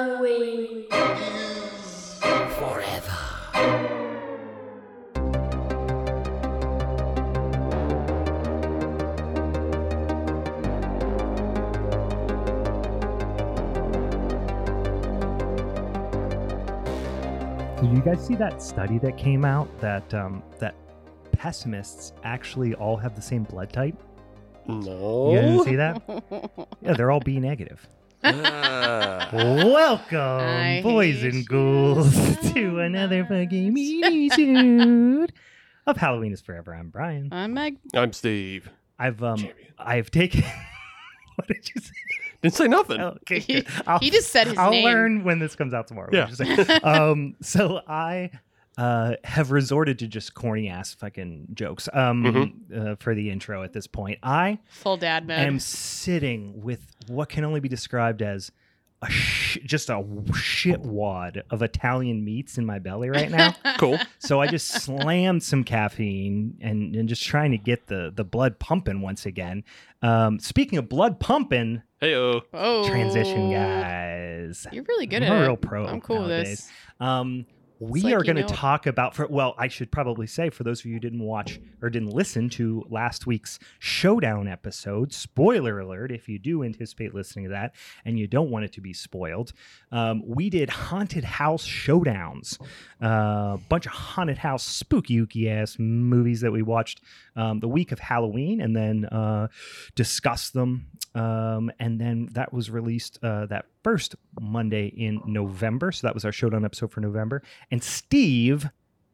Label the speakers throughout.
Speaker 1: Halloween.
Speaker 2: Did you guys see that study that came out that um, that pessimists actually all have the same blood type?
Speaker 3: No.
Speaker 2: You didn't see that?
Speaker 4: Oh.
Speaker 2: Yeah, they're all B negative.
Speaker 3: Ah.
Speaker 2: Welcome,
Speaker 4: I
Speaker 2: boys
Speaker 4: hate
Speaker 2: and
Speaker 4: you
Speaker 2: ghouls,
Speaker 4: so
Speaker 2: to another fucking
Speaker 4: much.
Speaker 2: episode of Halloween is Forever. I'm Brian.
Speaker 4: I'm Meg.
Speaker 3: I'm Steve.
Speaker 2: I've um,
Speaker 3: Champion.
Speaker 2: I've taken. what did you say?
Speaker 3: Didn't say nothing.
Speaker 2: Oh, Okay,
Speaker 4: He-
Speaker 2: good. I'll-
Speaker 4: he just said his
Speaker 2: I'll
Speaker 4: name.
Speaker 2: learn when this comes out tomorrow.
Speaker 3: Yeah.
Speaker 2: Just like- um, so I uh, have resorted to just corny ass fucking jokes um,
Speaker 4: Mm-hmm.
Speaker 2: uh, for the intro at this point. I
Speaker 4: Full dad mode.
Speaker 2: am sitting with what can only be described as a sh- just a shit wad of Italian meats in my belly right now.
Speaker 3: Cool.
Speaker 2: so I just slammed some caffeine and, and just trying to get the, the blood pumping once again. Um, speaking of blood pumping,
Speaker 3: Hey, oh.
Speaker 4: oh,
Speaker 2: transition guys.
Speaker 4: You're really good
Speaker 2: I'm
Speaker 4: at
Speaker 2: a
Speaker 4: it.
Speaker 2: real pro
Speaker 4: I'm cool
Speaker 2: nowadays.
Speaker 4: with this.
Speaker 2: Um, we
Speaker 4: like
Speaker 2: are
Speaker 4: you
Speaker 2: going to
Speaker 4: know-
Speaker 2: talk about for well, I should probably say for those of you who didn't watch or didn't listen to last week's showdown episode. Spoiler alert! If you do anticipate listening to that and you don't want it to be spoiled, um, we did haunted house showdowns, a bunch of haunted house spooky ooky ass movies that we watched um, the week of Halloween and then uh, discussed them. Um, and then that was released uh, that first Monday in November. So that was our showdown episode for November. And Steve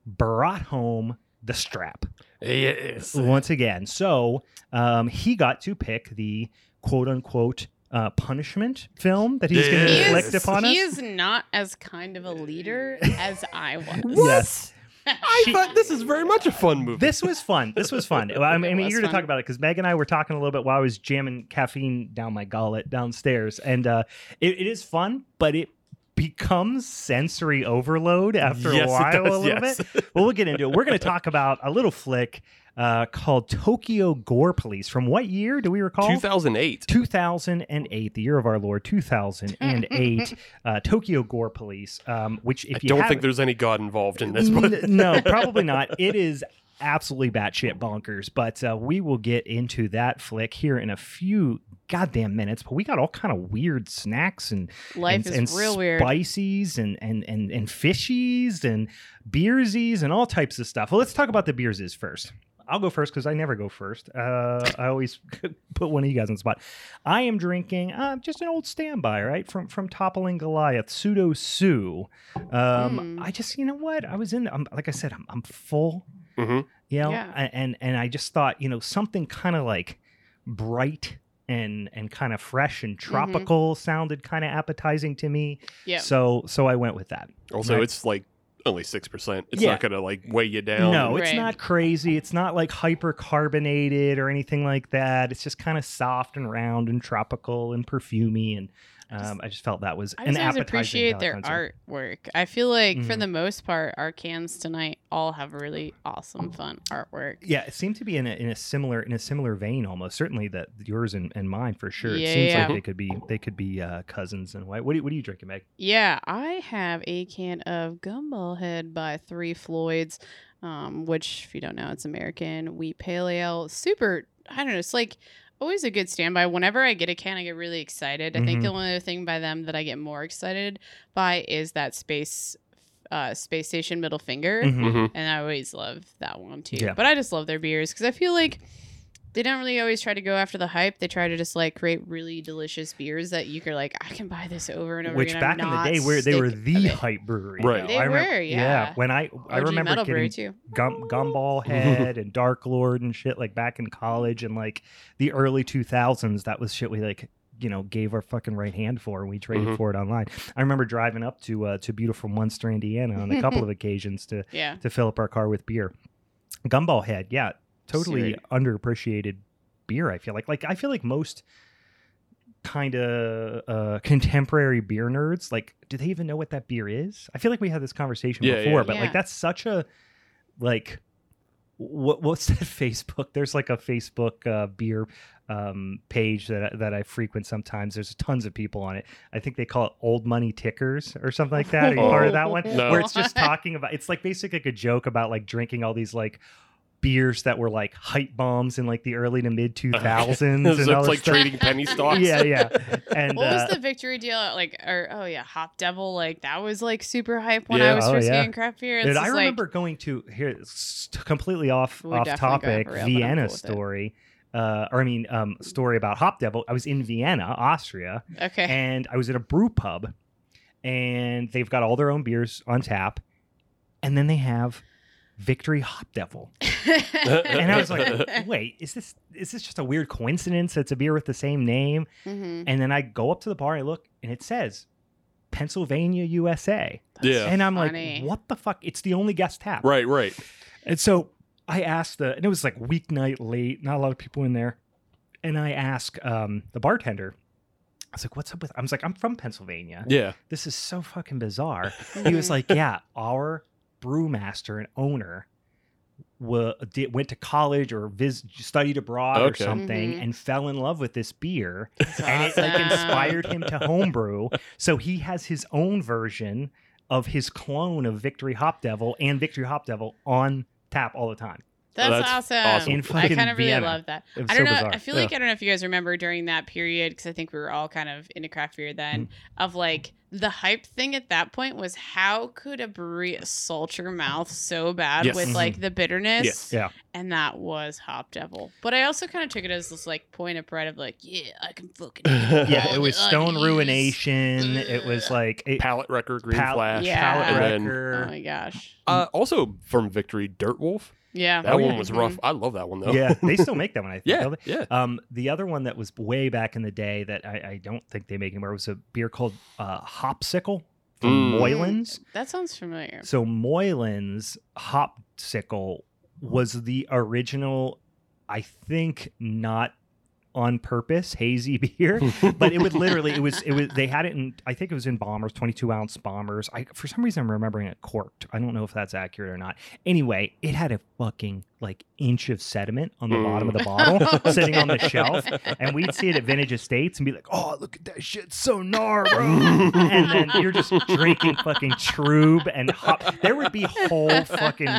Speaker 2: brought home the strap
Speaker 3: Yes.
Speaker 2: once again. So um, he got to pick the quote unquote uh, punishment film that he's going to
Speaker 3: Yes.
Speaker 2: inflict
Speaker 3: Yes.
Speaker 2: upon
Speaker 4: he
Speaker 2: us.
Speaker 4: is not as kind of a leader as I was.
Speaker 3: What?
Speaker 2: Yes.
Speaker 3: I
Speaker 2: She-
Speaker 3: thought this is very much a fun movie.
Speaker 2: This was fun. This was fun. Well, I'm,
Speaker 4: It
Speaker 2: I'm
Speaker 4: was
Speaker 2: eager to talk
Speaker 4: fun.
Speaker 2: about it because Meg and I were talking a little bit while I was jamming caffeine down my gullet downstairs, and uh, it, it is fun, but it becomes sensory overload after
Speaker 3: Yes,
Speaker 2: a
Speaker 3: it
Speaker 2: while
Speaker 3: does,
Speaker 2: a little
Speaker 3: yes.
Speaker 2: bit. Well, we'll get into it. We're going to talk about a little flick uh, called Tokyo Gore Police. From what year do we recall?
Speaker 3: 2008.
Speaker 2: 2008, the year of our Lord, 2008, uh, Tokyo Gore Police, um, which if
Speaker 3: I
Speaker 2: you
Speaker 3: don't
Speaker 2: haven't-
Speaker 3: think there's any God involved in this
Speaker 2: N-
Speaker 3: one.
Speaker 2: no, probably not. It is absolutely batshit bonkers, but uh, we will get into that flick here in a few goddamn minutes. But we got all kind of weird snacks and
Speaker 4: Life
Speaker 2: and,
Speaker 4: is
Speaker 2: and
Speaker 4: real weird.
Speaker 2: Spicies and and and and fishies and beersies and all types of stuff. Well, let's talk about the beersies first. I'll go first because I never go first. Uh, I always put one of you guys on the spot. I am drinking uh, just an old standby, right from from Toppling Goliath, pseudo Sue. Um,
Speaker 4: Mm.
Speaker 2: I just, you know what? I was in. I'm, like I said, I'm, I'm full.
Speaker 3: Mhm.
Speaker 2: You know,
Speaker 4: Yeah.
Speaker 2: a- and and I just thought, you know, something kind of like bright and and kind of fresh and tropical sounded kind of appetizing to me.
Speaker 4: Mm-hmm. yeah.
Speaker 2: So so I went with that.
Speaker 3: Also,
Speaker 2: Right.
Speaker 3: it's like only 6%. It's
Speaker 2: Yeah.
Speaker 3: not going to like weigh you down.
Speaker 2: No, it's
Speaker 4: Right.
Speaker 2: not crazy. It's not like hyper carbonated or anything like that. It's just kind of soft and round and tropical and perfumey. And um, I, just,
Speaker 4: just-
Speaker 2: felt that was
Speaker 4: I
Speaker 2: an
Speaker 4: just always
Speaker 2: appetizing.
Speaker 4: appreciate their
Speaker 2: appetizer.
Speaker 4: artwork. I feel like for
Speaker 2: Mhm.
Speaker 4: the most part, our cans tonight all have really awesome,
Speaker 2: Oh.
Speaker 4: fun artwork.
Speaker 2: Yeah, it seemed to be in a, in a similar in a similar vein almost. Certainly that yours and, and mine for sure. it
Speaker 4: Yeah,
Speaker 2: seems
Speaker 4: yeah.
Speaker 2: like they could be they could be uh, cousins and why. What are, you- what are you drinking, Meg?
Speaker 4: Yeah, I have a can of Gumball Head by Three Floyds, um, which, if you don't know, it's American wheat pale ale. Super, I don't know, it's like always a good standby. Whenever I get a can, I get really excited. I think the only other thing by them that I get more excited by is that space, uh, space station middle finger,
Speaker 2: Mm-hmm.
Speaker 3: Mhm.
Speaker 4: and I always love that one too.
Speaker 2: Yeah.
Speaker 4: But I just love their beers because I feel like. They don't really always try to go after the hype. They try to just like create really delicious beers that you could like, I can buy this over and over
Speaker 2: Which
Speaker 4: again. I'm
Speaker 2: back in the
Speaker 4: not
Speaker 2: day where they were
Speaker 4: sick
Speaker 2: the
Speaker 4: of it.
Speaker 2: hype brewery.
Speaker 3: Right.
Speaker 2: though.
Speaker 4: They
Speaker 2: I remember,
Speaker 4: were, yeah.
Speaker 2: When I I
Speaker 4: OG
Speaker 2: remember
Speaker 4: Metal Brewery
Speaker 2: getting
Speaker 4: too.
Speaker 2: Gum, Gumball Head and Dark Lord and shit like back in college and like the early 2000s. That was shit we like you know gave our fucking right hand for and we traded
Speaker 3: Mhm.
Speaker 2: for it online. I remember driving up to uh, to beautiful Munster, Indiana, on a couple of occasions to
Speaker 4: Yeah.
Speaker 2: to fill up our car with beer. Gumball Head, yeah, totally
Speaker 4: Sweet.
Speaker 2: underappreciated beer. I feel like, like I feel like most kind of uh, contemporary beer nerds, like, do they even know what that beer is? I feel like we had this conversation
Speaker 3: Yeah,
Speaker 2: before,
Speaker 3: yeah.
Speaker 2: but
Speaker 4: Yeah.
Speaker 2: like that's such a like. What, what's that Facebook? There's like a Facebook uh, beer um, page that I- that I frequent sometimes. There's tons of people on it. I think they call it old money tickers or something like that. Are you part of that one?
Speaker 3: No.
Speaker 2: Where it's just talking about it's like basically like a joke about like drinking all these like beers that were like hype bombs in like the early to mid 2000s and
Speaker 3: so Uh-huh. it's
Speaker 2: all this
Speaker 3: like
Speaker 2: stuff.
Speaker 3: trading penny stocks.
Speaker 2: yeah, yeah. And
Speaker 4: what
Speaker 2: uh,
Speaker 4: was the victory deal? Like, or oh yeah, Hop Devil. Like that was like super hype when
Speaker 3: Yeah.
Speaker 4: I was
Speaker 2: Oh,
Speaker 4: first
Speaker 2: yeah.
Speaker 4: getting craft beer. It's
Speaker 2: Dude, I
Speaker 4: just, like-
Speaker 2: remember going to here s- completely off
Speaker 4: We're
Speaker 2: off
Speaker 4: definitely going
Speaker 2: topic
Speaker 4: off rail, but I'm
Speaker 2: Vienna
Speaker 4: cool with it.
Speaker 2: story. Uh, or I mean, um, story about Hop Devil. I was in Vienna, Austria,
Speaker 4: okay.
Speaker 2: and I was at a brew pub, and they've got all their own beers on tap, and then they have Victory Hop Devil, and I was like, "Wait, is this is this just a weird coincidence? It's a beer with the same name."
Speaker 4: Mhm.
Speaker 2: And then I go up to the bar, I look, and it says Pennsylvania, USA,
Speaker 3: Yeah.
Speaker 2: and I'm
Speaker 4: funny.
Speaker 2: like, "What the fuck? It's the only guest tap,
Speaker 3: Right, right.
Speaker 2: and so I asked the, and it was like weeknight late, not a lot of people in there. And I asked um, the bartender, I was like, what's up with, I was like, I'm from Pennsylvania.
Speaker 3: Yeah.
Speaker 2: This is so fucking bizarre. He was
Speaker 4: Mhm.
Speaker 2: like, yeah, our brewmaster and owner wa- did, went to college or vis- studied abroad
Speaker 3: Okay.
Speaker 2: or something
Speaker 4: Mhm.
Speaker 2: and fell in love with this beer
Speaker 4: That's
Speaker 2: and it like
Speaker 4: awesome.
Speaker 2: inspired him to homebrew. So he has his own version of his clone of Victory Hop Devil and Victory Hop Devil on tap all the time.
Speaker 4: That's,
Speaker 3: That's
Speaker 4: awesome.
Speaker 3: awesome.
Speaker 2: In
Speaker 4: I
Speaker 2: fucking
Speaker 4: kind of really
Speaker 2: Vienna.
Speaker 4: love that.
Speaker 2: It was
Speaker 4: I don't
Speaker 2: so
Speaker 4: know.
Speaker 2: bizarre.
Speaker 4: I feel
Speaker 3: Yeah.
Speaker 4: like I don't know if you guys remember during that period because I think we were all kind of into craft beer then.
Speaker 3: Mm-hmm.
Speaker 4: Of like the hype thing at that point was how could a brewery assault your mouth so bad
Speaker 3: Yes. Mm-hmm.
Speaker 4: with
Speaker 2: Mhm.
Speaker 4: like the bitterness?
Speaker 3: Yes.
Speaker 2: Yeah.
Speaker 4: And that was Hop Devil. But I also kind of took it as this like point of pride of like, yeah, I can fucking. eat
Speaker 2: yeah,
Speaker 4: all
Speaker 2: it
Speaker 4: the
Speaker 2: was Stone
Speaker 4: onions.
Speaker 2: Ruination. It was like it,
Speaker 3: Palette Wrecker, Green
Speaker 2: Pal-
Speaker 3: Flash.
Speaker 4: Yeah.
Speaker 2: Palette
Speaker 3: And then-
Speaker 4: Oh
Speaker 2: Wrecker.
Speaker 4: my gosh.
Speaker 3: Uh, also from Victory, Dirt Wolf.
Speaker 4: Yeah.
Speaker 3: That
Speaker 2: Oh, yeah.
Speaker 3: one was rough. I love that one though.
Speaker 2: yeah, they still make that one. I think.
Speaker 3: oh. Yeah.
Speaker 2: don't they?
Speaker 3: Yeah.
Speaker 2: Um, the other one that was way back in the day that I, I don't think they make anymore was a beer called uh, Hopsicle from
Speaker 3: Mm.
Speaker 2: Moylan's.
Speaker 4: Mm-hmm. That sounds familiar.
Speaker 2: So Moylan's Hopsicle was the original, I think, not on purpose hazy beer, but it would literally it was it was they had it in I think it was in bombers, twenty two ounce bombers. I for some reason I'm remembering it corked. I don't know if that's accurate or not. Anyway, it had a fucking like inch of sediment on the bottom of the bottle sitting on the shelf, and we'd see it at Vintage Estates and be like, "Oh, look at that shit, so gnar, bro." and then you're just drinking fucking trube and hop. There would be whole fucking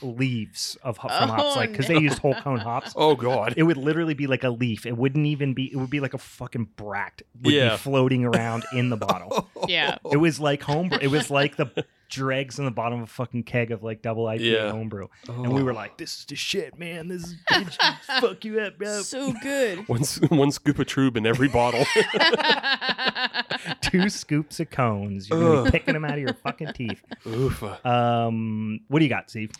Speaker 2: leaves of hop, from
Speaker 4: Oh,
Speaker 2: hops, like because they used whole cone hops.
Speaker 3: oh god.
Speaker 2: It would literally be like a leaf. It wouldn't even be. It would be like a fucking bract would
Speaker 3: Yeah.
Speaker 2: be floating around in the bottle.
Speaker 4: Yeah.
Speaker 2: It was like homebrew. It was like the dregs in the bottom of a fucking keg of like double IPA
Speaker 3: Yeah.
Speaker 2: homebrew. And
Speaker 3: Oh.
Speaker 2: we were like, "This is the shit, man. This is bitch, fuck you up, bro."
Speaker 4: so good.
Speaker 3: one, s- one scoop of trube in every bottle.
Speaker 2: Two scoops of cones. You're gonna be
Speaker 3: Ugh.
Speaker 2: picking them out of your fucking teeth.
Speaker 3: Oof.
Speaker 2: Um, what do you got, Steve?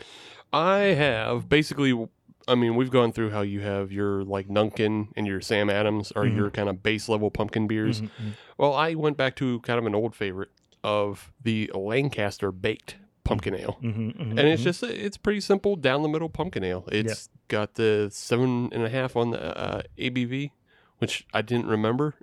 Speaker 3: I have basically. I mean, we've gone through how you have your like Nunkin and your Sam Adams are
Speaker 2: Mhm.
Speaker 3: your kind of base level pumpkin beers.
Speaker 2: Mhm, mhm.
Speaker 3: Well, I went back to kind of an old favorite of the Lancaster baked pumpkin ale.
Speaker 2: Mhm, mhm,
Speaker 3: And it's
Speaker 2: mhm.
Speaker 3: just it's pretty simple down the middle pumpkin ale. It's got the seven and a half on the uh, ABV, which I didn't remember.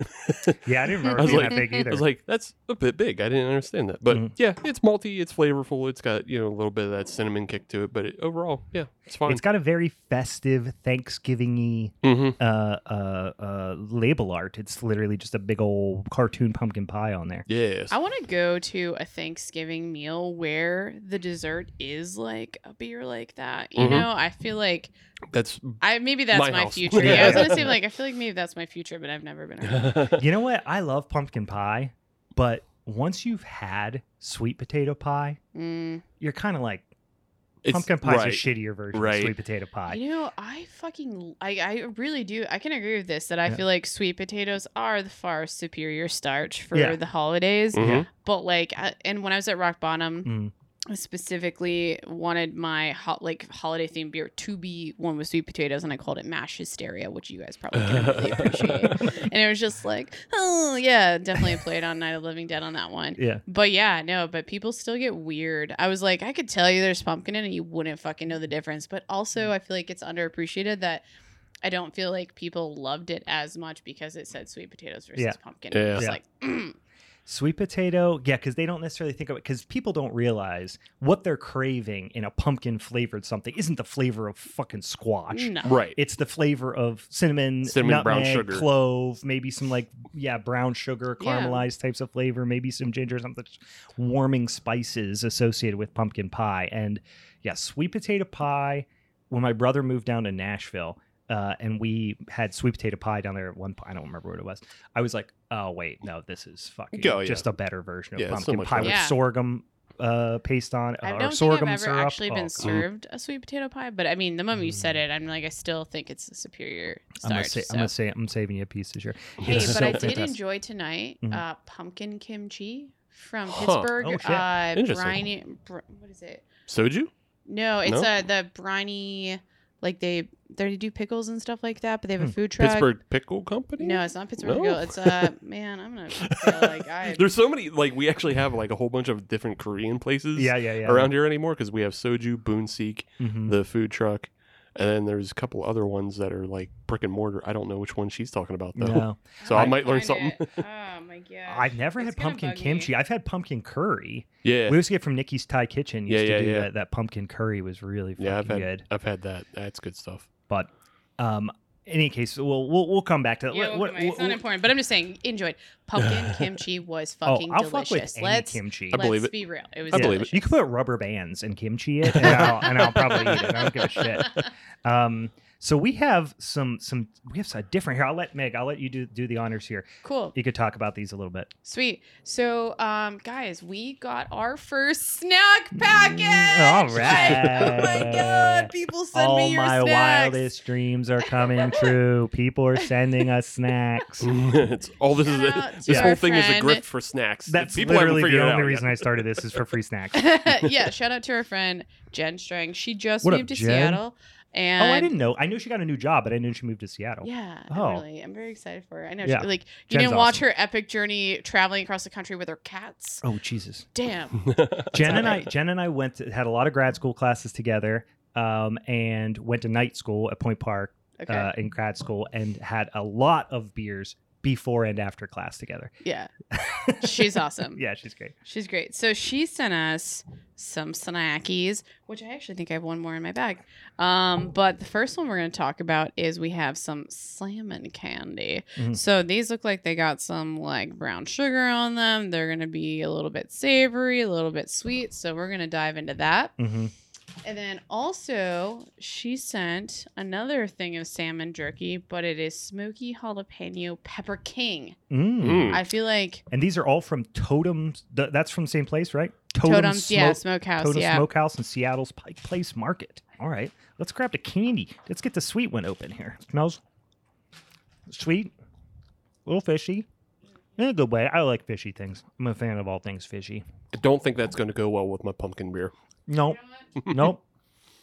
Speaker 2: yeah, I didn't remember it
Speaker 3: I was
Speaker 2: being
Speaker 3: like-
Speaker 2: that big either.
Speaker 3: I was like, that's a bit big. I didn't understand that, but
Speaker 2: Mhm.
Speaker 3: yeah, it's malty, it's flavorful, it's got you know a little bit of that cinnamon kick to it. But it, overall, yeah, it's fine.
Speaker 2: it's got a very festive Thanksgiving-y
Speaker 3: hmm
Speaker 2: uh, uh, uh, label art. It's literally just a big old cartoon pumpkin pie on there.
Speaker 3: Yes.
Speaker 4: I want to go to a Thanksgiving meal where the dessert is like a beer like that. You
Speaker 3: Mhm.
Speaker 4: know, I feel like
Speaker 3: that's.
Speaker 4: I maybe that's
Speaker 3: My
Speaker 4: my,
Speaker 3: house.
Speaker 4: future. Yeah. I was
Speaker 2: Yeah.
Speaker 4: gonna say like I feel like maybe that's my future, but I've never been. around.
Speaker 2: You know what? I love pumpkin pie, but once you've had sweet potato pie,
Speaker 4: Mm.
Speaker 2: you're kind of like
Speaker 3: It's-
Speaker 2: pumpkin pie's
Speaker 3: right.
Speaker 2: a shittier version
Speaker 3: right.
Speaker 2: of sweet potato pie.
Speaker 4: You know, I fucking I I really do. I can agree with this that I
Speaker 2: Yeah.
Speaker 4: feel like sweet potatoes are the far superior starch for
Speaker 2: Yeah.
Speaker 4: the holidays.
Speaker 3: Mhm.
Speaker 4: But like, I, and when I was at Rock Bottom,
Speaker 2: Mm.
Speaker 4: I specifically wanted my hot like holiday themed beer to be one with sweet potatoes, and I called it mash hysteria, which you guys probably can really appreciate. And it was just like, oh yeah, definitely played on Night of the Living Dead on that one.
Speaker 2: Yeah.
Speaker 4: But yeah, no, but people still get weird. I was like, I could tell you there's pumpkin in it, you wouldn't fucking know the difference. But also, I feel like it's underappreciated that I don't feel like people loved it as much because it said sweet potatoes versus
Speaker 2: Yeah.
Speaker 4: pumpkin. It's
Speaker 3: Yeah.
Speaker 4: just
Speaker 2: Yeah.
Speaker 4: like, mm,
Speaker 2: Sweet potato, yeah, because they don't necessarily think of it because people don't realize what they're craving in a pumpkin flavored something isn't the flavor of fucking squash.
Speaker 4: No.
Speaker 3: Right.
Speaker 2: It's the flavor of cinnamon,
Speaker 3: Cinnamon, brown
Speaker 2: nutmeg,
Speaker 3: sugar.
Speaker 2: clove, maybe some like yeah, brown sugar,
Speaker 4: Yeah.
Speaker 2: caramelized types of flavor, maybe some ginger, something warming spices associated with pumpkin pie. And yeah, sweet potato pie. When my brother moved down to Nashville, uh, and we had sweet potato pie down there at one point. I don't remember what it was. I was like, oh wait, no, this is fucking
Speaker 3: Oh, yeah.
Speaker 2: just a better version of
Speaker 3: Yeah, it's so
Speaker 2: pumpkin
Speaker 3: much
Speaker 2: pie with
Speaker 4: better. Yeah.
Speaker 2: sorghum uh, paste on
Speaker 4: I
Speaker 2: uh, or
Speaker 4: don't think I've
Speaker 2: sorghum
Speaker 4: ever
Speaker 2: syrup.
Speaker 4: actually
Speaker 2: Oh,
Speaker 4: been
Speaker 2: God.
Speaker 4: served a sweet potato pie, but I mean, the moment you said
Speaker 2: Mm.
Speaker 4: it, I'm like, I still think it's a superior
Speaker 2: I'm gonna,
Speaker 4: starch.
Speaker 2: say,
Speaker 4: so.
Speaker 2: I'm gonna say I'm saving you a piece of shit.
Speaker 4: Hey,
Speaker 2: It's
Speaker 4: but
Speaker 2: so
Speaker 4: I did
Speaker 2: fantastic.
Speaker 4: enjoy tonight
Speaker 2: Mhm.
Speaker 4: uh, pumpkin kimchi from
Speaker 3: Huh.
Speaker 4: Pittsburgh.
Speaker 2: Oh, shit.
Speaker 4: uh,
Speaker 3: Interesting.
Speaker 4: briny, br- what is it?
Speaker 3: Soju?
Speaker 4: No, it's
Speaker 3: No?
Speaker 4: uh, the briny, like they they do pickles and stuff like that, but they have
Speaker 2: Hmm.
Speaker 4: a food truck.
Speaker 3: Pittsburgh Pickle Company?
Speaker 4: No, it's not Pittsburgh.
Speaker 3: No?
Speaker 4: Pickle. It's uh, man, I'm gonna feel like I.
Speaker 3: There's so many. Like we actually have like a whole bunch of different Korean places
Speaker 2: Yeah, yeah, yeah.
Speaker 3: around here anymore because we have Soju, Boonseek,
Speaker 2: Mhm.
Speaker 3: the food truck, and then there's a couple other ones that are like brick and mortar. I don't know which one she's talking about though.
Speaker 4: Uh,
Speaker 2: No,
Speaker 3: So I,
Speaker 2: I-
Speaker 3: might learn
Speaker 4: Find
Speaker 3: something.
Speaker 4: it. Oh my god.
Speaker 2: I've never
Speaker 4: It's
Speaker 2: had
Speaker 4: gonna
Speaker 2: pumpkin
Speaker 4: bug me.
Speaker 2: kimchi. I've had pumpkin curry.
Speaker 3: yeah,
Speaker 2: We always get from Nikki's Thai Kitchen. Used
Speaker 3: Yeah, yeah,
Speaker 2: to do
Speaker 3: yeah.
Speaker 2: That, that pumpkin curry was really fucking
Speaker 3: yeah. I've had
Speaker 2: good.
Speaker 3: I've had that. That's good stuff.
Speaker 2: But um, in any case, we'll we'll, we'll come back to that.
Speaker 4: Yeah,
Speaker 2: What-
Speaker 4: we'll
Speaker 2: what-
Speaker 4: come back. it's
Speaker 2: what-
Speaker 4: not important, but I'm just saying, enjoyed pumpkin kimchi was fucking
Speaker 2: oh, I'll
Speaker 4: delicious.
Speaker 2: fuck with any
Speaker 4: let's
Speaker 2: kimchi.
Speaker 3: I believe
Speaker 4: let's
Speaker 3: it.
Speaker 4: be real. It was.
Speaker 3: I believe it.
Speaker 4: delicious.
Speaker 2: You could put rubber bands and kimchi it, and I'll, and I'll probably eat it. I don't give a shit. Um, so we have some some we have some different here. I'll let Meg. I'll let you do do the honors here.
Speaker 4: Cool.
Speaker 2: You could talk about these a little bit.
Speaker 4: Sweet. So, um, guys, we got our first snack package.
Speaker 2: all
Speaker 4: Like, oh my god!
Speaker 2: right.
Speaker 4: People send
Speaker 2: All
Speaker 4: me your
Speaker 2: my
Speaker 4: snacks.
Speaker 2: wildest dreams are coming true. People are sending us snacks.
Speaker 3: it's all this
Speaker 4: Shout
Speaker 3: is.
Speaker 4: out
Speaker 3: A,
Speaker 4: to
Speaker 3: this
Speaker 4: our
Speaker 3: whole thing is a
Speaker 4: friend.
Speaker 3: grift for snacks.
Speaker 2: That's
Speaker 3: People haven't
Speaker 2: literally the
Speaker 3: figured it
Speaker 2: only
Speaker 3: out
Speaker 2: reason
Speaker 3: yet.
Speaker 2: I started this is for free snacks. Oh,
Speaker 4: yeah. Shout out to our friend Jen Strang. She just
Speaker 2: What up,
Speaker 4: moved to
Speaker 2: Jen?
Speaker 4: Seattle,
Speaker 2: oh,
Speaker 4: and
Speaker 2: I didn't know. I knew she got a new job, but I didn't know she moved to Seattle.
Speaker 4: Yeah,
Speaker 2: Oh.
Speaker 4: oh. really. I'm very excited for her. I know.
Speaker 2: Yeah.
Speaker 4: She, like you
Speaker 2: Jen's
Speaker 4: didn't watch her epic journey traveling across the country with her cats.
Speaker 2: Oh Jesus.
Speaker 4: Damn.
Speaker 2: Jen and I, Jen and I went to, had a lot of grad school classes together, um, and went to night school at Point Park
Speaker 4: Okay.
Speaker 2: uh, in grad school, and had a lot of beers before and after class together.
Speaker 4: yeah. She's awesome.
Speaker 2: Yeah, she's great.
Speaker 4: She's great. So she sent us some snackies, which I actually think I have one more in my bag. Um, but the first one we're going to talk about is we have some salmon candy.
Speaker 2: Mhm.
Speaker 4: So these look like they got some like brown sugar on them. They're going to be a little bit savory, a little bit sweet. So we're going to dive into that.
Speaker 3: Mm-hmm.
Speaker 2: hmm
Speaker 4: And then also, she sent another thing of salmon jerky, but it is smoky jalapeno pepper king.
Speaker 2: Mm.
Speaker 3: Mm.
Speaker 4: I feel like
Speaker 2: And these are all from Totem. Th- that's from the same place, right? Totem
Speaker 4: Totem's, yeah,
Speaker 2: Smoke-
Speaker 4: smokehouse,
Speaker 2: Totem
Speaker 4: yeah.
Speaker 2: Smokehouse in Seattle's Pike Place Market. All right, let's grab the candy. Let's get the sweet one open here. smells sweet, a little fishy. In a good way. I like fishy things. I'm a fan of all things fishy.
Speaker 3: I don't think that's going to go well with my pumpkin beer.
Speaker 2: Nope. Nope.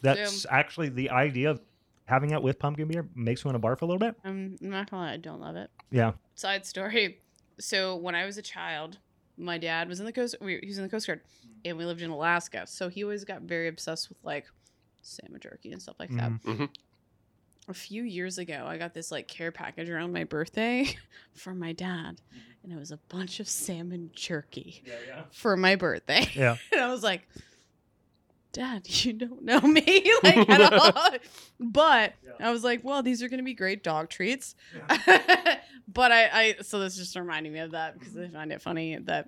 Speaker 2: That's
Speaker 4: So-
Speaker 2: actually the idea of having it with pumpkin beer makes me want to barf a little bit.
Speaker 4: I'm I'm not gonna lie, I don't love it.
Speaker 2: Yeah.
Speaker 4: Side story. So when I was a child, my dad was in the coast. We, he was in the Coast Guard, and we lived in Alaska. So he always got very obsessed with like salmon jerky and stuff like that.
Speaker 2: Mhm.
Speaker 3: Mhm.
Speaker 4: A few years ago, I got this like care package around my birthday from my dad, and it was a bunch of salmon jerky for my birthday.
Speaker 2: Yeah.
Speaker 4: and I was like, Dad, you don't know me like at all. But I was like, well, these are gonna be great dog treats. but I, I so this is just reminding me of that because I find it funny that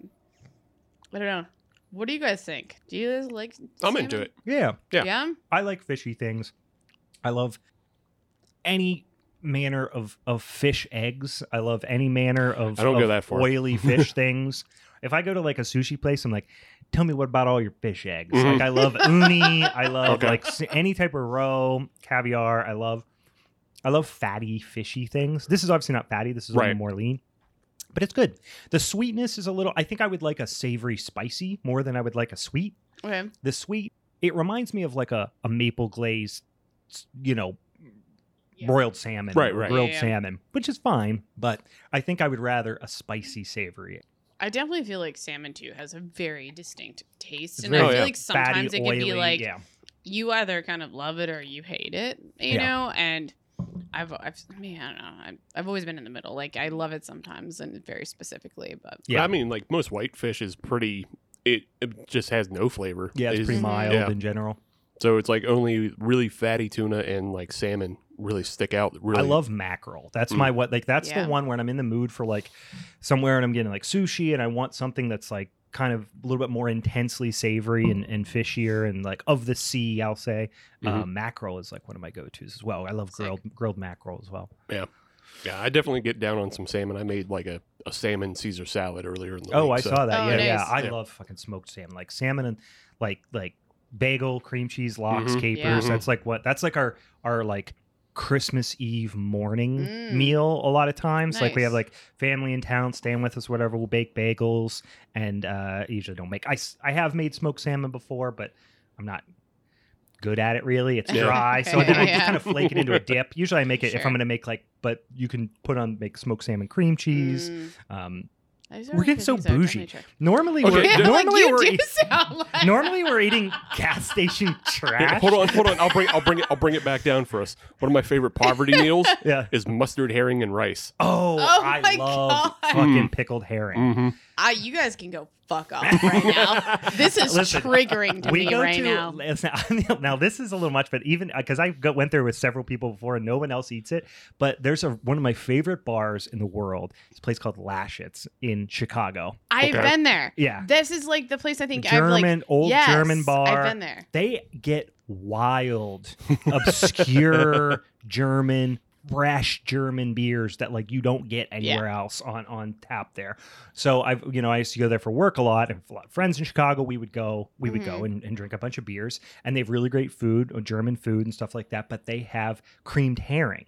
Speaker 4: I don't know. What do you guys think? Do you guys like
Speaker 3: I'm
Speaker 4: salmon?
Speaker 3: into it.
Speaker 2: Yeah.
Speaker 3: Yeah.
Speaker 4: Yeah.
Speaker 2: I like fishy things. I love any manner of, of fish eggs. I love any manner of,
Speaker 3: I don't go
Speaker 2: of
Speaker 3: that far.
Speaker 2: oily fish things. If I go to like a sushi place, I'm like, tell me what about all your fish eggs?
Speaker 3: Mhm.
Speaker 2: Like I love uni. I love
Speaker 3: Okay.
Speaker 2: like s- any type of roe, caviar. I love, I love fatty, fishy things. This is obviously not fatty. This is a
Speaker 3: Right.
Speaker 2: little more lean, but it's good. The sweetness is a little. I think I would like a savory, spicy more than I would like a sweet
Speaker 4: Okay.
Speaker 2: the sweet it reminds me of like a, a maple glazed you know
Speaker 4: Yeah.
Speaker 2: broiled salmon
Speaker 3: Right, right.
Speaker 2: grilled
Speaker 4: Yeah.
Speaker 2: salmon which is fine but i think i would rather a spicy savory
Speaker 4: I definitely feel like salmon too has a very distinct taste,
Speaker 2: It's
Speaker 4: and
Speaker 3: very-
Speaker 4: I
Speaker 3: Oh,
Speaker 4: feel
Speaker 3: yeah.
Speaker 4: like sometimes
Speaker 2: fatty
Speaker 4: it can
Speaker 2: oily
Speaker 4: be like
Speaker 2: yeah
Speaker 4: you either kind of love it or you hate it, you
Speaker 2: Yeah.
Speaker 4: know? And I've, I've, I mean, I don't know. I've, I've always been in the middle. Like, I love it sometimes and very specifically, but
Speaker 2: Yeah.
Speaker 3: Yeah. I mean, like most whitefish is pretty. It, it just has no flavor.
Speaker 2: Yeah, it's pretty
Speaker 4: Mhm.
Speaker 2: mild
Speaker 3: Yeah.
Speaker 2: in general.
Speaker 3: So it's like only really fatty tuna and like salmon really stick out. Really,
Speaker 2: I love mackerel. That's
Speaker 3: Mm.
Speaker 2: my what like that's
Speaker 4: Yeah.
Speaker 2: the one when I'm in the mood for like somewhere and I'm getting like sushi and I want something that's like kind of a little bit more intensely savory and, and fishier and like of the sea, I'll say. Uh,
Speaker 3: Mhm.
Speaker 2: mackerel is like one of my go-tos as well. I love
Speaker 4: Sick.
Speaker 2: grilled grilled mackerel as well.
Speaker 3: Yeah, I definitely get down on some salmon. I made like a, a salmon Caesar salad earlier in the
Speaker 2: Oh,
Speaker 3: week.
Speaker 2: I
Speaker 3: so-
Speaker 2: saw that.
Speaker 4: Oh,
Speaker 2: yeah, yeah.
Speaker 4: nice.
Speaker 2: I
Speaker 3: Yeah.
Speaker 2: love fucking smoked salmon. Like salmon and like like bagel, cream cheese, lox,
Speaker 3: Mhm.
Speaker 2: capers.
Speaker 4: Yeah.
Speaker 2: That's like what that's like our our like Christmas Eve morning
Speaker 4: Mm.
Speaker 2: meal a lot of times. Like we have
Speaker 4: Nice.
Speaker 2: like family in town, staying with us, whatever. We'll bake bagels and uh I usually don't make I s- I have made smoked salmon before, but I'm not good at it really. It's
Speaker 3: Yeah.
Speaker 2: dry. So
Speaker 4: Okay,
Speaker 2: then I
Speaker 4: yeah.
Speaker 2: just kind of flake it into a dip. Usually I make it if
Speaker 4: Sure.
Speaker 2: I'm gonna make like but you can put on make smoked salmon cream cheese.
Speaker 4: Mm.
Speaker 2: Um
Speaker 4: I just
Speaker 2: We're
Speaker 4: don't
Speaker 2: getting
Speaker 4: think
Speaker 2: so
Speaker 4: these are done
Speaker 2: bougie.
Speaker 4: nature.
Speaker 2: Normally,
Speaker 3: Okay,
Speaker 2: we're,
Speaker 3: d-
Speaker 4: Yeah, like
Speaker 2: normally,
Speaker 4: you
Speaker 2: we're
Speaker 4: do
Speaker 2: eat-
Speaker 4: sound like
Speaker 2: normally we're eating gas station
Speaker 3: Hey,
Speaker 2: trash.
Speaker 3: hold on, hold on. I'll bring I'll bring it I'll bring it back down for us. One of my favorite poverty meals
Speaker 2: Yeah.
Speaker 3: is mustard herring and rice.
Speaker 2: Oh,
Speaker 4: Oh my
Speaker 2: I love
Speaker 4: God.
Speaker 3: Mm.
Speaker 2: fucking pickled herring.
Speaker 3: Mm-hmm.
Speaker 4: I, you guys can go fuck off right now. this is
Speaker 2: Listen,
Speaker 4: triggering to
Speaker 2: We
Speaker 4: me
Speaker 2: go
Speaker 4: right
Speaker 2: to
Speaker 4: now.
Speaker 2: listen, now. This is a little much, but even because I go, went there with several people before, and no one else eats it. But there's a one of my favorite bars in the world. It's a place called Lashitz in Chicago.
Speaker 4: I've
Speaker 3: Okay.
Speaker 4: been there.
Speaker 2: Yeah,
Speaker 4: This is like the place I think I've
Speaker 2: German
Speaker 4: like
Speaker 2: old
Speaker 4: yes,
Speaker 2: German bar.
Speaker 4: I've been there.
Speaker 2: they get wild, obscure German, brash German beers that like you don't get anywhere else on on tap there. So I've you know I used to go there for work a lot, and a lot of friends in Chicago. We would go, we would go and, and drink a bunch of beers, and they have really great food, uh, German food and stuff like that. But they have creamed herring,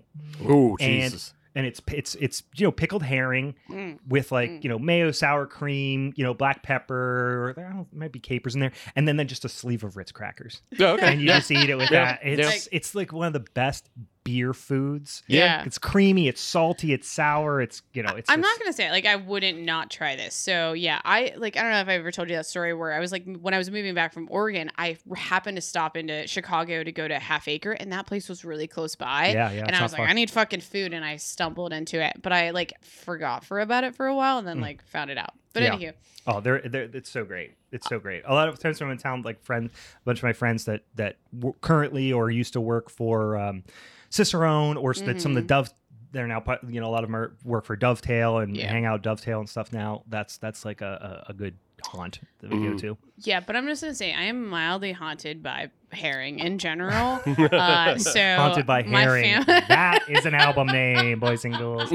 Speaker 3: Oh
Speaker 2: And-
Speaker 3: Jesus!
Speaker 2: and it's it's it's you know pickled herring
Speaker 4: Mm.
Speaker 2: with like
Speaker 4: Mm.
Speaker 2: you know mayo sour cream you know black pepper I don't know, might be capers in there and then, then just a sleeve of ritz crackers
Speaker 3: Yeah, okay.
Speaker 2: and you just eat it with
Speaker 3: Yeah.
Speaker 2: that. It's it's like one of the best beer foods.
Speaker 4: Yeah.
Speaker 2: It's creamy, it's salty, it's sour, it's you know, it's
Speaker 4: I'm
Speaker 2: just-
Speaker 4: not gonna say it. like I wouldn't not try this. So yeah, I like I don't know if I ever told you that story where I was like when I was moving back from Oregon, I happened to stop into Chicago to go to Half Acre, and that place was really close by.
Speaker 2: yeah, yeah.
Speaker 4: and
Speaker 2: it's
Speaker 4: I
Speaker 2: not
Speaker 4: was like,
Speaker 2: far.
Speaker 4: I need fucking food, and I stumbled into it, but I like forgot for about it for a while, and then
Speaker 2: Mm.
Speaker 4: like found it out. But
Speaker 2: Yeah.
Speaker 4: anywho,
Speaker 2: Oh, they're, they're it's so great. It's so great. A lot of times when I'm in town, like friends, a bunch of my friends that that w- currently or used to work for um, Cicerone or s- that some of the
Speaker 4: Mhm.
Speaker 2: Dove. They're now, part- you know, a lot of them are, work for Dovetail and
Speaker 4: Yeah.
Speaker 2: hang out at Dovetail and stuff. Now that's that's like a, a, a good haunt that we go
Speaker 3: Mm.
Speaker 2: to.
Speaker 4: yeah, but I'm just gonna say I am mildly haunted by herring in general. Uh, so
Speaker 2: Haunted by
Speaker 4: my
Speaker 2: herring.
Speaker 4: fam-
Speaker 2: that is an album name, boys and girls.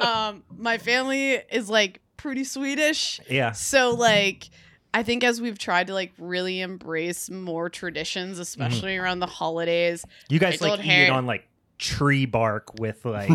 Speaker 4: um, my family is like pretty Swedish.
Speaker 2: Yeah.
Speaker 4: So like I think as we've tried to like really embrace more traditions, especially
Speaker 2: Mm-hmm.
Speaker 4: around the holidays.
Speaker 2: You guys
Speaker 4: Pickled
Speaker 2: like eat it
Speaker 4: herring.
Speaker 2: on like tree bark with like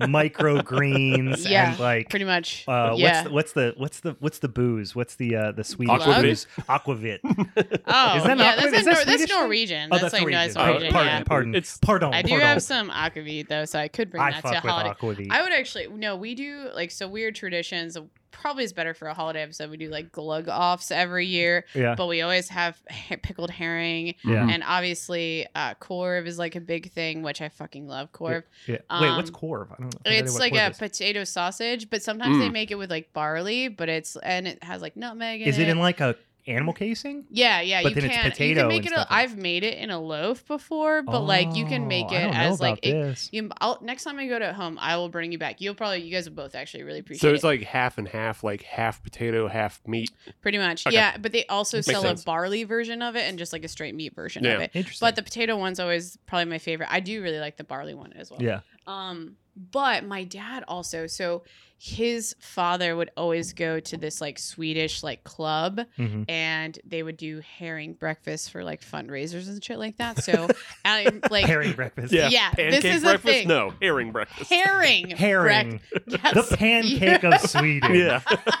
Speaker 2: microgreens
Speaker 4: Yeah,
Speaker 2: and like
Speaker 4: Pretty much.
Speaker 2: uh,
Speaker 4: yeah.
Speaker 2: what's the what's the what's the what's the booze? What's the uh, the Swedish
Speaker 4: Aquavit?
Speaker 2: booze? Aquavit.
Speaker 4: oh,
Speaker 2: is that
Speaker 4: yeah,
Speaker 2: not-
Speaker 4: that's,
Speaker 2: is that
Speaker 4: in Nor- that's
Speaker 2: Swedish thing?
Speaker 4: Norwegian.
Speaker 2: Oh,
Speaker 4: that's, like no, that's
Speaker 2: Norwegian.
Speaker 4: Norwegian.
Speaker 2: pardon,
Speaker 4: yeah.
Speaker 2: pardon,
Speaker 3: It's-
Speaker 2: pardon.
Speaker 4: I do
Speaker 2: pardon.
Speaker 4: have some akavit though, so I could bring
Speaker 2: I
Speaker 4: that
Speaker 2: fuck
Speaker 4: to a
Speaker 2: with
Speaker 4: holiday.
Speaker 2: aquavit.
Speaker 4: I would actually no, we do like so weird traditions. Probably is better for a holiday episode. We do like glug offs every year,
Speaker 2: yeah.
Speaker 4: but we always have he- pickled herring.
Speaker 3: Mm-hmm.
Speaker 2: Yeah.
Speaker 4: And obviously, uh, Corv is like a big thing, which I fucking love Corv.
Speaker 2: yeah. Wait, what's
Speaker 4: um,
Speaker 2: corv? I don't know. I forget
Speaker 4: It's
Speaker 2: what
Speaker 4: like
Speaker 2: corv
Speaker 4: a
Speaker 2: is.
Speaker 4: potato sausage, but sometimes they
Speaker 3: Mm.
Speaker 4: make it with like barley, but it's and it has like nutmeg. In
Speaker 2: Is it in like a animal casing?
Speaker 4: Yeah, yeah.
Speaker 2: But
Speaker 4: you
Speaker 2: then
Speaker 4: can.
Speaker 2: it's
Speaker 4: you
Speaker 2: potato
Speaker 4: can make
Speaker 2: and
Speaker 4: it.
Speaker 2: stuff
Speaker 4: A,
Speaker 2: in it.
Speaker 4: I've made it in a loaf before, but like you can make
Speaker 2: Oh,
Speaker 4: it
Speaker 2: I don't know
Speaker 4: as like
Speaker 2: about
Speaker 4: it,
Speaker 2: this.
Speaker 4: you. I'll, next time I go to home, I will bring you back. You'll probably you guys will both actually really appreciate.
Speaker 3: so it's
Speaker 4: it.
Speaker 3: like half and half, like half potato, half meat.
Speaker 4: pretty much
Speaker 3: Okay.
Speaker 4: yeah. But they also
Speaker 3: Makes
Speaker 4: sell
Speaker 3: sense.
Speaker 4: a barley version of it and just like a straight meat version of
Speaker 3: Yeah.
Speaker 4: it.
Speaker 2: Interesting.
Speaker 4: But the potato one's always probably my favorite. I do really like the barley one as well.
Speaker 2: yeah.
Speaker 4: Um, but my dad also, so his father would always go to this like Swedish like club
Speaker 2: hmm
Speaker 4: and they would do herring breakfast for like fundraisers and shit like that. So I'm like
Speaker 2: Herring breakfast.
Speaker 3: Yeah.
Speaker 4: yeah,
Speaker 3: Pancake
Speaker 4: this is a
Speaker 3: breakfast?
Speaker 4: thing.
Speaker 3: No, herring breakfast.
Speaker 4: Herring.
Speaker 2: Herring.
Speaker 4: breakfast. yes.
Speaker 2: The pancake of Sweden.
Speaker 3: Yeah.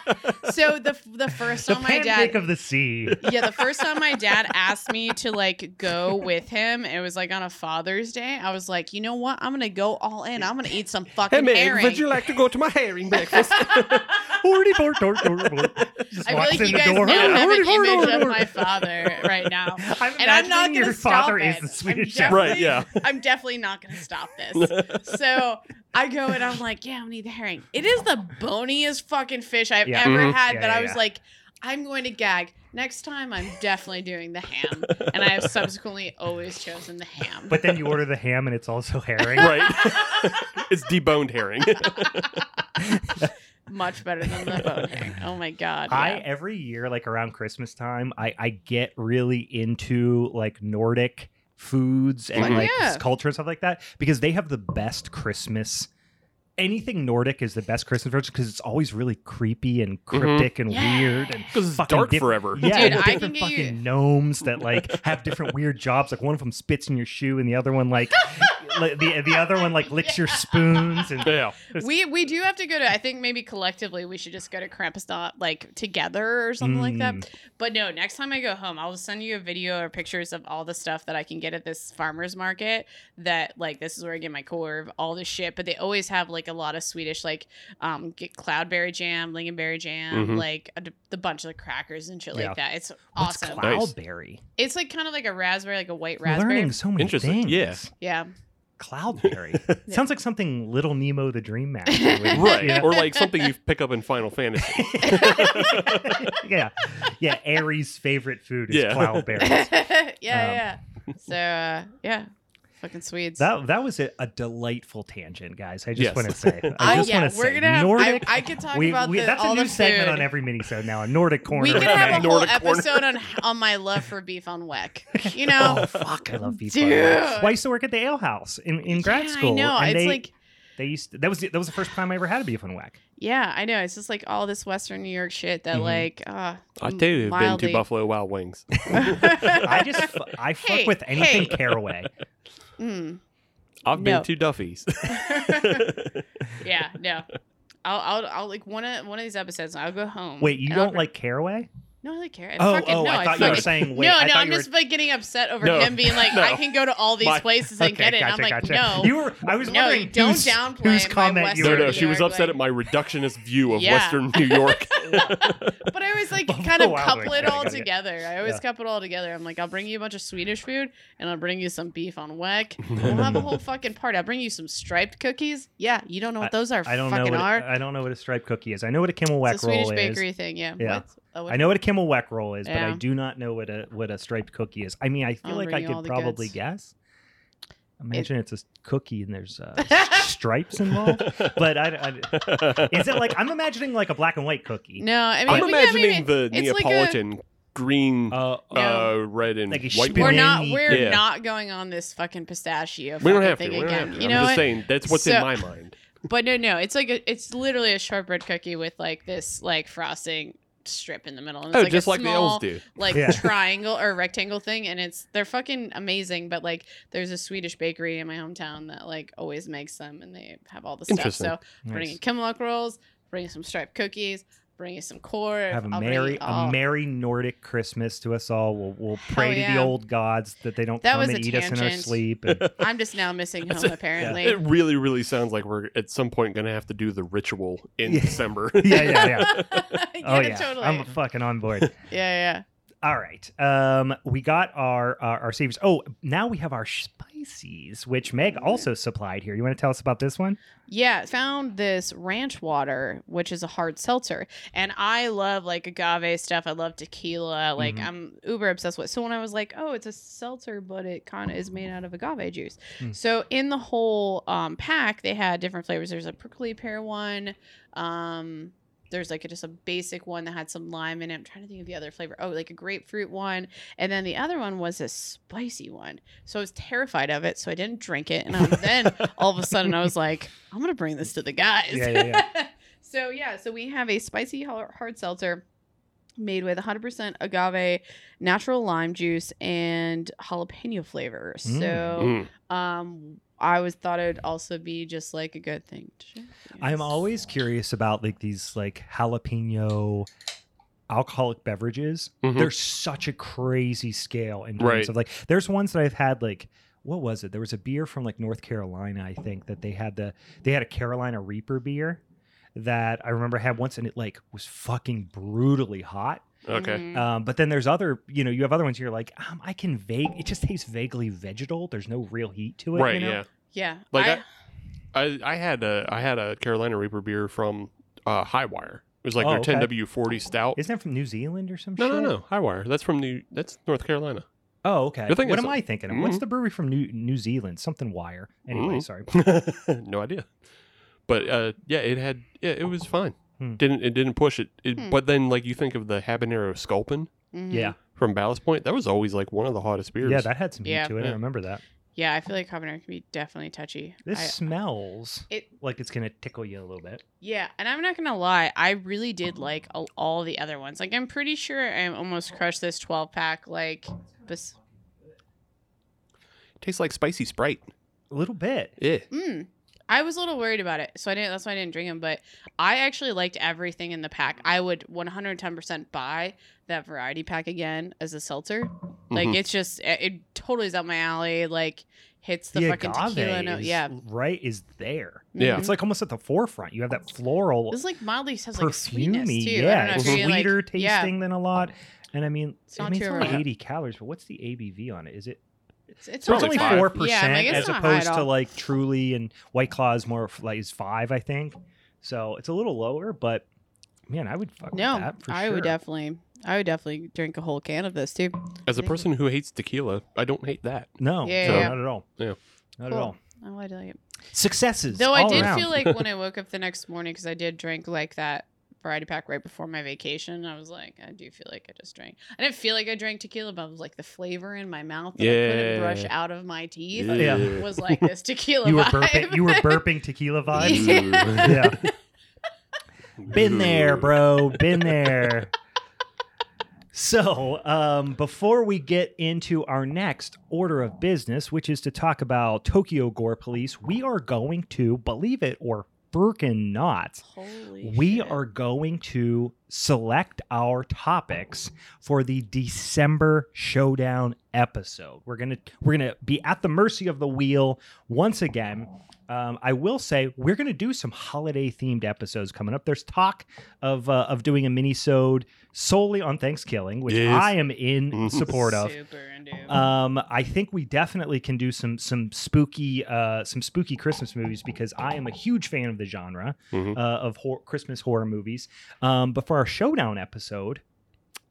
Speaker 4: so the the first
Speaker 2: The
Speaker 4: time Oh my dad
Speaker 2: pancake of the sea.
Speaker 4: yeah, the first time my dad asked me to like go with him, it was like on a Father's Day. I was like, you know what? I'm gonna go all all in. I'm gonna eat some
Speaker 3: Hey,
Speaker 4: fucking
Speaker 3: Meg,
Speaker 4: herring.
Speaker 3: would you like to go to my herring breakfast?
Speaker 2: Already born, born, born, born. Just
Speaker 4: I feel
Speaker 2: walks
Speaker 4: like
Speaker 2: in
Speaker 4: you
Speaker 2: the
Speaker 4: guys
Speaker 2: door.
Speaker 4: now have an
Speaker 2: Already born,
Speaker 4: image
Speaker 2: born,
Speaker 4: of
Speaker 2: born.
Speaker 4: my father right now.
Speaker 2: I'm
Speaker 4: And I'm
Speaker 2: imagining
Speaker 4: not gonna
Speaker 2: your
Speaker 4: stop
Speaker 2: father
Speaker 4: it.
Speaker 2: is the
Speaker 4: I'm
Speaker 2: Swedish
Speaker 4: just-
Speaker 2: chef.
Speaker 3: right, yeah.
Speaker 4: I'm definitely not gonna stop this. So I go and I'm like, yeah, I'm gonna eat the herring. It is the boniest fucking fish I've
Speaker 2: Yeah.
Speaker 4: ever
Speaker 3: Mhm.
Speaker 4: had
Speaker 2: Yeah,
Speaker 4: that
Speaker 2: yeah,
Speaker 4: I was
Speaker 2: yeah.
Speaker 4: like, I'm going to gag. Next time I'm definitely doing the ham. And I have subsequently always chosen the ham.
Speaker 2: But then you order the ham and it's also herring.
Speaker 3: right. it's deboned herring.
Speaker 4: Much better than the bone herring. Oh my god.
Speaker 2: I
Speaker 4: yeah.
Speaker 2: every year, like around Christmas time, I, I get really into like Nordic foods and
Speaker 3: Like,
Speaker 2: like
Speaker 4: yeah.
Speaker 2: s- culture and stuff like that because they have the best Christmas. Anything Nordic is the best Christmas version because it's always really creepy and cryptic and
Speaker 4: Yeah.
Speaker 2: weird and
Speaker 3: Because it's
Speaker 2: fucking
Speaker 3: dark
Speaker 2: diff-
Speaker 3: forever.
Speaker 2: Yeah,
Speaker 4: Dude,
Speaker 2: and
Speaker 4: I can
Speaker 2: different
Speaker 4: get you-
Speaker 2: fucking gnomes that like have different weird jobs. Like one of them spits in your shoe, and the other one like li- the the other one like licks your spoons. And
Speaker 3: Yeah.
Speaker 4: we we do have to go to I think maybe collectively we should just go to Krampus Dot like together or something like
Speaker 2: Hmm.
Speaker 4: that. But no, next time I go home, I'll send you a video or pictures of all the stuff that I can get at this farmers market that like this is where I get my corv, all this shit. But they always have like a lot of Swedish like um get cloudberry jam, lingonberry jam,
Speaker 3: Mhm.
Speaker 4: like a d- the bunch of cracker's and shit
Speaker 2: Mm-hmm. Yeah.
Speaker 4: like that. It's
Speaker 2: What's
Speaker 4: awesome.
Speaker 3: cloud- Nice.
Speaker 2: cloudberry?
Speaker 4: It's like kind of like a raspberry, like a white
Speaker 2: We're
Speaker 4: raspberry.
Speaker 2: Learning so many
Speaker 3: Interesting,
Speaker 2: things.
Speaker 3: yeah.
Speaker 4: Yeah.
Speaker 2: Cloudberry.
Speaker 4: Yeah.
Speaker 2: Sounds like something Little Nemo the Dream Master. would-
Speaker 3: Right.
Speaker 2: Yeah.
Speaker 3: Or like something you pick up in Final Fantasy.
Speaker 2: yeah. Yeah. Aries' favorite food is
Speaker 3: Yeah.
Speaker 2: cloudberries.
Speaker 4: yeah, yeah.
Speaker 2: Um.
Speaker 4: So uh, yeah. Fucking Swedes.
Speaker 2: That that was a, a delightful tangent, guys. I just
Speaker 3: Yes.
Speaker 2: want to say.
Speaker 4: I-
Speaker 2: I just
Speaker 4: Oh, yeah,
Speaker 2: want to
Speaker 4: we're
Speaker 2: say
Speaker 4: gonna have.
Speaker 2: Nordic.
Speaker 4: I, I could talk
Speaker 2: we,
Speaker 4: about
Speaker 2: we,
Speaker 4: the,
Speaker 2: that's
Speaker 4: all
Speaker 2: a new
Speaker 4: the
Speaker 2: segment
Speaker 4: food.
Speaker 2: on every minisode now. A Nordic corner.
Speaker 4: We could
Speaker 2: of
Speaker 4: have a
Speaker 2: Meg.
Speaker 4: whole
Speaker 3: Nordic corner.
Speaker 4: episode on on my love for beef on Weck. You know,
Speaker 2: Oh fuck! I love beef.
Speaker 4: Dude.
Speaker 2: Well, I used to work at the ale house in, in grad
Speaker 4: yeah,
Speaker 2: school.
Speaker 4: I know.
Speaker 2: and
Speaker 4: It's
Speaker 2: they,
Speaker 4: like,
Speaker 2: they used to- that was the- that was the first time I ever had a beef on whack.
Speaker 4: yeah, I know. It's just like all this Western New York shit that,
Speaker 2: Mhm.
Speaker 4: like, uh,
Speaker 3: I tell you, I've been
Speaker 4: Mildly.
Speaker 3: to Buffalo Wild Wings.
Speaker 2: I just fu- I fuck
Speaker 4: Hey,
Speaker 2: with anything
Speaker 4: hey.
Speaker 2: caraway.
Speaker 4: mm.
Speaker 3: I've
Speaker 4: No.
Speaker 3: been to Duffy's.
Speaker 4: yeah, no. I'll, I'll, I'll like one of one of these episodes. I'll go home.
Speaker 2: Wait, you
Speaker 4: and I'll
Speaker 2: don't
Speaker 4: br-
Speaker 2: like caraway?
Speaker 4: No, I like carrot.
Speaker 2: oh,
Speaker 4: fucking,
Speaker 2: oh!
Speaker 4: no,
Speaker 2: I thought you
Speaker 4: fucking,
Speaker 2: were saying wait.
Speaker 4: no,
Speaker 2: I
Speaker 4: no,
Speaker 2: thought
Speaker 4: I'm
Speaker 2: you were-
Speaker 4: just like getting upset over
Speaker 3: No,
Speaker 4: him being like,
Speaker 3: no.
Speaker 4: I can go to all these
Speaker 3: My-
Speaker 4: places and get it. And I'm like, no.
Speaker 2: You were. I was
Speaker 4: No,
Speaker 2: wondering.
Speaker 4: you don't
Speaker 2: whose-
Speaker 4: downplay
Speaker 2: whose
Speaker 4: my
Speaker 2: comment you
Speaker 3: no,
Speaker 2: were.
Speaker 4: Western
Speaker 3: no, she was
Speaker 4: York,
Speaker 3: upset
Speaker 4: like-
Speaker 3: at my reductionist view of
Speaker 4: Yeah.
Speaker 3: Western New York.
Speaker 4: but I always like
Speaker 2: Buffalo
Speaker 4: kind of
Speaker 2: Wild
Speaker 4: couple
Speaker 2: Wings.
Speaker 4: it
Speaker 2: Yeah,
Speaker 4: all
Speaker 2: yeah, yeah.
Speaker 4: together. I always
Speaker 2: Yeah.
Speaker 4: couple it all together. I'm like, I'll bring you a bunch of Swedish food and I'll bring you some beef on weck. We'll have a whole fucking party. I'll bring you some striped cookies. Yeah, you don't know what those are.
Speaker 2: I don't know.
Speaker 4: fucking
Speaker 2: What
Speaker 4: are.
Speaker 2: a, I don't know what a striped cookie is. I know what a Kimmel Weck
Speaker 4: it's a Swedish
Speaker 2: roll
Speaker 4: bakery
Speaker 2: is.
Speaker 4: thing. Yeah.
Speaker 2: Yeah.
Speaker 4: What? Oh, what?
Speaker 2: I know what a Kimmel Weck roll is, but I
Speaker 4: Yeah.
Speaker 2: do not know what a what a striped cookie is. I mean, I feel
Speaker 4: I'll
Speaker 2: like
Speaker 4: bring
Speaker 2: I
Speaker 4: you all
Speaker 2: could
Speaker 4: the
Speaker 2: probably
Speaker 4: goods.
Speaker 2: guess. Imagine it's a s- cookie and there's uh, stripes involved, but I, I, is it like I'm imagining like a black and white cookie?
Speaker 4: No, I mean,
Speaker 3: I'm
Speaker 4: we- yeah, I mean,
Speaker 3: imagining the
Speaker 4: it's like a-
Speaker 3: Neapolitan green,
Speaker 2: Uh,
Speaker 4: No.
Speaker 3: uh, red, and
Speaker 2: Like a
Speaker 3: white.
Speaker 2: spinach.
Speaker 4: We're
Speaker 3: wine.
Speaker 4: not.
Speaker 2: Panini.
Speaker 4: We're
Speaker 3: Yeah.
Speaker 4: not going on this fucking pistachio.
Speaker 3: We don't
Speaker 4: fucking
Speaker 3: have to.
Speaker 4: thing
Speaker 3: We don't
Speaker 4: again.
Speaker 3: have to.
Speaker 4: You
Speaker 3: I'm
Speaker 4: know
Speaker 3: just
Speaker 4: what?
Speaker 3: saying that's what's
Speaker 4: So-
Speaker 3: in my mind.
Speaker 4: But no, no, it's like a, it's literally a shortbread cookie with like this like frosting strip in the middle. And it's
Speaker 3: Oh,
Speaker 4: like
Speaker 3: just
Speaker 4: a
Speaker 3: like the
Speaker 4: small,
Speaker 3: elves do.
Speaker 4: Like
Speaker 2: Yeah.
Speaker 4: triangle or rectangle thing, and it's they're fucking amazing. But like, there's a Swedish bakery in my hometown that like always makes them, and they have all the stuff.
Speaker 3: Interesting.
Speaker 4: So bring you
Speaker 2: nice.
Speaker 4: Kimlock rolls, bring you some striped cookies, bring you some corn.
Speaker 2: Have a merry, a merry Nordic Christmas to us all. We'll, we'll pray to the
Speaker 4: yeah.
Speaker 2: old gods that they don't
Speaker 4: That
Speaker 2: come
Speaker 4: was
Speaker 2: and
Speaker 4: a
Speaker 2: eat us in our
Speaker 4: tangent.
Speaker 2: sleep. and-
Speaker 4: I'm just now missing
Speaker 3: That's
Speaker 4: home
Speaker 3: a-
Speaker 4: apparently.
Speaker 3: It really, really sounds like we're at some point going to have to do the ritual in
Speaker 2: Yeah.
Speaker 3: December.
Speaker 2: yeah, yeah, yeah.
Speaker 4: yeah,
Speaker 2: oh yeah,
Speaker 4: totally.
Speaker 2: I'm fucking on board.
Speaker 4: yeah,
Speaker 2: All right, um, we got our our, our saviors. Oh, now we have our spices, which Meg also supplied here. You want to tell us about this one?
Speaker 4: yeah. Yeah, found this ranch water, which is a hard seltzer. And I love like agave stuff. I love tequila. Like
Speaker 2: Mhm.
Speaker 4: I'm uber obsessed with. So when I was like, oh, it's a seltzer, but it kind of is made out of agave juice.
Speaker 2: Mm.
Speaker 4: So in the whole um, pack, they had different flavors. There's a prickly pear one. Um, there's like a, just a basic one that had some lime in it. I'm trying to think of the other flavor. Oh, like a grapefruit one. And then the other one was a spicy one. So I was terrified of it. So I didn't drink it. And I was, then all of a sudden I was like, I'm going to bring this to the guys.
Speaker 2: Yeah, yeah,
Speaker 4: so yeah, so we have a spicy har- hard seltzer made with 100% agave, natural lime juice, and jalapeno flavor.
Speaker 2: Mm.
Speaker 4: So
Speaker 3: Mm.
Speaker 4: um, I was thought it would also be just like a good thing. to share with
Speaker 2: I'm
Speaker 4: you.
Speaker 2: always curious about like these like jalapeno alcoholic beverages.
Speaker 3: Mhm.
Speaker 2: There's such a crazy scale in terms
Speaker 3: Right.
Speaker 2: of like there's ones that I've had like what was it? There was a beer from like North Carolina, I think, that they had the they had a Carolina Reaper beer that I remember I had once, and it like was fucking brutally hot.
Speaker 3: Okay.
Speaker 4: Mhm.
Speaker 2: Um, but then there's other, you know, you have other ones. You're like, um, I can vague. It just tastes vaguely vegetal. There's no real heat to it.
Speaker 3: right.
Speaker 2: you know?
Speaker 3: Yeah.
Speaker 4: yeah.
Speaker 3: Like
Speaker 4: I-
Speaker 3: I, I, I had a I had a Carolina Reaper beer from uh, Highwire. It was like
Speaker 2: Oh,
Speaker 3: their
Speaker 2: okay.
Speaker 3: 10W40 stout.
Speaker 2: Isn't that from New Zealand or some
Speaker 3: no,
Speaker 2: shit?
Speaker 3: no, no. Highwire. That's from New. That's North Carolina.
Speaker 2: Oh, okay.
Speaker 3: The thing Mm-hmm.
Speaker 2: what
Speaker 3: is-
Speaker 2: am I thinking of? What's the brewery from New New Zealand? Something Wire. Anyway,
Speaker 3: Mhm.
Speaker 2: sorry.
Speaker 3: no idea. But uh, yeah, it had yeah, it was fine.
Speaker 2: Hmm.
Speaker 3: Didn't it didn't push it. it
Speaker 4: Hmm.
Speaker 3: But then like you think of the habanero sculpin
Speaker 4: mhm.
Speaker 2: Yeah,
Speaker 3: from Ballast Point, that was always like one of the hottest beers.
Speaker 2: yeah, that had some heat
Speaker 4: Yeah.
Speaker 2: to it. I
Speaker 3: Yeah.
Speaker 2: remember that.
Speaker 4: Yeah, I feel like habanero can be definitely touchy.
Speaker 2: This
Speaker 4: I-
Speaker 2: smells
Speaker 4: it
Speaker 2: like it's gonna tickle you a little bit.
Speaker 4: yeah, and I'm not gonna lie, I really did like all, all the other ones. Like I'm pretty sure I almost crushed this 12 pack. Like, bes-
Speaker 3: tastes like spicy Sprite. Eh.
Speaker 2: A little bit.
Speaker 3: Yeah.
Speaker 4: mm, I was a little worried about it, so I didn't. That's why I didn't drink them. But I actually liked everything in the pack. I would 110% buy that variety pack again as a seltzer.
Speaker 3: Mm-hmm.
Speaker 4: Like
Speaker 2: Mm-hmm.
Speaker 4: it's just it, it totally is up my alley. Like hits the, fucking tequila note.
Speaker 2: is-
Speaker 4: Yeah,
Speaker 2: right is there.
Speaker 3: Yeah.
Speaker 2: It's like almost at the forefront. You have that floral,
Speaker 4: It's like mildly has like sweetness too.
Speaker 2: perfumey,
Speaker 4: I
Speaker 2: yeah,
Speaker 4: don't
Speaker 2: it's
Speaker 4: know if you're gonna,
Speaker 2: sweeter
Speaker 4: like,
Speaker 2: tasting
Speaker 4: Yeah,
Speaker 2: than a lot. And I mean,
Speaker 4: It's
Speaker 2: I
Speaker 4: not
Speaker 2: mean, it's
Speaker 4: too
Speaker 2: only
Speaker 4: overwhelming.
Speaker 2: eighty calories, but what's the ABV on it? Is it?
Speaker 4: it's, it's
Speaker 2: So it's
Speaker 3: Probably
Speaker 2: only
Speaker 4: not bad.
Speaker 2: four
Speaker 4: Yeah,
Speaker 2: percent
Speaker 4: I'm like, it's
Speaker 2: as
Speaker 4: not high at
Speaker 2: opposed to
Speaker 4: all.
Speaker 2: like Truly and White Claw is more of, like is five, I think. So it's a little lower, but man, I would fuck with
Speaker 4: no.
Speaker 2: that for
Speaker 4: I
Speaker 2: sure.
Speaker 4: would definitely, I would definitely drink a whole can of this too.
Speaker 3: As a person who hates tequila, I don't hate that.
Speaker 2: no,
Speaker 4: Yeah,
Speaker 2: no,
Speaker 4: yeah.
Speaker 2: not at all.
Speaker 3: Yeah.
Speaker 2: not
Speaker 4: Cool.
Speaker 2: at all.
Speaker 4: Oh, I like it.
Speaker 2: Successes,
Speaker 4: Though I
Speaker 2: all
Speaker 4: did
Speaker 2: around.
Speaker 4: feel like when I woke up the next morning because I did drink like that variety pack right before my vacation. I was like, I do feel like I just drank. I didn't feel like I drank tequila, but it was like the flavor in my mouth that I couldn't brush
Speaker 3: Yeah.
Speaker 4: out of my teeth
Speaker 2: Yeah.
Speaker 4: was like this tequila.
Speaker 2: you were
Speaker 4: vibe.
Speaker 2: burping, you were burping tequila vibes.
Speaker 4: Yeah.
Speaker 2: yeah. Been there, bro. Been there. So, um, before we get into our next order of business, which is to talk about Tokyo Gore Police, we are going to, believe it or freaking not,
Speaker 4: Holy
Speaker 2: we
Speaker 4: shit.
Speaker 2: are going to select our topics for the December showdown episode. We're gonna we're gonna be at the mercy of the wheel once again. Um, I will say we're gonna do some holiday themed episodes coming up. There's talk of uh, of doing a mini sode solely on Thanksgiving, which
Speaker 3: Yes.
Speaker 2: I am in
Speaker 3: Mhm.
Speaker 2: support of.
Speaker 4: Super into.
Speaker 2: Um, I think we definitely can do some some spooky uh, some spooky Christmas movies because I am a huge fan of the genre
Speaker 3: Mhm.
Speaker 2: uh, of hor- Christmas horror movies. Um, but for our showdown episode,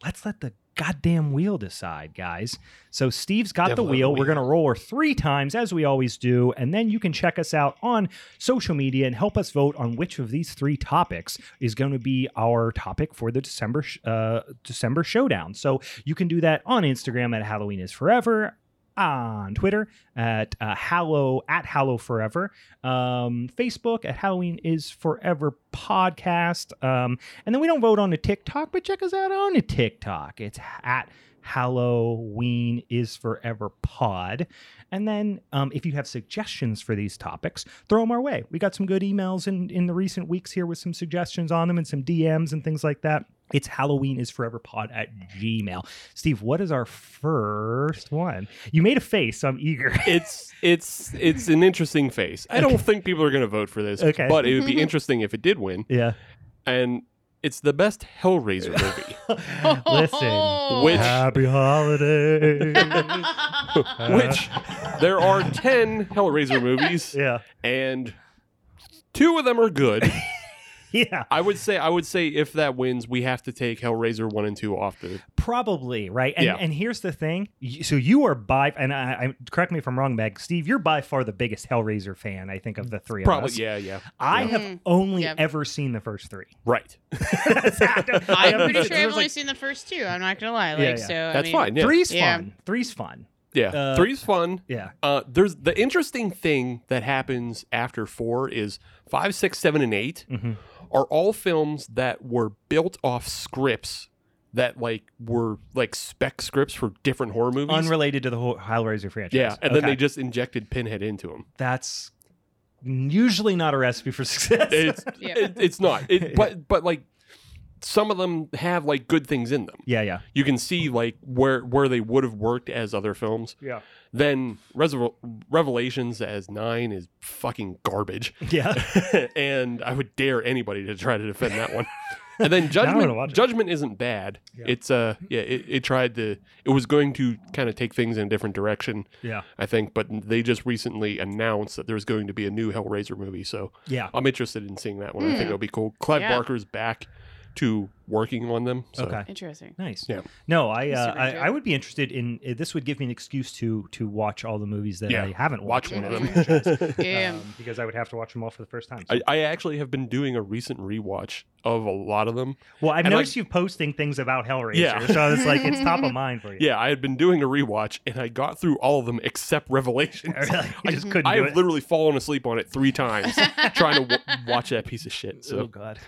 Speaker 2: let's let the goddamn wheel decide, guys. So Steve's got
Speaker 3: Devil
Speaker 2: the
Speaker 3: at the
Speaker 2: wheel. We're
Speaker 3: wheel.
Speaker 2: gonna roll her three times as we always do, and then you can check us out on social media and help us vote on which of these three topics is going to be our topic for the December sh- uh, December showdown. So you can do that on Instagram at Halloween is Forever, on Twitter at uh, Hallow at Hallow Forever, um, Facebook at Halloween is Forever podcast, um, and then we don't vote on the TikTok, but check us out on the TikTok. It's at Halloween is Forever Pod. And then um, if you have suggestions for these topics, throw them our way. We got some good emails in, in the recent weeks here with some suggestions on them and some DMs and things like that. It's Halloween is Forever Pod at Gmail. Steve, what is our first one? You made a face, so I'm eager.
Speaker 3: It's it's it's an interesting face. I don't think people are going to vote for this,
Speaker 2: Okay.
Speaker 3: but it would be interesting if it did win.
Speaker 2: yeah.
Speaker 3: And it's the best Hellraiser movie.
Speaker 2: Listen.
Speaker 3: Which-
Speaker 2: Happy holiday.
Speaker 3: Which there are 10 Hellraiser movies
Speaker 2: yeah.
Speaker 3: and two of them are good.
Speaker 2: Yeah.
Speaker 3: I would say I would say if that wins, we have to take Hellraiser 1 and 2 off the
Speaker 2: Probably right, and
Speaker 3: Yeah.
Speaker 2: and here's the thing. You- So you are by, and I, I correct me if I'm wrong, Meg. Steve, you're by far the biggest Hellraiser fan. I think of the three of
Speaker 3: Probably
Speaker 2: us.
Speaker 3: yeah, yeah.
Speaker 2: I
Speaker 3: Yeah.
Speaker 2: have
Speaker 4: Mm,
Speaker 2: only
Speaker 4: yeah.
Speaker 2: ever seen the first three.
Speaker 3: Right.
Speaker 2: I
Speaker 4: I'm
Speaker 2: don't
Speaker 4: pretty
Speaker 2: know.
Speaker 4: sure
Speaker 2: There's
Speaker 4: I've only
Speaker 2: like-
Speaker 4: seen the first two. I'm not gonna lie. Like
Speaker 2: Yeah, yeah.
Speaker 4: so, I
Speaker 3: That's
Speaker 4: mean,
Speaker 3: fine. Yeah.
Speaker 2: Three's
Speaker 4: Yeah.
Speaker 2: fun. Three's fun.
Speaker 3: yeah.
Speaker 2: uh,
Speaker 3: Three's fun.
Speaker 2: Yeah,
Speaker 3: Uh, there's the interesting thing that happens after four is five, six, seven, and eight
Speaker 2: Mhm.
Speaker 3: are all films that were built off scripts that like were like spec scripts for different horror movies.
Speaker 2: unrelated to the whole Hellraiser franchise.
Speaker 3: yeah, and then
Speaker 2: Okay.
Speaker 3: they just injected Pinhead into them.
Speaker 2: that's usually not a recipe for success.
Speaker 3: It's
Speaker 4: Yeah.
Speaker 3: it, it's not. It, But but like some of them have like good things in them.
Speaker 2: Yeah, yeah,
Speaker 3: You can see like where where they would have worked as other films.
Speaker 2: yeah,
Speaker 3: Then Reserv- Revelations as 9 is fucking garbage.
Speaker 2: yeah.
Speaker 3: and I would dare anybody to try to defend that one. And then
Speaker 2: I wanna
Speaker 3: judgment
Speaker 2: watch it.
Speaker 3: judgment isn't bad.
Speaker 2: Yeah.
Speaker 3: It's uh yeah it, it tried to it was going to kind of take things in a different direction
Speaker 2: Yeah,
Speaker 3: I think but they just recently announced that there's going to be a new Hellraiser movie so
Speaker 2: yeah.
Speaker 3: I'm interested in seeing that one I think
Speaker 4: Hmm.
Speaker 3: it'll be cool. Clive
Speaker 4: Yeah.
Speaker 3: Barker's back to working on them. So.
Speaker 2: Okay.
Speaker 4: Interesting.
Speaker 2: Nice.
Speaker 3: Yeah.
Speaker 2: No, I,
Speaker 4: You
Speaker 2: uh,
Speaker 4: super
Speaker 2: I
Speaker 4: into
Speaker 2: I
Speaker 4: it?
Speaker 2: would be interested in uh, this. Would give me an excuse to to watch all the movies that
Speaker 3: Yeah.
Speaker 2: I haven't
Speaker 3: watch
Speaker 2: watched.
Speaker 3: one of
Speaker 2: in the franchise,
Speaker 3: them.
Speaker 4: Yeah.
Speaker 2: um, because I would have to watch them all for the first time.
Speaker 3: I, I actually have been doing a recent rewatch of a lot of them.
Speaker 2: well, I've
Speaker 3: and, like-
Speaker 2: noticed you posting things about Hellraiser,
Speaker 3: Yeah.
Speaker 2: so it's like it's top of mind for you.
Speaker 3: Yeah, I had been doing a rewatch and I got through all of them except Revelation.
Speaker 2: I, really, I just
Speaker 4: I-
Speaker 2: couldn't
Speaker 3: I
Speaker 2: do
Speaker 3: have
Speaker 2: it.
Speaker 3: literally fallen asleep on it three times trying to w- watch that piece of shit.
Speaker 2: oh
Speaker 3: So,
Speaker 2: god.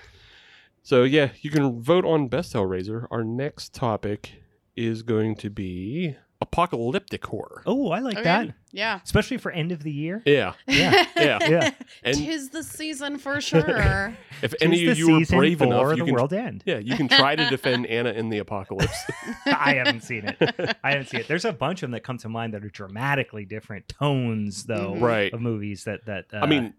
Speaker 3: so yeah, you can vote on Best Hellraiser. Our next topic is going to be apocalyptic horror.
Speaker 2: Oh, I like
Speaker 4: Okay.
Speaker 2: that,
Speaker 4: Yeah.
Speaker 2: especially for end of the year.
Speaker 3: Yeah,
Speaker 2: Yeah,
Speaker 3: yeah,
Speaker 2: yeah.
Speaker 3: and
Speaker 4: Tis the season for sure.
Speaker 3: if
Speaker 2: Tis
Speaker 3: any
Speaker 2: the
Speaker 3: of you are
Speaker 2: season
Speaker 3: brave
Speaker 2: for
Speaker 3: enough,
Speaker 2: the
Speaker 3: you can
Speaker 2: world end.
Speaker 3: yeah, you can try to defend Anna in the apocalypse.
Speaker 2: I haven't seen it. I haven't seen it. There's a bunch of them that come to mind that are dramatically different tones, though,
Speaker 4: Mhm.
Speaker 3: right.
Speaker 2: of movies that that. Uh,
Speaker 3: I mean,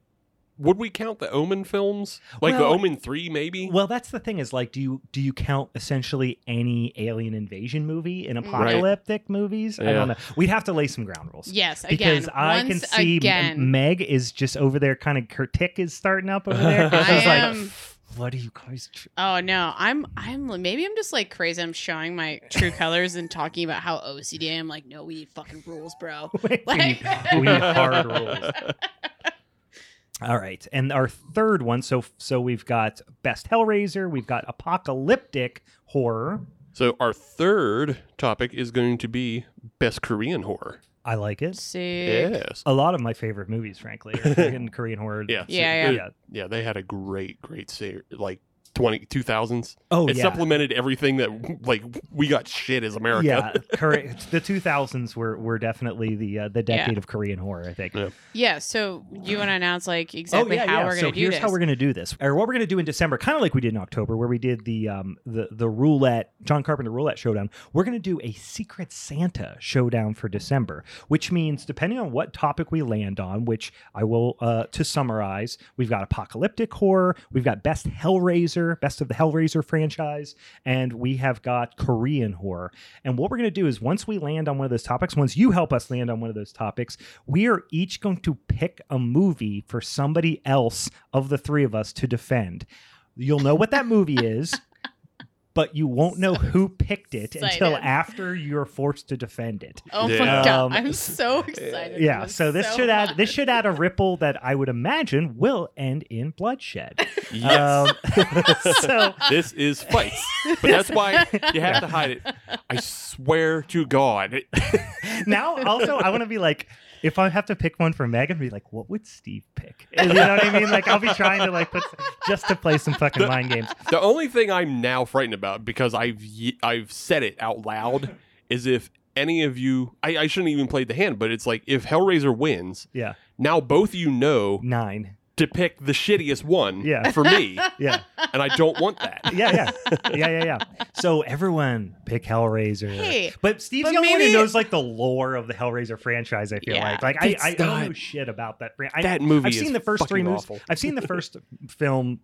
Speaker 3: would we count the Omen films? Like the
Speaker 2: Well-
Speaker 3: Omen 3 maybe?
Speaker 2: well, that's the thing is like, do you do you count essentially any alien invasion movie in
Speaker 4: Right.
Speaker 2: apocalyptic movies? I
Speaker 3: Yeah.
Speaker 2: don't know. We'd have to lay some ground rules.
Speaker 4: yes. Again.
Speaker 2: Because I
Speaker 4: once
Speaker 2: can see M-
Speaker 4: again.
Speaker 2: Meg is just over there, kind of her tick is starting up over there.
Speaker 3: I
Speaker 2: I was
Speaker 4: am-
Speaker 2: like, "What are you guys?" tr-
Speaker 4: oh no. I'm. I'm. Maybe I'm just like crazy. I'm showing my true colors and talking about how OCD. I'm like, no, we need fucking rules, bro.
Speaker 2: We-
Speaker 4: Like-
Speaker 2: we hard rules. All right, and our third one. So so we've got best Hellraiser, we've got apocalyptic horror.
Speaker 3: So our third topic is going to be best Korean horror.
Speaker 2: I like it.
Speaker 4: Sick.
Speaker 3: Yes.
Speaker 2: A lot of my favorite movies, frankly, are in Korean horror.
Speaker 3: Yeah. so-
Speaker 4: Yeah,
Speaker 2: yeah.
Speaker 3: Yeah, they had a great, great series, like 20, 2000s.
Speaker 2: Oh
Speaker 3: it
Speaker 2: yeah.
Speaker 3: supplemented everything that, like, we got shit as America.
Speaker 2: Yeah, Kore- the 2000s were, were definitely the uh, the decade of Korean horror, I think. Oh,
Speaker 3: Yeah.
Speaker 4: Yeah. So you want to announce like exactly how we're
Speaker 2: so
Speaker 4: gonna do
Speaker 2: here's
Speaker 4: this?
Speaker 2: how we're gonna do this, or what we're gonna do in December, kind of like we did in October, where we did the um the the roulette John Carpenter roulette showdown. We're gonna do a Secret Santa showdown for December, which means depending on what topic we land on, which I will uh, to summarize, we've got apocalyptic horror, we've got best Hellraiser, best of the Hellraiser franchise, and we have got Korean horror. And what we're going to do is once we land on one of those topics, once you help us land on one of those topics, we are each going to pick a movie for somebody else of the three of us to defend. You'll know what that movie is. But you won't know who picked it until
Speaker 4: excited.
Speaker 2: after you're forced to defend it.
Speaker 4: Oh
Speaker 3: Yeah.
Speaker 4: my god!
Speaker 2: Um,
Speaker 4: I'm so excited. for
Speaker 2: Yeah, so this should add this
Speaker 4: much.
Speaker 2: should add a ripple that I would imagine will end in bloodshed.
Speaker 3: Yes.
Speaker 2: Um, so
Speaker 3: this is fights. But that's why you have to hide it. I swear to God.
Speaker 2: now also I want to be like, if I have to pick one for Megan, be like, what would Steve pick? You know what I mean? Like I'll be trying to like put just to play some fucking mind games.
Speaker 3: The only thing I'm now frightened about because I've ye- I've said it out loud is if any of you I, I shouldn't even play the hand, but it's like if Hellraiser wins,
Speaker 2: Yeah.
Speaker 3: now both of you know
Speaker 2: Nine.
Speaker 3: to pick the shittiest one
Speaker 2: Yeah.
Speaker 3: for me,
Speaker 2: Yeah.
Speaker 3: and I don't want that.
Speaker 2: Yeah. Yeah. Yeah. Yeah. Yeah. So everyone pick Hellraiser.
Speaker 4: Hey,
Speaker 2: But Steve's
Speaker 4: but
Speaker 2: the only one who
Speaker 4: maybe-
Speaker 2: knows like the lore of the Hellraiser franchise. I feel
Speaker 4: Yeah.
Speaker 2: like like I,
Speaker 3: That's
Speaker 2: I don't know
Speaker 3: not-
Speaker 2: shit about that. fran- I,
Speaker 3: that movie.
Speaker 2: I've seen
Speaker 3: is
Speaker 2: the first three
Speaker 3: fucking
Speaker 2: movies.
Speaker 3: awful.
Speaker 2: I've seen the first film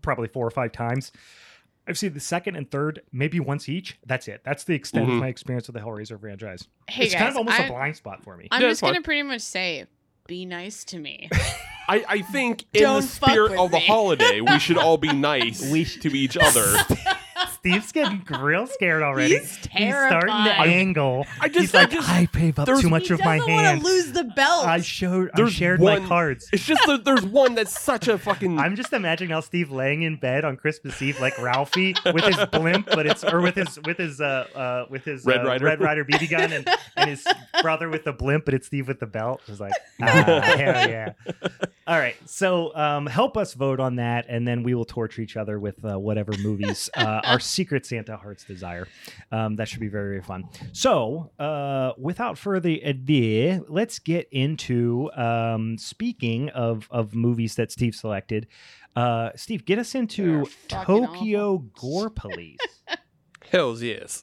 Speaker 2: probably four or five times. I've seen the second and third maybe once each. That's it. That's the extent
Speaker 3: Mhm.
Speaker 2: of my experience with the Hellraiser franchise.
Speaker 4: hey
Speaker 2: it's
Speaker 4: guys,
Speaker 2: kind of almost a
Speaker 4: I,
Speaker 2: blind spot for me.
Speaker 4: I'm
Speaker 3: Yeah,
Speaker 4: just
Speaker 3: it's fine.
Speaker 4: gonna pretty much say, be nice to me.
Speaker 3: I, I think in the
Speaker 4: Don't fuck
Speaker 3: spirit
Speaker 4: with
Speaker 3: of the
Speaker 4: me.
Speaker 3: holiday, we should all be nice
Speaker 2: We sh-
Speaker 3: to each other.
Speaker 2: Steve's getting real scared already.
Speaker 4: He's
Speaker 2: starting to
Speaker 4: terrified.
Speaker 2: angle.
Speaker 3: I just-
Speaker 2: He's like,
Speaker 3: I just-
Speaker 2: I gave up
Speaker 3: there's-
Speaker 2: too much of my hand.
Speaker 4: lose the belt.
Speaker 2: I showed, I
Speaker 3: There's
Speaker 2: shared
Speaker 3: one-
Speaker 2: my cards.
Speaker 3: It's just that there's one that's such a fucking.
Speaker 2: I'm just imagining how Steve laying in bed on Christmas Eve like Ralphie with his blimp, but it's or with his with his uh, uh with his
Speaker 3: Red
Speaker 2: uh,
Speaker 3: Ryder.
Speaker 2: Red Rider BB gun and, and his brother with the blimp, but it's Steve with the belt. It's like ah, hell yeah. All right, so um, help us vote on that, and then we will torture each other with uh, whatever movies uh, are Secret Santa Heart's Desire. Um, that should be very, very fun. So, uh, without further ado, let's get into um, speaking of, of movies that Steve selected. Uh, Steve, get us
Speaker 4: They're
Speaker 2: into
Speaker 4: fucking
Speaker 2: Tokyo Gore Police.
Speaker 3: Hells yes.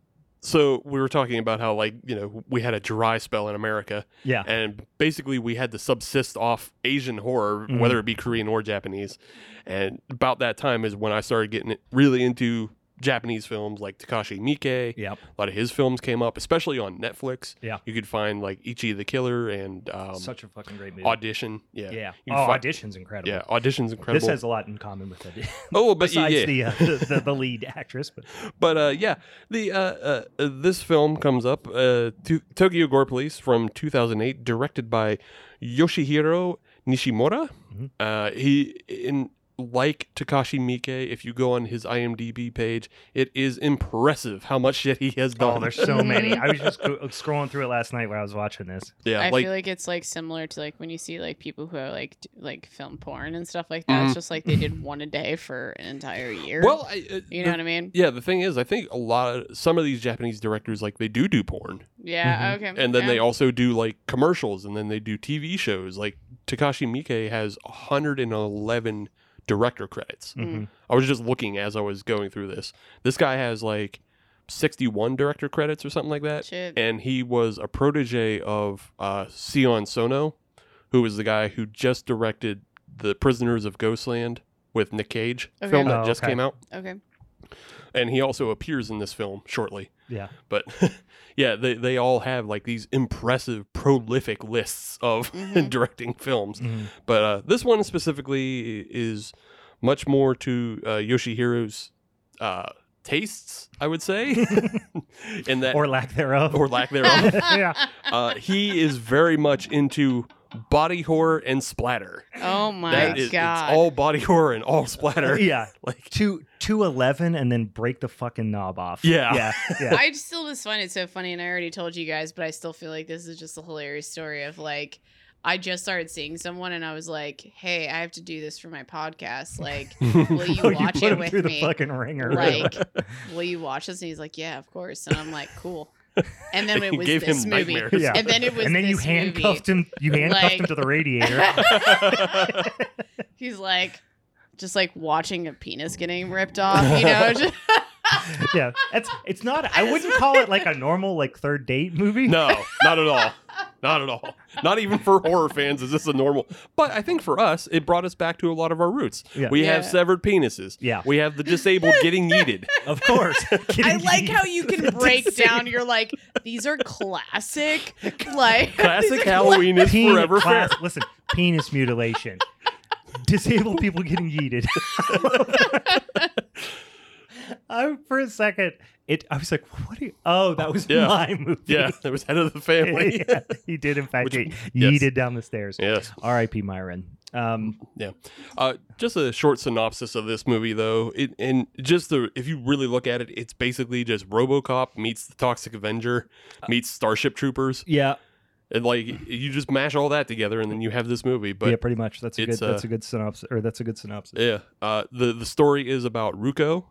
Speaker 3: so we were talking about how like you know we had a dry spell in America,
Speaker 2: yeah.
Speaker 3: and basically we had to subsist off Asian horror,
Speaker 2: Mhm.
Speaker 3: whether it be Korean or Japanese. And about that time is when I started getting really into Japanese films like Takashi Miike.
Speaker 2: Yep.
Speaker 3: A lot of his films came up, especially on Netflix.
Speaker 2: Yeah.
Speaker 3: you could find like Ichi the Killer and um,
Speaker 2: Such a fucking great movie.
Speaker 3: Audition. Yeah,
Speaker 2: yeah.
Speaker 3: You
Speaker 2: Oh,
Speaker 3: can fi-
Speaker 2: audition's incredible.
Speaker 3: yeah, Audition's incredible.
Speaker 2: This has a lot in common with it,
Speaker 3: oh, but
Speaker 2: besides
Speaker 3: yeah,
Speaker 2: the, uh, the, the the lead actress. But
Speaker 3: But uh, yeah, the uh, uh, uh, this film comes up, uh, to- Tokyo Gore Police from 2008, directed by Yoshihiro Nishimura.
Speaker 2: Mhm.
Speaker 3: Uh, he in like Takashi Miike. If you go on his IMDb page, it is impressive how much shit he has
Speaker 2: oh,
Speaker 3: done.
Speaker 2: there's so many. I was just go- scrolling through it last night when I was watching this.
Speaker 3: yeah,
Speaker 4: I
Speaker 3: like
Speaker 4: feel like it's like similar to like when you see like people who are like d- like film porn and stuff like that. It's just like they did one a day for an entire year.
Speaker 3: Mm. well, I, uh,
Speaker 4: you
Speaker 3: the-
Speaker 4: know what I mean?
Speaker 3: yeah. The thing is, I think a lot of some of these Japanese directors like they do do porn,
Speaker 4: Yeah. Okay.
Speaker 3: Mm-hmm. and then
Speaker 4: Mm-hmm. yeah.
Speaker 3: they also do like commercials, and then they do TV shows. Like Takashi Miike has 111 director credits.
Speaker 2: Mhm.
Speaker 3: I was just looking as I was going through this. This guy has like 61 director credits or something like that.
Speaker 4: Shit.
Speaker 3: And he was a protege of uh, Sion Sono, who was the guy who just directed The Prisoners of Ghostland with Nick Cage
Speaker 4: Okay.
Speaker 3: film that
Speaker 2: Oh,
Speaker 3: just
Speaker 2: okay.
Speaker 3: came out.
Speaker 4: okay.
Speaker 3: And he also appears in this film shortly.
Speaker 2: Yeah.
Speaker 3: But yeah, they, they all have like these impressive, prolific lists of
Speaker 4: Mhm.
Speaker 3: directing films.
Speaker 2: Mhm.
Speaker 3: But uh, this one specifically i- is much more to uh, Yoshihiro's uh, tastes, I would say, in that
Speaker 2: Mm-hmm.
Speaker 3: or,
Speaker 2: or lack thereof.
Speaker 3: lack thereof.
Speaker 2: Yeah.
Speaker 3: uh, he is very much into body horror and splatter.
Speaker 4: Oh my
Speaker 3: That is,
Speaker 4: god.
Speaker 3: it's all body horror and all splatter.
Speaker 2: yeah,
Speaker 3: Like,
Speaker 2: two two eleven, and then break the fucking knob off.
Speaker 3: Yeah.
Speaker 2: yeah, yeah.
Speaker 4: I just still just find it so funny, and I already told you guys, but I still feel like this is just a hilarious story of like I just started seeing someone, and I was like, "Hey, I have to do this for my podcast. Like, will you
Speaker 2: Oh,
Speaker 4: watch
Speaker 2: put
Speaker 4: it
Speaker 2: him
Speaker 4: with
Speaker 2: through
Speaker 4: me?
Speaker 2: the fucking ringer.
Speaker 4: Like, will you watch this?" And he's like, "Yeah, of course." And I'm like, "Cool." And then it was
Speaker 3: gave
Speaker 4: this
Speaker 3: him
Speaker 4: movie,
Speaker 3: nightmares.
Speaker 2: Yeah.
Speaker 4: and then it was
Speaker 2: and then you
Speaker 4: this
Speaker 2: handcuffed him. You handcuffed him
Speaker 4: Like-
Speaker 2: to the radiator.
Speaker 4: Movie. he's like, just like watching a penis getting ripped off, you know. Just-
Speaker 2: yeah, that's it's not. I wouldn't call it like a normal like third date movie.
Speaker 3: No, not at all. Not at all. Not even for horror fans is this a normal. But I think for us, it brought us back to a lot of our roots.
Speaker 2: Yeah.
Speaker 3: We have
Speaker 4: Yeah.
Speaker 3: severed penises.
Speaker 2: Yeah.
Speaker 3: We have the disabled getting yeeted.
Speaker 2: Of course.
Speaker 4: I
Speaker 2: Kidding,
Speaker 4: like
Speaker 2: kidding.
Speaker 4: how you can break down. You're like, these are classic, like
Speaker 3: Classic Halloween is
Speaker 2: Teen
Speaker 3: forever fair.
Speaker 2: class. Listen, penis mutilation. Disabled people getting yeeted. I, for a second, it. I was like, "What? Are you, oh, that was
Speaker 3: Yeah.
Speaker 2: my movie."
Speaker 3: Yeah, that was head of the family.
Speaker 2: Yeah, he did, in fact,
Speaker 3: Which-
Speaker 2: get
Speaker 3: yes.
Speaker 2: yeeted down the stairs.
Speaker 3: Yes.
Speaker 2: R.I.P. Myron. Um,
Speaker 3: Uh, just a short synopsis of this movie, though, it, and just the if you really look at it, it's basically just RoboCop meets the Toxic Avenger meets Starship Troopers,
Speaker 2: yeah,
Speaker 3: and like you just mash all that together, and then you have this movie. But
Speaker 2: yeah, pretty much. That's a good.
Speaker 3: it's,
Speaker 2: that's
Speaker 3: uh,
Speaker 2: a good synopsis, or that's a good synopsis.
Speaker 3: Yeah. Uh, the the story is about Ruko,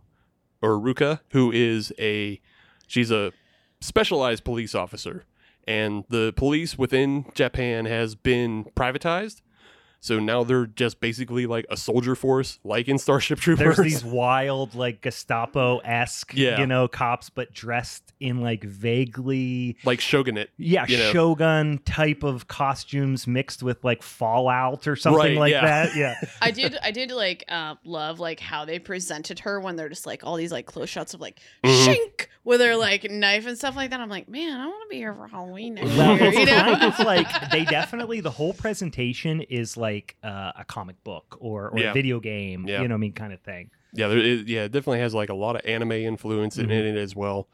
Speaker 3: or Ruka, who is a she's a specialized police officer, and the police within Japan has been privatized. So now they're just basically like a soldier force, like in Starship Troopers.
Speaker 2: There's these wild, like Gestapo esque,
Speaker 3: Yeah.
Speaker 2: you know, cops, but dressed in like vaguely,
Speaker 3: like shogunate.
Speaker 2: yeah,
Speaker 3: You know.
Speaker 2: shogun type of costumes mixed with like Fallout or something
Speaker 3: Right,
Speaker 2: like
Speaker 3: yeah.
Speaker 2: that. Yeah,
Speaker 4: I did, I did like uh, love like how they presented her when they're just like all these like close shots of like
Speaker 3: Mhm.
Speaker 4: shink with her like knife and stuff like that. I'm like, man, I want to be here for Halloween next
Speaker 2: Well,
Speaker 4: year. You
Speaker 2: it's
Speaker 4: know?
Speaker 2: kind of like they definitely the whole presentation is like uh, a comic book or, or
Speaker 3: Yeah.
Speaker 2: a video game,
Speaker 3: Yeah.
Speaker 2: you know, what I mean, kind of thing.
Speaker 3: Yeah, there, it, yeah, it definitely has like a lot of anime influence in,
Speaker 2: Mm-hmm.
Speaker 3: in it as well.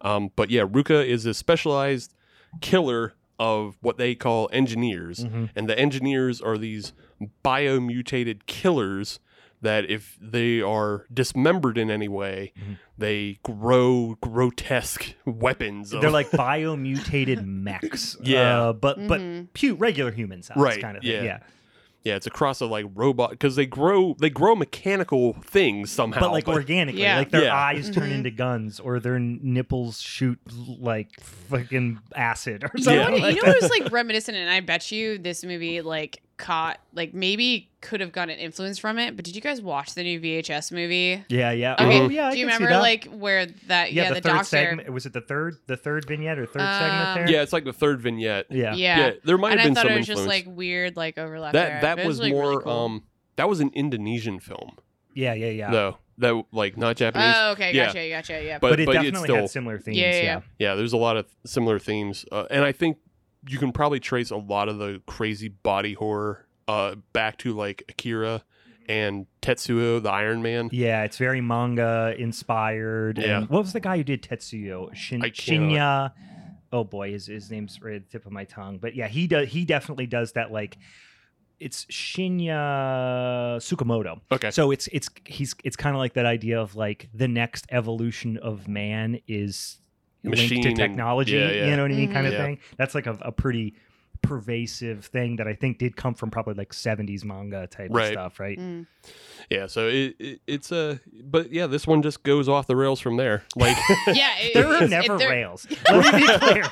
Speaker 3: Um, but yeah, Ruka is a specialized killer of what they call engineers.
Speaker 2: Mhm.
Speaker 3: and the engineers are these biomutated killers that if they are dismembered in any way
Speaker 2: Mhm.
Speaker 3: they grow grotesque weapons of,
Speaker 2: They're like biomutated mechs,
Speaker 3: Yeah.
Speaker 2: uh, but but
Speaker 4: Mhm.
Speaker 2: pu- regular human size
Speaker 3: Right,
Speaker 2: kind of thing.
Speaker 3: yeah.
Speaker 2: Yeah,
Speaker 3: Yeah, it's a cross of like robot because they grow they grow mechanical things somehow.
Speaker 2: but like organically,
Speaker 4: Yeah.
Speaker 2: like their
Speaker 3: Yeah.
Speaker 2: eyes turn
Speaker 4: Mhm.
Speaker 2: into guns or their n- nipples shoot l- like fucking acid or
Speaker 4: You
Speaker 2: something.
Speaker 4: know, what,
Speaker 2: like
Speaker 4: you know what was like reminiscent, and I bet you this movie like caught like maybe could have gotten influence from it. But did you guys watch the new VHS movie?
Speaker 2: Yeah, yeah.
Speaker 4: Okay,
Speaker 2: Oh, yeah. I
Speaker 4: Do you
Speaker 2: can see
Speaker 4: remember
Speaker 2: that.
Speaker 4: like where that? Yeah, the,
Speaker 2: third
Speaker 4: doctor.
Speaker 2: segment was it the third the third vignette or third segment
Speaker 4: Um,
Speaker 2: there?
Speaker 3: yeah, it's like the third vignette.
Speaker 2: Yeah.
Speaker 4: Yeah.
Speaker 3: Yeah, there might
Speaker 4: And
Speaker 3: have
Speaker 4: I
Speaker 3: been
Speaker 4: thought
Speaker 3: some
Speaker 4: it was just
Speaker 3: influence.
Speaker 4: like weird, like overlap. there,
Speaker 3: that that
Speaker 4: but it
Speaker 3: was,
Speaker 4: like, really
Speaker 3: more
Speaker 4: cool.
Speaker 3: um that was an Indonesian film
Speaker 2: Yeah, yeah, yeah.
Speaker 3: though that like not Japanese.
Speaker 4: Oh, okay,
Speaker 3: yeah.
Speaker 4: gotcha, gotcha, yeah.
Speaker 2: but,
Speaker 3: But-
Speaker 2: it
Speaker 3: but it's
Speaker 2: definitely
Speaker 3: still-
Speaker 2: had similar themes.
Speaker 4: Yeah,
Speaker 2: Yeah,
Speaker 4: yeah,
Speaker 3: yeah, there's a lot of similar themes, uh, and I think you can probably trace a lot of the crazy body horror uh back to like Akira and Tetsuo the Iron Man.
Speaker 2: Yeah, it's very manga inspired.
Speaker 3: Yeah.
Speaker 2: And what was the guy who did Tetsuyo? Shin-
Speaker 3: I can't-
Speaker 2: Shinya. Oh boy, his his name's right at the tip of my tongue. But yeah, he does. He definitely does that. Like, it's Shinya Tsukamoto.
Speaker 3: Okay,
Speaker 2: So it's it's he's it's kind of like that idea of like the next evolution of man is
Speaker 3: Machine
Speaker 2: linked to
Speaker 3: and-
Speaker 2: technology.
Speaker 3: yeah, yeah.
Speaker 2: You know what I mean?
Speaker 4: Mhm.
Speaker 2: Kind of
Speaker 3: Yeah.
Speaker 2: thing. That's like a, a pretty pervasive thing that I think did come from probably like 70s manga type
Speaker 3: Right.
Speaker 2: of stuff, right?
Speaker 4: Mm.
Speaker 3: yeah, so it, it it's a but yeah, this one just goes off the rails from there. Like
Speaker 4: Yeah, it,
Speaker 2: There are
Speaker 4: it's-
Speaker 2: never
Speaker 4: it, there-
Speaker 2: rails. Let me be clear.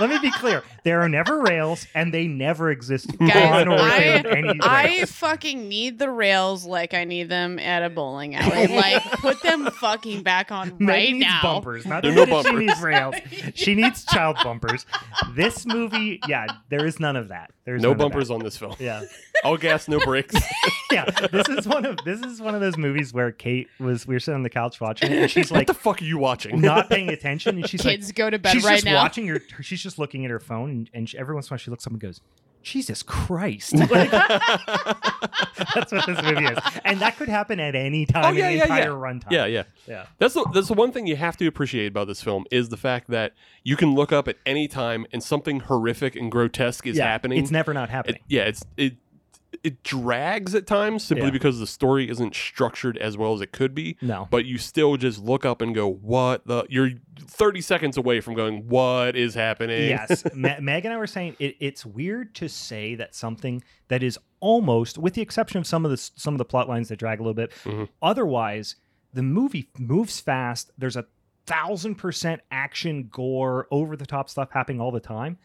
Speaker 2: Let me be clear. There are never rails, and they never exist
Speaker 4: Guys,
Speaker 2: on or
Speaker 4: I-
Speaker 2: within any
Speaker 4: I
Speaker 2: rails.
Speaker 4: fucking need the rails like I need them at a bowling alley. Like, put them fucking back on
Speaker 2: Meg
Speaker 4: right
Speaker 2: needs
Speaker 4: now.
Speaker 2: bumpers. Not
Speaker 3: There are no
Speaker 2: that She
Speaker 3: bumpers.
Speaker 2: needs rails. She needs child bumpers. This movie, yeah, there is none of that. There's
Speaker 3: no
Speaker 2: none of that.
Speaker 3: bumpers on this film.
Speaker 2: Yeah,
Speaker 3: All gas, no brakes.
Speaker 2: yeah. This is one of this is one of those movies where Kate was. We were sitting on the couch watching it, and she's
Speaker 3: what
Speaker 2: like
Speaker 3: the fuck are you watching?
Speaker 2: not paying attention, and she's like,
Speaker 4: Kids go to bed
Speaker 2: she's
Speaker 4: right
Speaker 2: just
Speaker 4: now.
Speaker 2: watching her, her- She's just looking at her phone, and, and she, every once in a while she looks up and goes, "Jesus Christ!" Like, that's what this movie is, and that could happen at any time
Speaker 3: Oh, yeah,
Speaker 2: in
Speaker 3: yeah,
Speaker 2: the entire
Speaker 3: yeah.
Speaker 2: runtime.
Speaker 3: yeah, yeah.
Speaker 2: yeah.
Speaker 3: That's the that's the one thing you have to appreciate about this film is the fact that you can look up at any time and something horrific and grotesque is
Speaker 2: Yeah,
Speaker 3: happening.
Speaker 2: It's never not
Speaker 3: It-
Speaker 2: happening.
Speaker 3: yeah, it's it it drags at times simply
Speaker 2: Yeah.
Speaker 3: because the story isn't structured as well as it could be.
Speaker 2: no.
Speaker 3: But you still just look up and go, "What the?" You're 30 seconds away from going, "What is happening?"
Speaker 2: yes, Ma- Meg and I were saying it, it's weird to say that something that is almost, with the exception of some of the s- some of the plot lines that drag a little bit,
Speaker 3: Mhm.
Speaker 2: otherwise the movie moves fast. There's a thousand percent action, gore, over the top stuff happening all the time,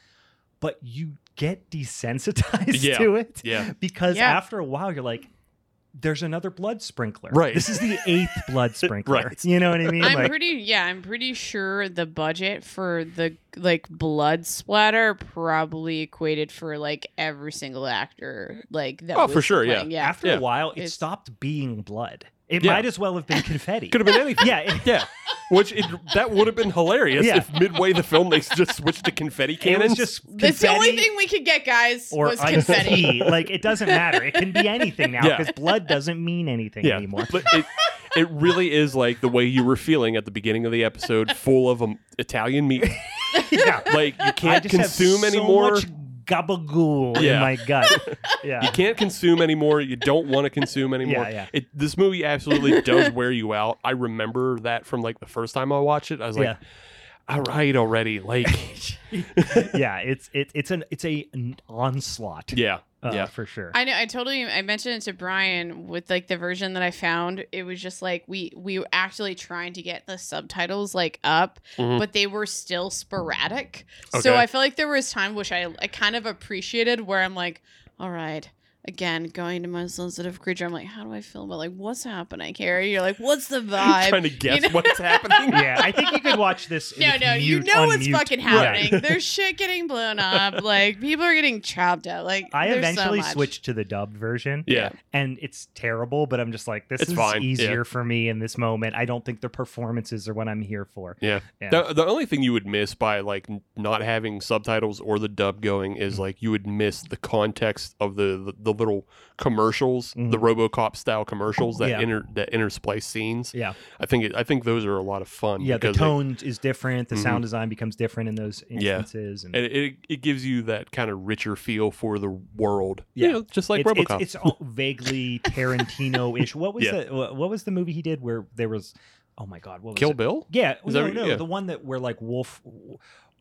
Speaker 2: but you get desensitized
Speaker 3: Yeah.
Speaker 2: to it
Speaker 3: Yeah.
Speaker 2: because
Speaker 4: Yeah.
Speaker 2: after a while you're like. There's another blood sprinkler.
Speaker 3: Right.
Speaker 2: This is the eighth blood sprinkler.
Speaker 3: Right.
Speaker 2: You know what I mean?
Speaker 4: I'm
Speaker 2: Like-
Speaker 4: pretty yeah, I'm pretty sure the budget for the like blood splatter probably equated for like every single actor like that.
Speaker 3: Oh, for
Speaker 4: was
Speaker 3: sure, yeah.
Speaker 4: playing. Yeah.
Speaker 2: after
Speaker 3: Yeah.
Speaker 2: a while, it
Speaker 4: It's-
Speaker 2: stopped being blood. It
Speaker 3: Yeah.
Speaker 2: might as well have been confetti.
Speaker 3: Could have been anything.
Speaker 2: yeah, it,
Speaker 3: Yeah. Which it, that would have been hilarious
Speaker 2: Yeah.
Speaker 3: if midway the film they just switched to confetti
Speaker 2: it
Speaker 3: cannons.
Speaker 2: was just
Speaker 4: That's the only
Speaker 2: confetti
Speaker 4: thing we could get, guys,
Speaker 2: or
Speaker 4: was
Speaker 2: iced
Speaker 4: confetti.
Speaker 2: tea. Like it doesn't matter. It can be anything now
Speaker 3: Yeah.
Speaker 2: because blood doesn't mean anything
Speaker 3: yeah,
Speaker 2: anymore.
Speaker 3: but it, it really is like the way you were feeling at the beginning of the episode, full of um, Italian meat.
Speaker 2: yeah,
Speaker 3: Like you
Speaker 2: I
Speaker 3: can't
Speaker 2: just have
Speaker 3: consume
Speaker 2: so
Speaker 3: anymore.
Speaker 2: Much gabagool
Speaker 3: Yeah.
Speaker 2: in my gut. Yeah,
Speaker 3: You can't consume anymore. You don't want to consume anymore.
Speaker 2: Yeah, yeah.
Speaker 3: It, this movie absolutely does wear you out. I remember that from like the first time I watched it. I was like,
Speaker 2: Yeah.
Speaker 3: all right, already. Like,
Speaker 2: yeah. It's it, it's an it's a an onslaught.
Speaker 3: yeah,
Speaker 2: uh,
Speaker 3: yeah.
Speaker 2: for sure.
Speaker 4: I know. I totally. I mentioned it to Brian with like the version that I found. It was just like we we were actually trying to get the subtitles like up,
Speaker 2: Mm-hmm.
Speaker 3: Mhm.
Speaker 4: but they were still sporadic.
Speaker 3: Okay.
Speaker 4: So I feel like there was time which I I kind of appreciated where I'm like, all right. Again, going to my sensitive creature, I'm like, how do I feel about like what's happening here? You're like, what's the
Speaker 3: trying
Speaker 4: vibe?
Speaker 3: to guess
Speaker 4: know-
Speaker 3: what's happening.
Speaker 2: yeah, I think you could watch this.
Speaker 4: No,
Speaker 2: with
Speaker 4: no, you
Speaker 2: mute,
Speaker 4: know what's
Speaker 2: unmute.
Speaker 4: fucking
Speaker 2: Yeah.
Speaker 4: happening. There's shit getting blown up. Like people are getting chopped up. Like
Speaker 2: I
Speaker 4: there's so
Speaker 2: eventually
Speaker 4: much.
Speaker 2: switched to the dubbed version.
Speaker 3: Yeah.
Speaker 2: and it's terrible, but I'm just like, this
Speaker 3: It's
Speaker 2: is
Speaker 3: fine, yeah.
Speaker 2: easier for me in this moment. I don't think the performances are what I'm here for.
Speaker 3: Yeah.
Speaker 2: Yeah.
Speaker 3: The, the only thing you would miss by like n- not having subtitles or the dub going
Speaker 2: Mm-hmm.
Speaker 3: is like you would miss the context of the the, the little commercials, the RoboCop style commercials that
Speaker 2: Mm-hmm. Yeah.
Speaker 3: inter that intersplice scenes.
Speaker 2: Yeah.
Speaker 3: I think it, I think those are a lot of fun.
Speaker 2: Yeah, the
Speaker 3: because they-
Speaker 2: tone is different. The
Speaker 3: Mhm.
Speaker 2: sound design becomes different in those
Speaker 3: Yeah.
Speaker 2: instances. And
Speaker 3: and it, it gives you that kind of richer feel for the world.
Speaker 2: Yeah.
Speaker 3: You know, just like
Speaker 2: it's,
Speaker 3: RoboCop.
Speaker 2: it's, it's all vaguely Tarantino-ish. What was
Speaker 3: Yeah.
Speaker 2: the what what was the movie he did where there was? Oh my God, what was
Speaker 3: Kill
Speaker 2: it?
Speaker 3: Bill.
Speaker 2: Yeah,
Speaker 3: Is
Speaker 2: no,
Speaker 3: that right?
Speaker 2: no,
Speaker 3: Yeah.
Speaker 2: the one that where like Wolf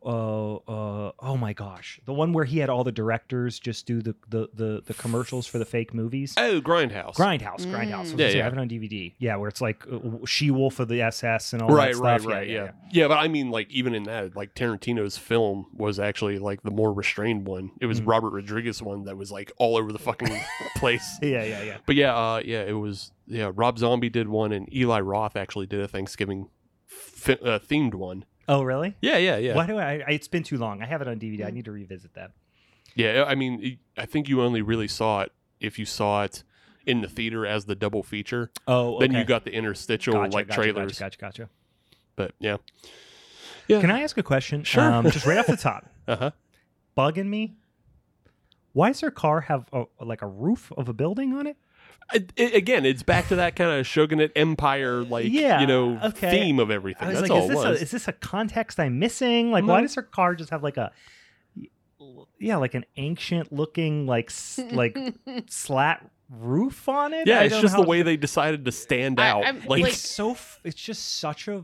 Speaker 2: uh, uh, oh my gosh, the one where he had all the directors just do the the the, the commercials for the fake movies.
Speaker 3: Oh, Grindhouse.
Speaker 2: Grindhouse, Grindhouse. I was
Speaker 4: Mm.
Speaker 2: gonna
Speaker 3: Yeah,
Speaker 2: say, I
Speaker 3: yeah.
Speaker 2: have it on DVD. Yeah, where it's like uh, She Wolf of the SS and all
Speaker 3: right,
Speaker 2: that stuff.
Speaker 3: right, right. Yeah yeah. but I mean, like even in that, like Tarantino's film was actually like the more restrained one. It was
Speaker 2: Mm.
Speaker 3: Robert Rodriguez one that was like all over the fucking place.
Speaker 2: yeah, yeah, yeah.
Speaker 3: But yeah, uh, yeah, it was yeah. Rob Zombie did one, and Eli Roth actually did a Thanksgiving fi- uh, themed one.
Speaker 2: Oh, really?
Speaker 3: Yeah, yeah, yeah,
Speaker 2: Why do I, I? It's been too long. I have it on DVD. I
Speaker 4: Mm.
Speaker 2: need to revisit that.
Speaker 3: yeah. I mean, y- I think you only really saw it if you saw it in the theater as the double feature.
Speaker 2: Oh,
Speaker 3: Then you got the interstitial like trailers.
Speaker 2: Gotcha, gotcha.
Speaker 3: But yeah,
Speaker 2: Can I ask a question? Um,
Speaker 3: Sure.
Speaker 2: just right off the top,
Speaker 3: uh huh.
Speaker 2: bugging me. Why does her car have a, like a roof of a building on it?
Speaker 3: again, it's back to that kind of shogunate empire like
Speaker 2: Yeah,
Speaker 3: you know
Speaker 2: okay.
Speaker 3: theme of everything.
Speaker 2: I was
Speaker 3: That's
Speaker 2: like,
Speaker 3: all
Speaker 2: is
Speaker 3: it
Speaker 2: this,
Speaker 3: was.
Speaker 2: a, is this a context I'm missing? Like, why
Speaker 3: No.
Speaker 2: does her car just have like a, yeah, like an ancient looking like s- like slat roof on it?
Speaker 3: yeah,
Speaker 2: I
Speaker 3: it's
Speaker 2: don't
Speaker 3: just
Speaker 2: know
Speaker 3: the
Speaker 2: how-
Speaker 3: way they decided to stand
Speaker 4: I-
Speaker 3: out.
Speaker 4: I'm-
Speaker 3: like,
Speaker 4: like-
Speaker 2: it's so f- it's just such a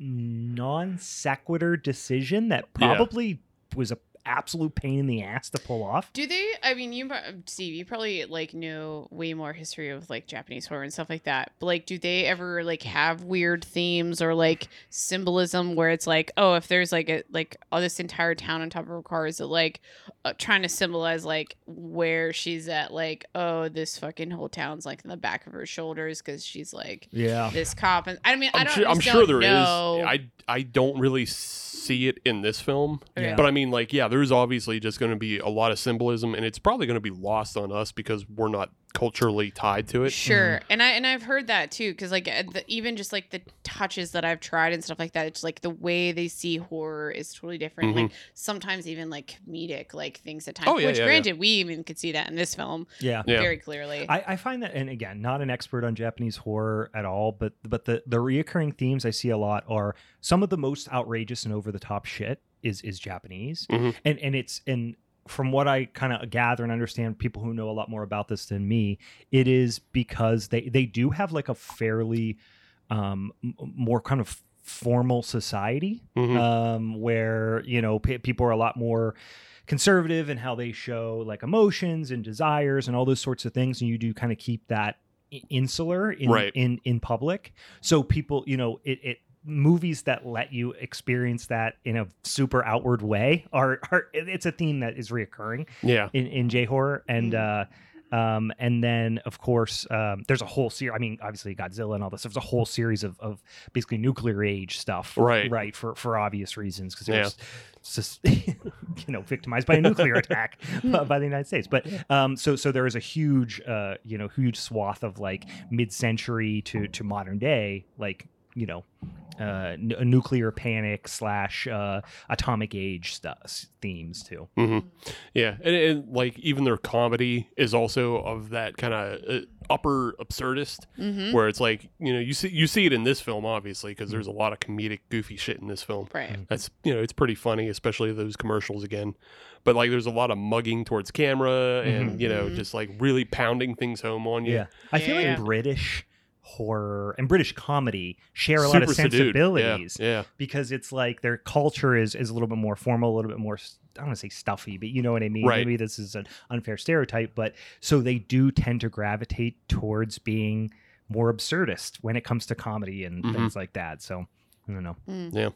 Speaker 2: non sequitur decision that
Speaker 3: Yeah.
Speaker 2: probably was a absolute pain in the ass to pull off.
Speaker 4: Do they? I mean, you, prob- Steve, you probably like know way more history of like Japanese horror and stuff like that. But like, do they ever like have weird themes or like symbolism where it's like, oh, if there's like a like all this entire town on top of her car, is it like uh, trying to symbolize like where she's at? Like, oh, this fucking whole town's like in the back of her shoulders because she's like
Speaker 2: Yeah.
Speaker 4: this cop. And I mean, I
Speaker 3: I'm
Speaker 4: don't.
Speaker 3: sure, I'm
Speaker 4: just
Speaker 3: sure
Speaker 4: don't
Speaker 3: there is.
Speaker 4: know.
Speaker 3: I I don't really see it in this film,
Speaker 4: Okay.
Speaker 3: but I mean, like, yeah, there's obviously just going to be a lot of symbolism, and it's probably going to be lost on us because we're not culturally tied to it.
Speaker 4: Sure, and I and I've heard that too, because like uh, the, even just like the touches that I've tried and stuff like that, it's like the way they see horror is totally different. Like sometimes even like comedic, like things at times.
Speaker 3: Mm-hmm. Oh, yeah,
Speaker 4: which
Speaker 3: yeah, yeah.
Speaker 4: granted, we even could see that in this film
Speaker 2: Yeah.
Speaker 3: Yeah.
Speaker 4: very clearly.
Speaker 2: I, I find that, and again, not an expert on Japanese horror at all, but but the the reoccurring themes I see a lot are some of the most outrageous and over the top shit is is Japanese,
Speaker 3: Mhm.
Speaker 2: and and it's and from what I kind of gather and understand, people who know a lot more about this than me, it is because they they do have like a fairly um, m- more kind of formal society
Speaker 3: Mhm.
Speaker 2: um, where you know p- people are a lot more conservative in how they show like emotions and desires and all those sorts of things, and you do kind of keep that i- insular in
Speaker 3: Right.
Speaker 2: in in public. So people, you know, it. it movies that let you experience that in a super outward way are, are it's a theme that is reoccurring
Speaker 3: yeah,
Speaker 2: in, in J horror, and uh, um, and then of course um, there's a whole series. I mean, obviously Godzilla and all this. There's a whole series of, of basically nuclear age stuff,
Speaker 3: Right.
Speaker 2: Right for for obvious reasons because
Speaker 3: Yeah.
Speaker 2: it was sus- you know victimized by a nuclear attack by, by the United States. But um, so so there is a huge uh, you know huge swath of like mid century to to modern day like you know. Uh, n- nuclear panic slash uh, atomic age stuff themes too.
Speaker 3: hmm yeah, and, and like even their comedy is also of that kind of uh, upper absurdist,
Speaker 4: mm-hmm.
Speaker 3: where it's like you know you see you see it in this film obviously
Speaker 2: Mm-hmm.
Speaker 3: because there's a lot of comedic goofy shit in this film.
Speaker 4: Right.
Speaker 3: that's you know it's pretty funny especially those commercials again but like there's a lot of mugging towards camera and you know
Speaker 4: Mhm.
Speaker 3: just like really pounding things home on you
Speaker 2: Mm-hmm. Yeah. I feel like
Speaker 4: Yeah.
Speaker 2: British horror and British comedy share a lot
Speaker 3: Super
Speaker 2: of
Speaker 3: subdued.
Speaker 2: sensibilities
Speaker 3: yeah, yeah.
Speaker 2: because it's like their culture is is a little bit more formal, a little bit more s- I don't want to say stuffy, but you know what I mean.
Speaker 3: Right.
Speaker 2: Maybe this is an unfair stereotype, but so they do tend to gravitate towards being more absurdist when it comes to comedy and
Speaker 3: Mhm.
Speaker 2: things like that. So I don't know.
Speaker 4: Mm.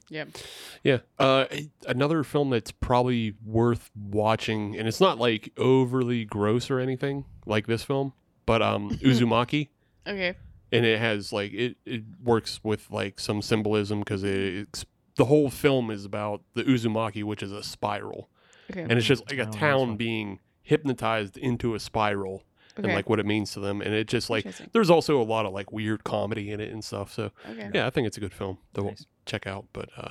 Speaker 3: Yeah. Uh, a- another film that's probably worth watching, and it's not like overly gross or anything like this film, but um, Uzumaki,
Speaker 4: Okay.
Speaker 3: and it has like it, it works with like some symbolism because it, it's the whole film is about the Uzumaki, which is a spiral,
Speaker 4: Okay.
Speaker 3: and it's just like
Speaker 2: Oh,
Speaker 3: a
Speaker 2: that's
Speaker 3: town
Speaker 2: fun.
Speaker 3: being hypnotized into a spiral
Speaker 4: okay.
Speaker 3: and like what it means to them, and it just like
Speaker 4: Interesting.
Speaker 3: there's also a lot of like weird comedy in it and stuff. So
Speaker 4: okay.
Speaker 3: yeah, I think it's a good film to
Speaker 2: Nice.
Speaker 3: check out. But uh,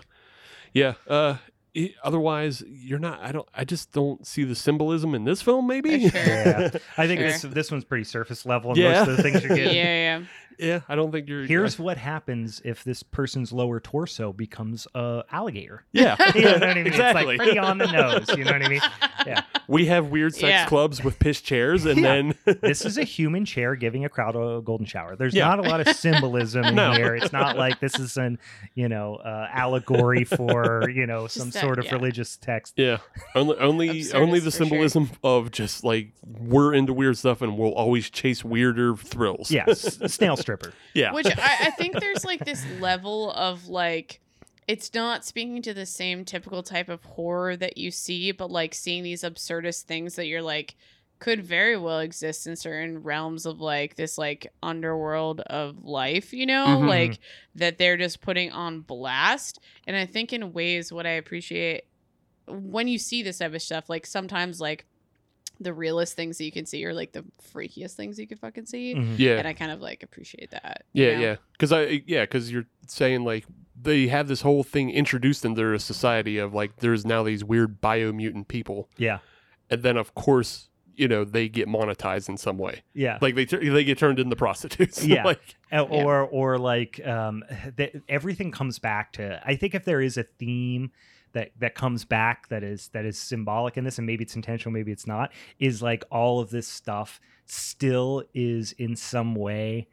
Speaker 3: yeah, uh, i otherwise you're not. I don't. I just don't see the symbolism in this film. Maybe.
Speaker 4: Uh, sure.
Speaker 2: Yeah. I think
Speaker 4: Sure.
Speaker 2: this this one's pretty surface level and most
Speaker 3: Yeah.
Speaker 2: of the things you're
Speaker 4: Yeah.
Speaker 2: getting.
Speaker 4: Yeah. yeah.
Speaker 3: yeah, I don't think you're.
Speaker 2: Here's what happens if this person's lower torso becomes a alligator.
Speaker 3: yeah.
Speaker 2: you know what I mean? It's like
Speaker 3: Exactly.
Speaker 2: pretty on the nose. You know what I mean? Yeah.
Speaker 3: we have weird sex
Speaker 4: Yeah.
Speaker 3: clubs with piss chairs, and
Speaker 2: Yeah.
Speaker 3: then
Speaker 2: this is a human chair giving a crowd a golden shower. There's
Speaker 3: Yeah.
Speaker 2: not a lot of symbolism in
Speaker 3: No.
Speaker 2: here. It's not like this is an, you know, uh, allegory for, you know,
Speaker 4: Just
Speaker 2: some
Speaker 4: that-
Speaker 2: sort of
Speaker 4: yeah.
Speaker 2: religious text.
Speaker 3: yeah, only only,
Speaker 4: Absurdist
Speaker 3: only
Speaker 4: for
Speaker 3: the
Speaker 4: sure.
Speaker 3: symbolism of just like we're into weird stuff and we'll always chase weirder thrills.
Speaker 2: Yeah, s- snail stripper.
Speaker 3: yeah,
Speaker 4: Which I, I think there's like this level of like, it's not speaking to the same typical type of horror that you see, but like seeing these absurdist things that you're like, could very well exist in certain realms of like this like underworld of life, you know,
Speaker 3: Mhm.
Speaker 4: like that they're just putting on blast. And I think in ways, what I appreciate when you see this type of stuff, like sometimes like the realest things that you can see are like the freakiest things you could fucking see.
Speaker 2: Mhm.
Speaker 3: yeah.
Speaker 4: And I kind of like appreciate that. you
Speaker 3: Yeah,
Speaker 4: know?
Speaker 3: yeah. Because I, yeah, because you're saying like they have this whole thing introduced into their society of like there's now these weird biomutant people,
Speaker 2: Yeah,
Speaker 3: and then of course you know they get monetized in some way,
Speaker 2: yeah.
Speaker 3: like they tur- they get turned into prostitutes.
Speaker 2: Yeah.
Speaker 3: like,
Speaker 2: Uh,
Speaker 4: Yeah.
Speaker 2: or or like um that everything comes back to i think if there is a theme that that comes back that is that is symbolic in this and maybe it's intentional maybe it's not is like all of this stuff still is in some way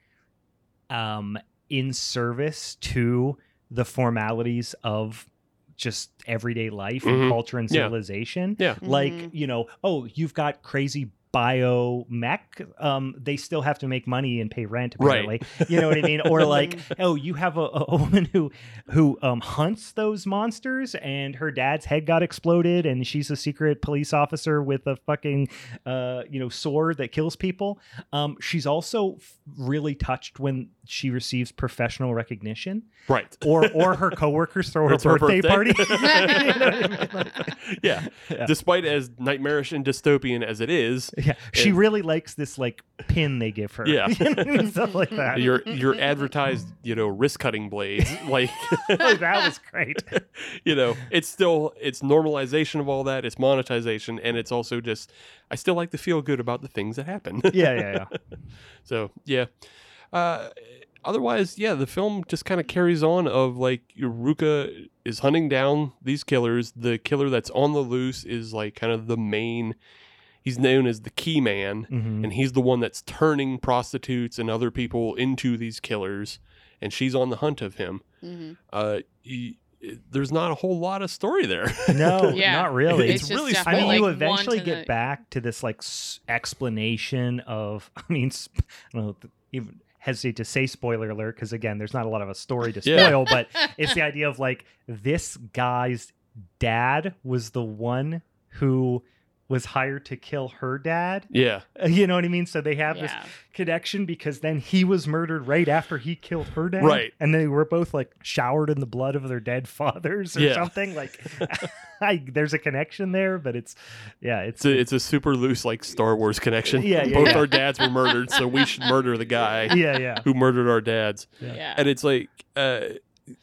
Speaker 2: um in service to the formalities of just everyday life
Speaker 3: Mhm.
Speaker 2: and culture and
Speaker 3: Yeah.
Speaker 2: civilization
Speaker 3: yeah,
Speaker 2: like
Speaker 4: Mhm.
Speaker 2: you know oh you've got crazy bio mech um they still have to make money and pay rent
Speaker 3: Right.
Speaker 2: apparently you know what i mean
Speaker 4: Mm-hmm.
Speaker 2: or like oh you have a, a a woman who who um hunts those monsters and her dad's head got exploded and she's a secret police officer with a fucking uh you know sword that kills people um she's also f- really touched when she receives professional recognition
Speaker 3: right.
Speaker 2: or or her coworkers throw her,
Speaker 3: It's her
Speaker 2: birthday, party You know what I mean?
Speaker 3: yeah.
Speaker 2: Yeah.
Speaker 3: Despite as nightmarish and dystopian as it is,
Speaker 2: Yeah, she
Speaker 3: It-
Speaker 2: really likes this like pin they give her.
Speaker 3: Yeah.
Speaker 2: You know, and stuff like that.
Speaker 3: your your advertised you know wrist cutting blades like
Speaker 2: Oh, that was great.
Speaker 3: you know, it's still it's normalization of all that, it's monetization, and it's also just I still like to feel good about the things that happen.
Speaker 2: Yeah, yeah, yeah.
Speaker 3: so yeah. Uh, otherwise, yeah, the film just kind of carries on of like Ruka is hunting down these killers. The killer that's on the loose is like kind of the main. He's known as the key man,
Speaker 2: Mhm.
Speaker 3: and he's the one that's turning prostitutes and other people into these killers. And she's on the hunt of him.
Speaker 4: Mhm.
Speaker 3: Uh, he, there's not a whole lot of story there.
Speaker 2: No,
Speaker 4: Yeah.
Speaker 2: not really.
Speaker 3: It's really
Speaker 4: just
Speaker 2: I mean,
Speaker 4: definitely,
Speaker 2: you
Speaker 4: like, one
Speaker 2: eventually
Speaker 4: to
Speaker 2: get
Speaker 4: the-
Speaker 2: back to this like s- explanation of. I mean, sp- I don't know, th- even hesitate to say spoiler alert because again, there's not a lot of a story to
Speaker 3: Yeah.
Speaker 2: spoil, but it's the idea of like this guy's dad was the one who was hired to kill her dad.
Speaker 3: Yeah.
Speaker 2: You know what I mean? So they have this
Speaker 4: Yeah.
Speaker 2: connection because then he was murdered right after he killed her dad.
Speaker 3: Right.
Speaker 2: And they were both like showered in the blood of their dead fathers or
Speaker 3: Yeah.
Speaker 2: something. Like I, there's a connection there, but it's yeah, it's
Speaker 3: It's a, it's a super loose like Star Wars connection.
Speaker 2: Yeah, yeah,
Speaker 3: Both
Speaker 2: yeah.
Speaker 3: our dads were murdered, so we should murder the guy
Speaker 2: yeah, yeah.
Speaker 3: who murdered our dads.
Speaker 2: Yeah.
Speaker 4: Yeah.
Speaker 3: And it's like, uh,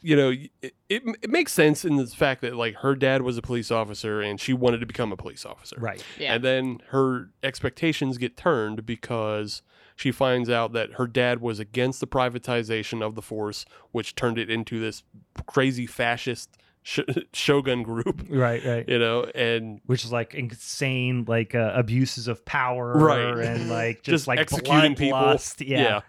Speaker 3: you know, it, it, it makes sense in the fact that like her dad was a police officer and she wanted to become a police officer.
Speaker 2: Right.
Speaker 4: Yeah.
Speaker 3: And then her expectations get turned because she finds out that her dad was against the privatization of the force, which turned it into this crazy fascist sh- shogun group,
Speaker 2: Right, right.
Speaker 3: you know, and
Speaker 2: Which is like insane, like uh, abuses of power,
Speaker 3: Right.
Speaker 2: And like just,
Speaker 3: Just
Speaker 2: like
Speaker 3: executing people.
Speaker 2: bloodlust. Yeah,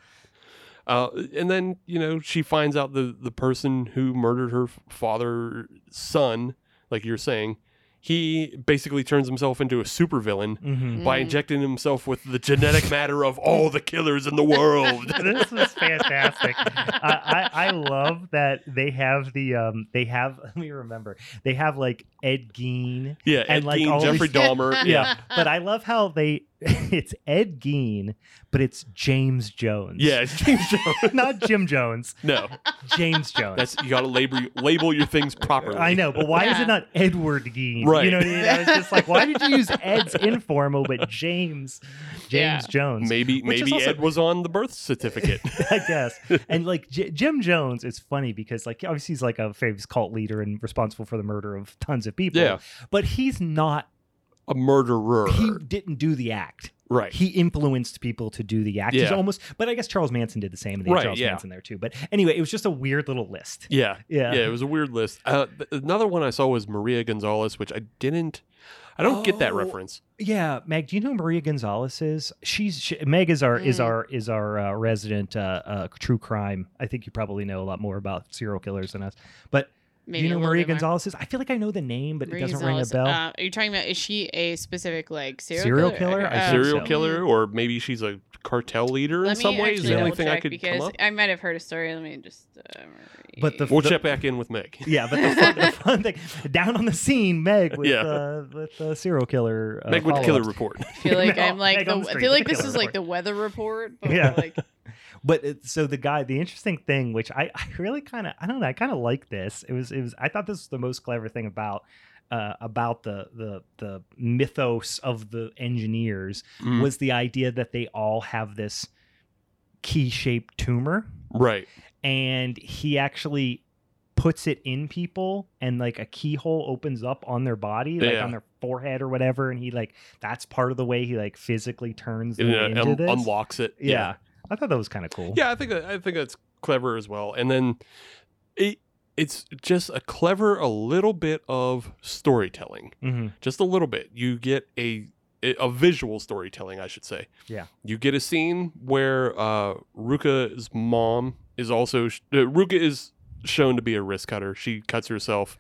Speaker 3: Uh, and then you know she finds out the the person who murdered her f- father's son, like you're saying, he basically turns himself into a supervillain
Speaker 2: Mhm.
Speaker 3: by
Speaker 4: Mm.
Speaker 3: injecting himself with the genetic matter of all the killers in the world.
Speaker 2: this was fantastic. I, I, I love that they have the um they have let me remember they have like Ed Gein
Speaker 3: yeah, Ed
Speaker 2: And, like,
Speaker 3: Gein,
Speaker 2: all these-
Speaker 3: Jeffrey Dahmer.
Speaker 2: Yeah, but I love how they it's Ed Gein, but it's James Jones.
Speaker 3: yeah, it's James Jones.
Speaker 2: Not Jim Jones,
Speaker 3: No,
Speaker 2: James Jones.
Speaker 3: that's you got to label label your things properly.
Speaker 2: I know, but why is
Speaker 4: Yeah.
Speaker 2: it not Edward Gein?
Speaker 3: Right.
Speaker 2: You know what I mean? I was just like, why did you use Ed's informal but James James
Speaker 4: Yeah.
Speaker 2: Jones?
Speaker 3: Maybe
Speaker 2: Which is
Speaker 3: maybe
Speaker 2: also-
Speaker 3: Ed was on the birth certificate.
Speaker 2: I guess. And like J- Jim Jones is funny because like obviously he's like a famous cult leader and responsible for the murder of tons of people.
Speaker 3: Yeah.
Speaker 2: But he's not
Speaker 3: a murderer.
Speaker 2: he didn't do the act.
Speaker 3: right.
Speaker 2: he influenced people to do the act. He's
Speaker 3: Yeah.
Speaker 2: almost, but I guess Charles Manson did the same. And they had
Speaker 3: Right,
Speaker 2: Charles
Speaker 3: yeah.
Speaker 2: Manson there too. But anyway, it was just a weird little list.
Speaker 3: yeah.
Speaker 2: Yeah.
Speaker 3: yeah, it was a weird list. Uh, th- another one I saw was Maria Gonzalez, which I didn't. I don't get that
Speaker 2: Oh.
Speaker 3: reference.
Speaker 2: Yeah, Meg. Do you know who Maria Gonzalez is? She's she, Meg is our is
Speaker 4: Mm.
Speaker 2: our is our uh, resident uh, uh, true crime. I think you probably know a lot more about serial killers than us. But do you
Speaker 4: Maybe a
Speaker 2: know who
Speaker 4: little
Speaker 2: Maria
Speaker 4: bit more.
Speaker 2: Gonzalez is? I feel like I know the name, but
Speaker 4: Maria
Speaker 2: it doesn't
Speaker 4: Gonzalez,
Speaker 2: ring a bell.
Speaker 4: Uh, are you talking about is she a specific like serial,
Speaker 2: Serial
Speaker 4: killer? Oh. Mm-hmm.
Speaker 2: killer? I think
Speaker 3: Serial
Speaker 2: so.
Speaker 3: killer, or maybe she's a cartel leader in
Speaker 4: Let me
Speaker 3: some ways.
Speaker 4: actually
Speaker 3: The only
Speaker 4: double
Speaker 3: thing I
Speaker 4: check
Speaker 3: could
Speaker 4: because
Speaker 3: come up.
Speaker 4: I might have heard a story. Let me just. Uh,
Speaker 2: But the
Speaker 4: read.
Speaker 3: We'll
Speaker 2: the-
Speaker 3: check back in with Meg.
Speaker 2: yeah, but the fun, the fun thing down on the scene, Meg with
Speaker 3: Yeah.
Speaker 2: uh, with uh, serial killer. Uh,
Speaker 3: Meg with the killer
Speaker 2: follow-ups.
Speaker 3: report.
Speaker 4: I feel like
Speaker 2: No,
Speaker 4: I'm like
Speaker 2: Meg
Speaker 4: the,
Speaker 2: on the
Speaker 4: I
Speaker 2: street,
Speaker 4: feel like
Speaker 2: the
Speaker 4: this is
Speaker 2: killer
Speaker 4: like the weather report. But
Speaker 2: Yeah.
Speaker 4: Like,
Speaker 2: But it, so the guy, the interesting thing, which I, I really kind of, I don't know, I kind of like this. It was, it was, I thought this was the most clever thing about, uh, about the the the mythos of the engineers
Speaker 3: Mm,
Speaker 2: was the idea that they all have this key shaped tumor,
Speaker 3: right.
Speaker 2: and he actually puts it in people, and like a keyhole opens up on their body, like
Speaker 3: Yeah.
Speaker 2: on their forehead or whatever, and he like that's part of the way he like physically turns them
Speaker 3: It uh,
Speaker 2: into
Speaker 3: un-
Speaker 2: this.
Speaker 3: unlocks it.
Speaker 2: yeah. I thought that was kind of cool.
Speaker 3: Yeah, I think that, I think that's clever as well. And then it it's just a clever a little bit of storytelling.
Speaker 2: Mm-hmm.
Speaker 3: Just a little bit. You get a a visual storytelling, I should say.
Speaker 2: Yeah.
Speaker 3: You get a scene where uh Ruka's mom is also sh- uh, Ruka is shown to be a wrist cutter. She cuts herself.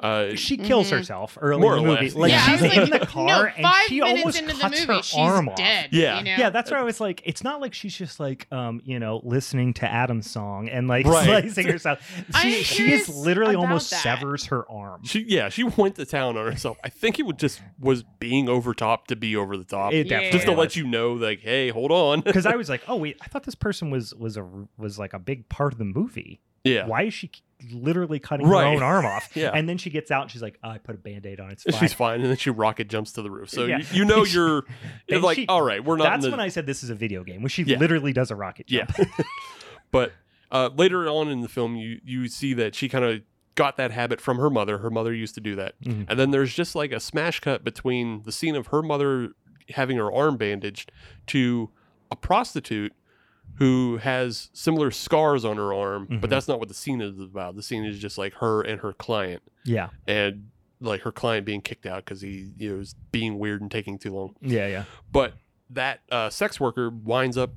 Speaker 3: Uh
Speaker 2: she kills
Speaker 4: Mhm.
Speaker 2: herself early
Speaker 3: More
Speaker 2: in
Speaker 3: or
Speaker 2: the movie.
Speaker 3: less,
Speaker 2: Like
Speaker 4: yeah, I
Speaker 2: she's
Speaker 4: was
Speaker 2: in
Speaker 4: like,
Speaker 2: the car
Speaker 4: no,
Speaker 2: and
Speaker 4: five
Speaker 2: she
Speaker 4: minutes
Speaker 2: almost
Speaker 4: into
Speaker 2: cuts
Speaker 4: the movie,
Speaker 2: her
Speaker 4: she's
Speaker 2: arm off.
Speaker 4: dead.
Speaker 3: Yeah.
Speaker 4: you know?
Speaker 2: Yeah, that's where I was like, it's not like she's just like, um, you know, listening to Adam's song and like
Speaker 3: Right.
Speaker 2: slicing herself.
Speaker 4: I'm
Speaker 2: She she is
Speaker 4: curious
Speaker 2: literally
Speaker 4: about
Speaker 2: almost
Speaker 4: that.
Speaker 2: severs her arm.
Speaker 3: she yeah, she went to town on herself. I think it would just was being over top to be over the top.
Speaker 2: It
Speaker 4: Yeah.
Speaker 2: definitely
Speaker 3: just to
Speaker 2: was.
Speaker 3: let you know like, hey, hold on.
Speaker 2: because I was like, oh wait, I thought this person was was a was like a big part of the movie.
Speaker 3: yeah.
Speaker 2: Why is she literally cutting her
Speaker 3: Right.
Speaker 2: own arm off?
Speaker 3: Yeah.
Speaker 2: And then she gets out and she's like, oh, I put a band aid on it. It's fine.
Speaker 3: She's fine, and then she rocket jumps to the roof. So
Speaker 2: Yeah.
Speaker 3: you, you know
Speaker 2: She-
Speaker 3: you're you're
Speaker 2: then
Speaker 3: like,
Speaker 2: she-
Speaker 3: all right, we're not. in
Speaker 2: That's
Speaker 3: the,
Speaker 2: when I said this is a video game when she
Speaker 3: Yeah.
Speaker 2: literally does a rocket
Speaker 3: Yeah.
Speaker 2: jump.
Speaker 3: But uh, later on in the film, you you see that she kind of got that habit from her mother. Her mother used to do that,
Speaker 2: Mhm.
Speaker 3: and then there's just like a smash cut between the scene of her mother having her arm bandaged to a prostitute who has similar scars on her arm,
Speaker 2: Mhm.
Speaker 3: but that's not what the scene is about. The scene is just like her and her client,
Speaker 2: yeah,
Speaker 3: and like her client being kicked out because he you know was being weird and taking too long.
Speaker 2: yeah, yeah.
Speaker 3: But that uh, sex worker winds up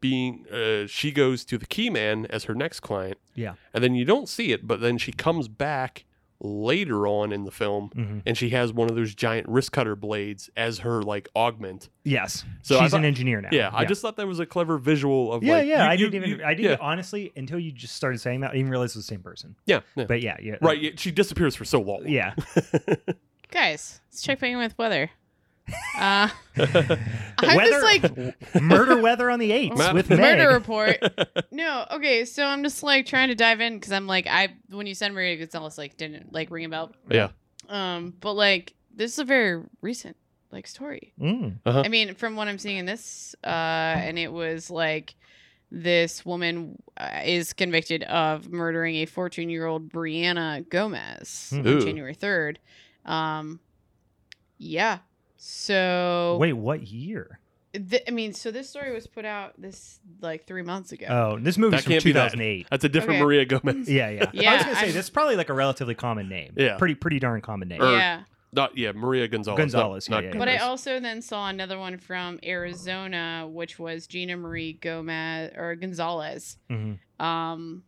Speaker 3: being, uh, she goes to the key man as her next client.
Speaker 2: Yeah.
Speaker 3: And then you don't see it, but then she comes back later on in the film
Speaker 2: Mm-hmm.
Speaker 3: and she has one of those giant wrist cutter blades as her like augment.
Speaker 2: Yes.
Speaker 3: So I
Speaker 2: she's
Speaker 3: thought-
Speaker 2: an engineer now.
Speaker 3: Yeah, I just thought that was a clever visual of
Speaker 2: Yeah,
Speaker 3: like.
Speaker 2: yeah.
Speaker 3: you-
Speaker 2: I
Speaker 3: you-
Speaker 2: didn't even.
Speaker 3: you-
Speaker 2: I didn't
Speaker 3: Yeah.
Speaker 2: honestly until you just started saying that. I didn't realize it was the same person.
Speaker 3: yeah, yeah.
Speaker 2: But yeah, yeah.
Speaker 3: Right. yeah, She disappears for so long.
Speaker 2: Yeah.
Speaker 4: guys, let's check back in with weather. Uh, I
Speaker 2: weather,
Speaker 4: was like,
Speaker 2: murder weather on the eights
Speaker 3: Murder-
Speaker 2: with Meg.
Speaker 4: murder report. No, okay, so I'm just like trying to dive in because I'm like, I when you said Maria Gonzalez, like didn't like ring a bell.
Speaker 3: Yeah.
Speaker 4: Um, but like this is a very recent like story.
Speaker 2: Mm.
Speaker 4: I mean, from what I'm seeing in this, uh, and it was like this woman uh, is convicted of murdering a 14 year old Brianna Gomez
Speaker 2: Hmm.
Speaker 4: on
Speaker 3: Ooh.
Speaker 4: January 3rd. Um, yeah. So
Speaker 2: Wait, what year?
Speaker 4: Th- I mean, so this story was put out this like three months ago.
Speaker 2: Oh, this movie's
Speaker 3: That
Speaker 2: from
Speaker 3: can't be that.
Speaker 2: 2008.
Speaker 3: That's a different
Speaker 4: Okay.
Speaker 3: Maria Gomez.
Speaker 2: Yeah, yeah. I
Speaker 4: Yeah,
Speaker 2: was gonna say
Speaker 4: I'm-
Speaker 2: this is probably like a relatively common name.
Speaker 3: Yeah. Er.
Speaker 2: Pretty, pretty darn common name.
Speaker 3: Or-
Speaker 4: yeah,
Speaker 3: Not yeah, Maria Gonzalez. not-
Speaker 2: Gonzalez, yeah,
Speaker 3: not
Speaker 2: yeah, yeah.
Speaker 4: but I
Speaker 3: Gomez.
Speaker 4: also then saw another one from Arizona, which was Gina Marie Gomez or Gonzalez.
Speaker 2: Mhm.
Speaker 4: Um,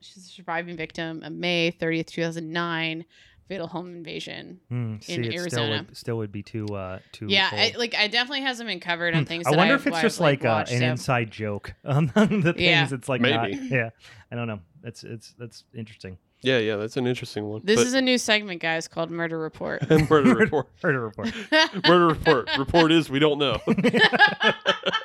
Speaker 4: she's a surviving victim of May 30th, 2009 fatal home invasion.
Speaker 2: Mm, see,
Speaker 4: In
Speaker 2: it still
Speaker 4: Arizona.
Speaker 2: would, still would be too, uh, too.
Speaker 4: Yeah,
Speaker 2: old.
Speaker 4: I, like I definitely hasn't been covered on
Speaker 2: Hmm.
Speaker 4: things.
Speaker 2: I
Speaker 4: that
Speaker 2: wonder
Speaker 4: I've-
Speaker 2: if it's
Speaker 4: I've,
Speaker 2: just
Speaker 4: like,
Speaker 2: like, uh,
Speaker 4: watched,
Speaker 2: an
Speaker 4: so-
Speaker 2: inside joke on the things.
Speaker 4: Yeah.
Speaker 2: It's like
Speaker 3: Maybe.
Speaker 2: not- yeah, I don't know. That's it's that's interesting.
Speaker 3: Yeah, yeah. That's an interesting one.
Speaker 4: This
Speaker 3: But-
Speaker 4: is a new segment, guys, called Murder Report.
Speaker 3: murder report.
Speaker 2: Murder report.
Speaker 3: Murder report. Report is we don't know. We're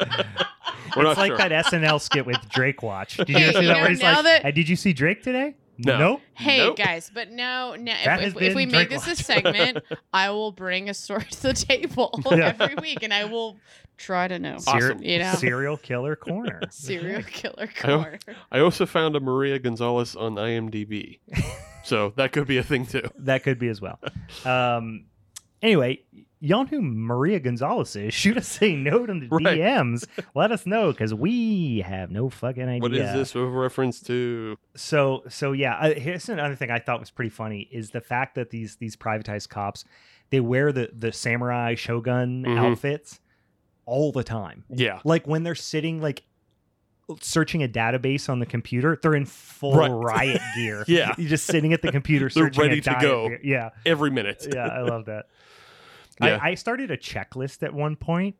Speaker 2: it's
Speaker 3: not
Speaker 2: like
Speaker 3: sure.
Speaker 2: that SNL skit with Drake Watch. Did you
Speaker 4: Hey,
Speaker 2: ever see
Speaker 4: you
Speaker 2: that
Speaker 4: know,
Speaker 2: where he's
Speaker 4: now
Speaker 2: like,
Speaker 4: that-
Speaker 2: "Hey, did you see Drake today?
Speaker 3: No.
Speaker 2: Nope.
Speaker 4: Hey
Speaker 3: Nope.
Speaker 4: guys, but no, no.
Speaker 2: That
Speaker 4: If,
Speaker 2: has
Speaker 4: if, if we
Speaker 2: been
Speaker 4: make
Speaker 2: Drink
Speaker 4: this a
Speaker 2: Watch.
Speaker 4: segment, I will bring a story to the table
Speaker 2: Yeah.
Speaker 4: every week, and I will try to know.
Speaker 3: Ser- Awesome.
Speaker 4: You know,
Speaker 2: Serial killer corner.
Speaker 4: serial killer
Speaker 3: I
Speaker 2: Oh.
Speaker 3: don't-
Speaker 4: core.
Speaker 3: I also found a Maria Gonzalez on IMDb, so that could be a thing too.
Speaker 2: That could be as well. Um, Anyway, y'all know who Maria Gonzalez is. Shoot us a note in the
Speaker 3: Right.
Speaker 2: DMs. Let us know because we have no fucking idea.
Speaker 3: What is this with reference to?
Speaker 2: So so yeah, uh, here's another thing I thought was pretty funny is the fact that these these privatized cops they wear the the samurai shogun
Speaker 3: Mhm.
Speaker 2: outfits all the time.
Speaker 3: Yeah.
Speaker 2: Like when they're sitting like searching a database on the computer, they're in full
Speaker 3: Right.
Speaker 2: riot gear.
Speaker 3: Yeah.
Speaker 2: You're just sitting at the computer
Speaker 3: They're
Speaker 2: searching
Speaker 3: ready
Speaker 2: a
Speaker 3: to
Speaker 2: diet
Speaker 3: go.
Speaker 2: beer. Yeah.
Speaker 3: Every minute.
Speaker 2: Yeah, I love that.
Speaker 3: Yeah.
Speaker 2: I, I started a checklist at one point,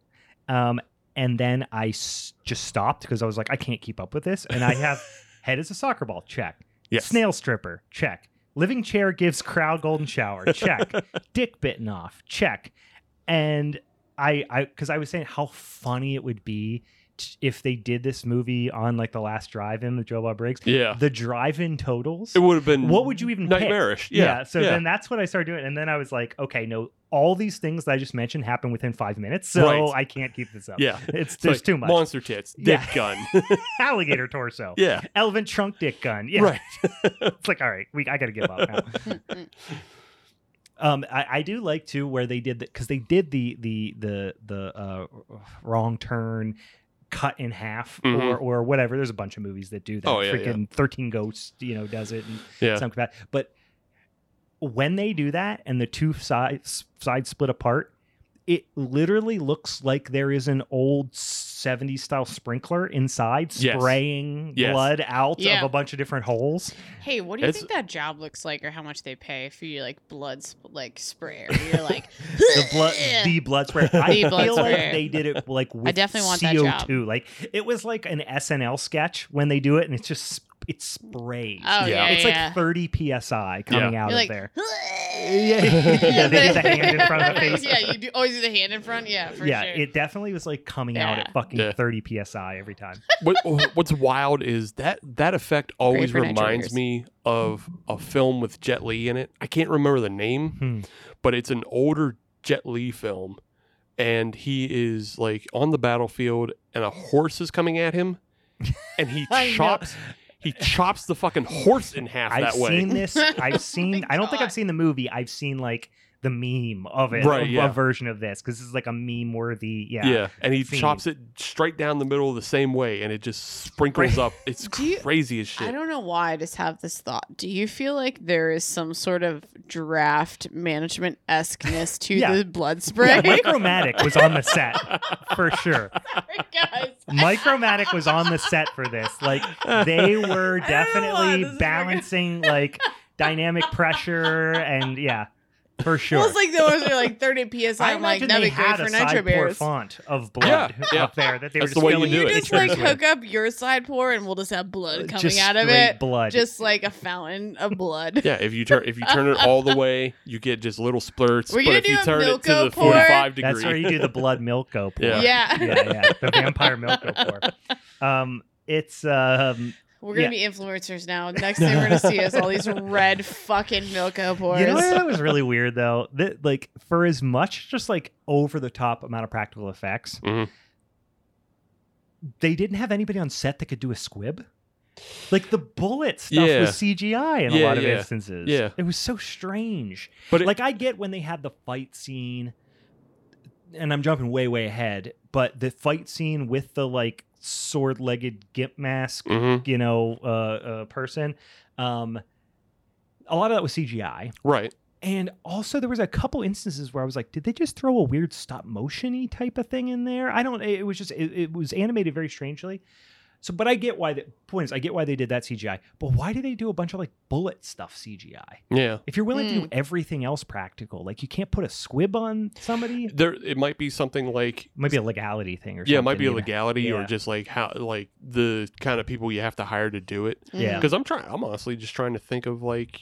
Speaker 2: um, and then I s- just stopped because I was like, I can't keep up with this. And I have head as a soccer ball, check.
Speaker 3: Yes.
Speaker 2: Snail stripper, check. Living chair gives crowd golden shower, check. Dick bitten off, check. And I, I, because I was saying how funny it would be t- if they did this movie on like the last drive-in with Joe Bob Briggs.
Speaker 3: Yeah.
Speaker 2: The drive-in totals.
Speaker 3: It would have been.
Speaker 2: What would you even pick?
Speaker 3: nightmarish?
Speaker 2: Yeah.
Speaker 3: Yeah.
Speaker 2: so then that's what I started doing. And then I was like, okay, no, all these things that I just mentioned happen within five minutes. So
Speaker 3: Right.
Speaker 2: I can't keep this up.
Speaker 3: yeah.
Speaker 2: It's
Speaker 3: It's
Speaker 2: there's
Speaker 3: like
Speaker 2: too much.
Speaker 3: Monster tits. Dick
Speaker 2: Yeah.
Speaker 3: gun.
Speaker 2: Alligator torso.
Speaker 3: yeah.
Speaker 2: Elephant trunk dick gun. Yeah.
Speaker 3: Right.
Speaker 2: It's like, all right, we I gotta give up now. Um, I, I do like too where they did because they did the the the the uh, wrong turn cut in half
Speaker 3: Mhm.
Speaker 2: or or whatever. There's a bunch of movies that do that.
Speaker 3: Oh, yeah, yeah.
Speaker 2: Freaking Thirteen Ghosts, you know, does it and
Speaker 3: Yeah.
Speaker 2: some combat. But when they do that and the two sides sides split apart, it literally looks like there is an old 70s style sprinkler inside
Speaker 3: Yes.
Speaker 2: spraying
Speaker 3: Yes.
Speaker 2: blood out
Speaker 4: Yeah.
Speaker 2: of a bunch of different holes.
Speaker 4: Hey, what do you
Speaker 3: It's-
Speaker 4: think that job looks like, or how much they pay for your like blood sp- like sprayer? You're like
Speaker 2: the blood the blood spray. I
Speaker 4: The
Speaker 2: feel
Speaker 4: blood
Speaker 2: like
Speaker 4: spray.
Speaker 2: they did it like with
Speaker 4: definitely want that
Speaker 2: CO2.
Speaker 4: job.
Speaker 2: Like it was like an SNL sketch when they do it and it's just sp- it's sprayed.
Speaker 4: Oh,
Speaker 3: Yeah.
Speaker 4: yeah,
Speaker 2: it's
Speaker 4: yeah.
Speaker 2: like 30 psi coming out
Speaker 4: You're
Speaker 2: of
Speaker 4: like,
Speaker 2: there. yeah, they get the hand in front of the face.
Speaker 4: yeah, you do always do the hand in front. Yeah, for
Speaker 2: yeah,
Speaker 4: sure.
Speaker 2: it definitely was like coming out
Speaker 4: Yeah.
Speaker 2: at fucking
Speaker 3: Yeah.
Speaker 2: 30 psi every time.
Speaker 3: what, what's wild is that that effect always
Speaker 4: for natural
Speaker 3: reminds
Speaker 4: ears.
Speaker 3: me of a film with Jet Li in it. I can't remember the name,
Speaker 2: Hmm.
Speaker 3: but it's an older Jet Li film, and he is like on the battlefield, and a horse is coming at him, and he
Speaker 2: I know.
Speaker 3: chops. He chops the fucking horse in half
Speaker 2: I've
Speaker 3: that way.
Speaker 2: seen this. I've seen. I don't think
Speaker 4: Oh God.
Speaker 2: I've seen the movie. I've seen like the meme of it,
Speaker 3: Right,
Speaker 2: a-
Speaker 3: yeah.
Speaker 2: a version of this, because this is like a meme worthy.
Speaker 3: yeah. and he
Speaker 2: Fiend.
Speaker 3: chops it straight down the middle the same way, and it just sprinkles up. It's
Speaker 4: Do you-
Speaker 3: crazy as shit.
Speaker 4: I don't know why I just have this thought. Do you feel like there is some sort of draft management esqueness to
Speaker 2: Yeah.
Speaker 4: the blood spray?
Speaker 2: Yeah, Micromatic was on the set for sure.
Speaker 4: Guys,
Speaker 2: Micromatic was on the set for this. Like they were
Speaker 4: I don't know why
Speaker 2: definitely
Speaker 4: this is
Speaker 2: balancing like dynamic pressure and yeah, for sure.
Speaker 4: Well, it's like those are like 30 psi.
Speaker 2: I
Speaker 4: I'm like,
Speaker 2: imagine
Speaker 4: that'd
Speaker 2: they
Speaker 4: be great
Speaker 2: had
Speaker 4: for
Speaker 2: a
Speaker 4: nitro
Speaker 2: side pour
Speaker 4: bears.
Speaker 2: font of blood
Speaker 3: yeah.
Speaker 2: up there that they were
Speaker 3: That's the
Speaker 2: just
Speaker 3: way you
Speaker 2: filling
Speaker 3: do it.
Speaker 4: You
Speaker 2: pictures
Speaker 4: just like
Speaker 2: with.
Speaker 4: hook up your side pour, and we'll just have blood coming
Speaker 2: Uh, Just
Speaker 4: out of
Speaker 2: straight
Speaker 4: it,
Speaker 2: Blood.
Speaker 4: just like a fountain of blood.
Speaker 3: Yeah, if you turn if you turn it all the way, you get just little splurts.
Speaker 4: We're
Speaker 3: but
Speaker 4: gonna
Speaker 3: if you
Speaker 4: do a
Speaker 3: turn it to
Speaker 4: Milko
Speaker 3: the
Speaker 4: pour.
Speaker 3: forty five degree,
Speaker 2: That's where you do the blood Milko pour.
Speaker 3: Yeah.
Speaker 4: Yeah.
Speaker 2: yeah, yeah. The vampire Milko pour. Um, it's um,
Speaker 4: We're gonna be influencers now. Next thing we're gonna see is all these red fucking Milko pours.
Speaker 2: You know what that was really weird though? That like for as much just like over the top amount of practical effects,
Speaker 3: Mhm.
Speaker 2: they didn't have anybody on set that could do a squib. Like the bullet stuff
Speaker 3: Yeah.
Speaker 2: was CGI in a
Speaker 3: Yeah,
Speaker 2: lot of
Speaker 3: yeah.
Speaker 2: instances.
Speaker 3: Yeah.
Speaker 2: It was so strange.
Speaker 3: But it-
Speaker 2: like I get when they had the fight scene and I'm jumping way, way ahead, but the fight scene with the like sword legged gimp mask
Speaker 3: Mhm,
Speaker 2: you know, uh, uh, person. Um, a lot of that was CGI,
Speaker 3: right?
Speaker 2: and also there was a couple instances where I was like, did they just throw a weird stop motiony type of thing in there? I don't. It it was just it, it was animated very strangely. So, but I get why the point is. I get why they did that CGI, but why did they do a bunch of like bullet stuff CGI?
Speaker 3: Yeah,
Speaker 2: If you're willing to do everything else practical, like you can't put a squib on somebody.
Speaker 3: there it might be something like
Speaker 2: Might be a legality thing or something.
Speaker 3: yeah, it might be a
Speaker 2: you know?
Speaker 3: legality or
Speaker 2: Yeah.
Speaker 3: just like how like the kind of people you have to hire to do it.
Speaker 4: Mm-hmm.
Speaker 2: Yeah.
Speaker 3: Because I'm trying, I'm honestly just trying to think of like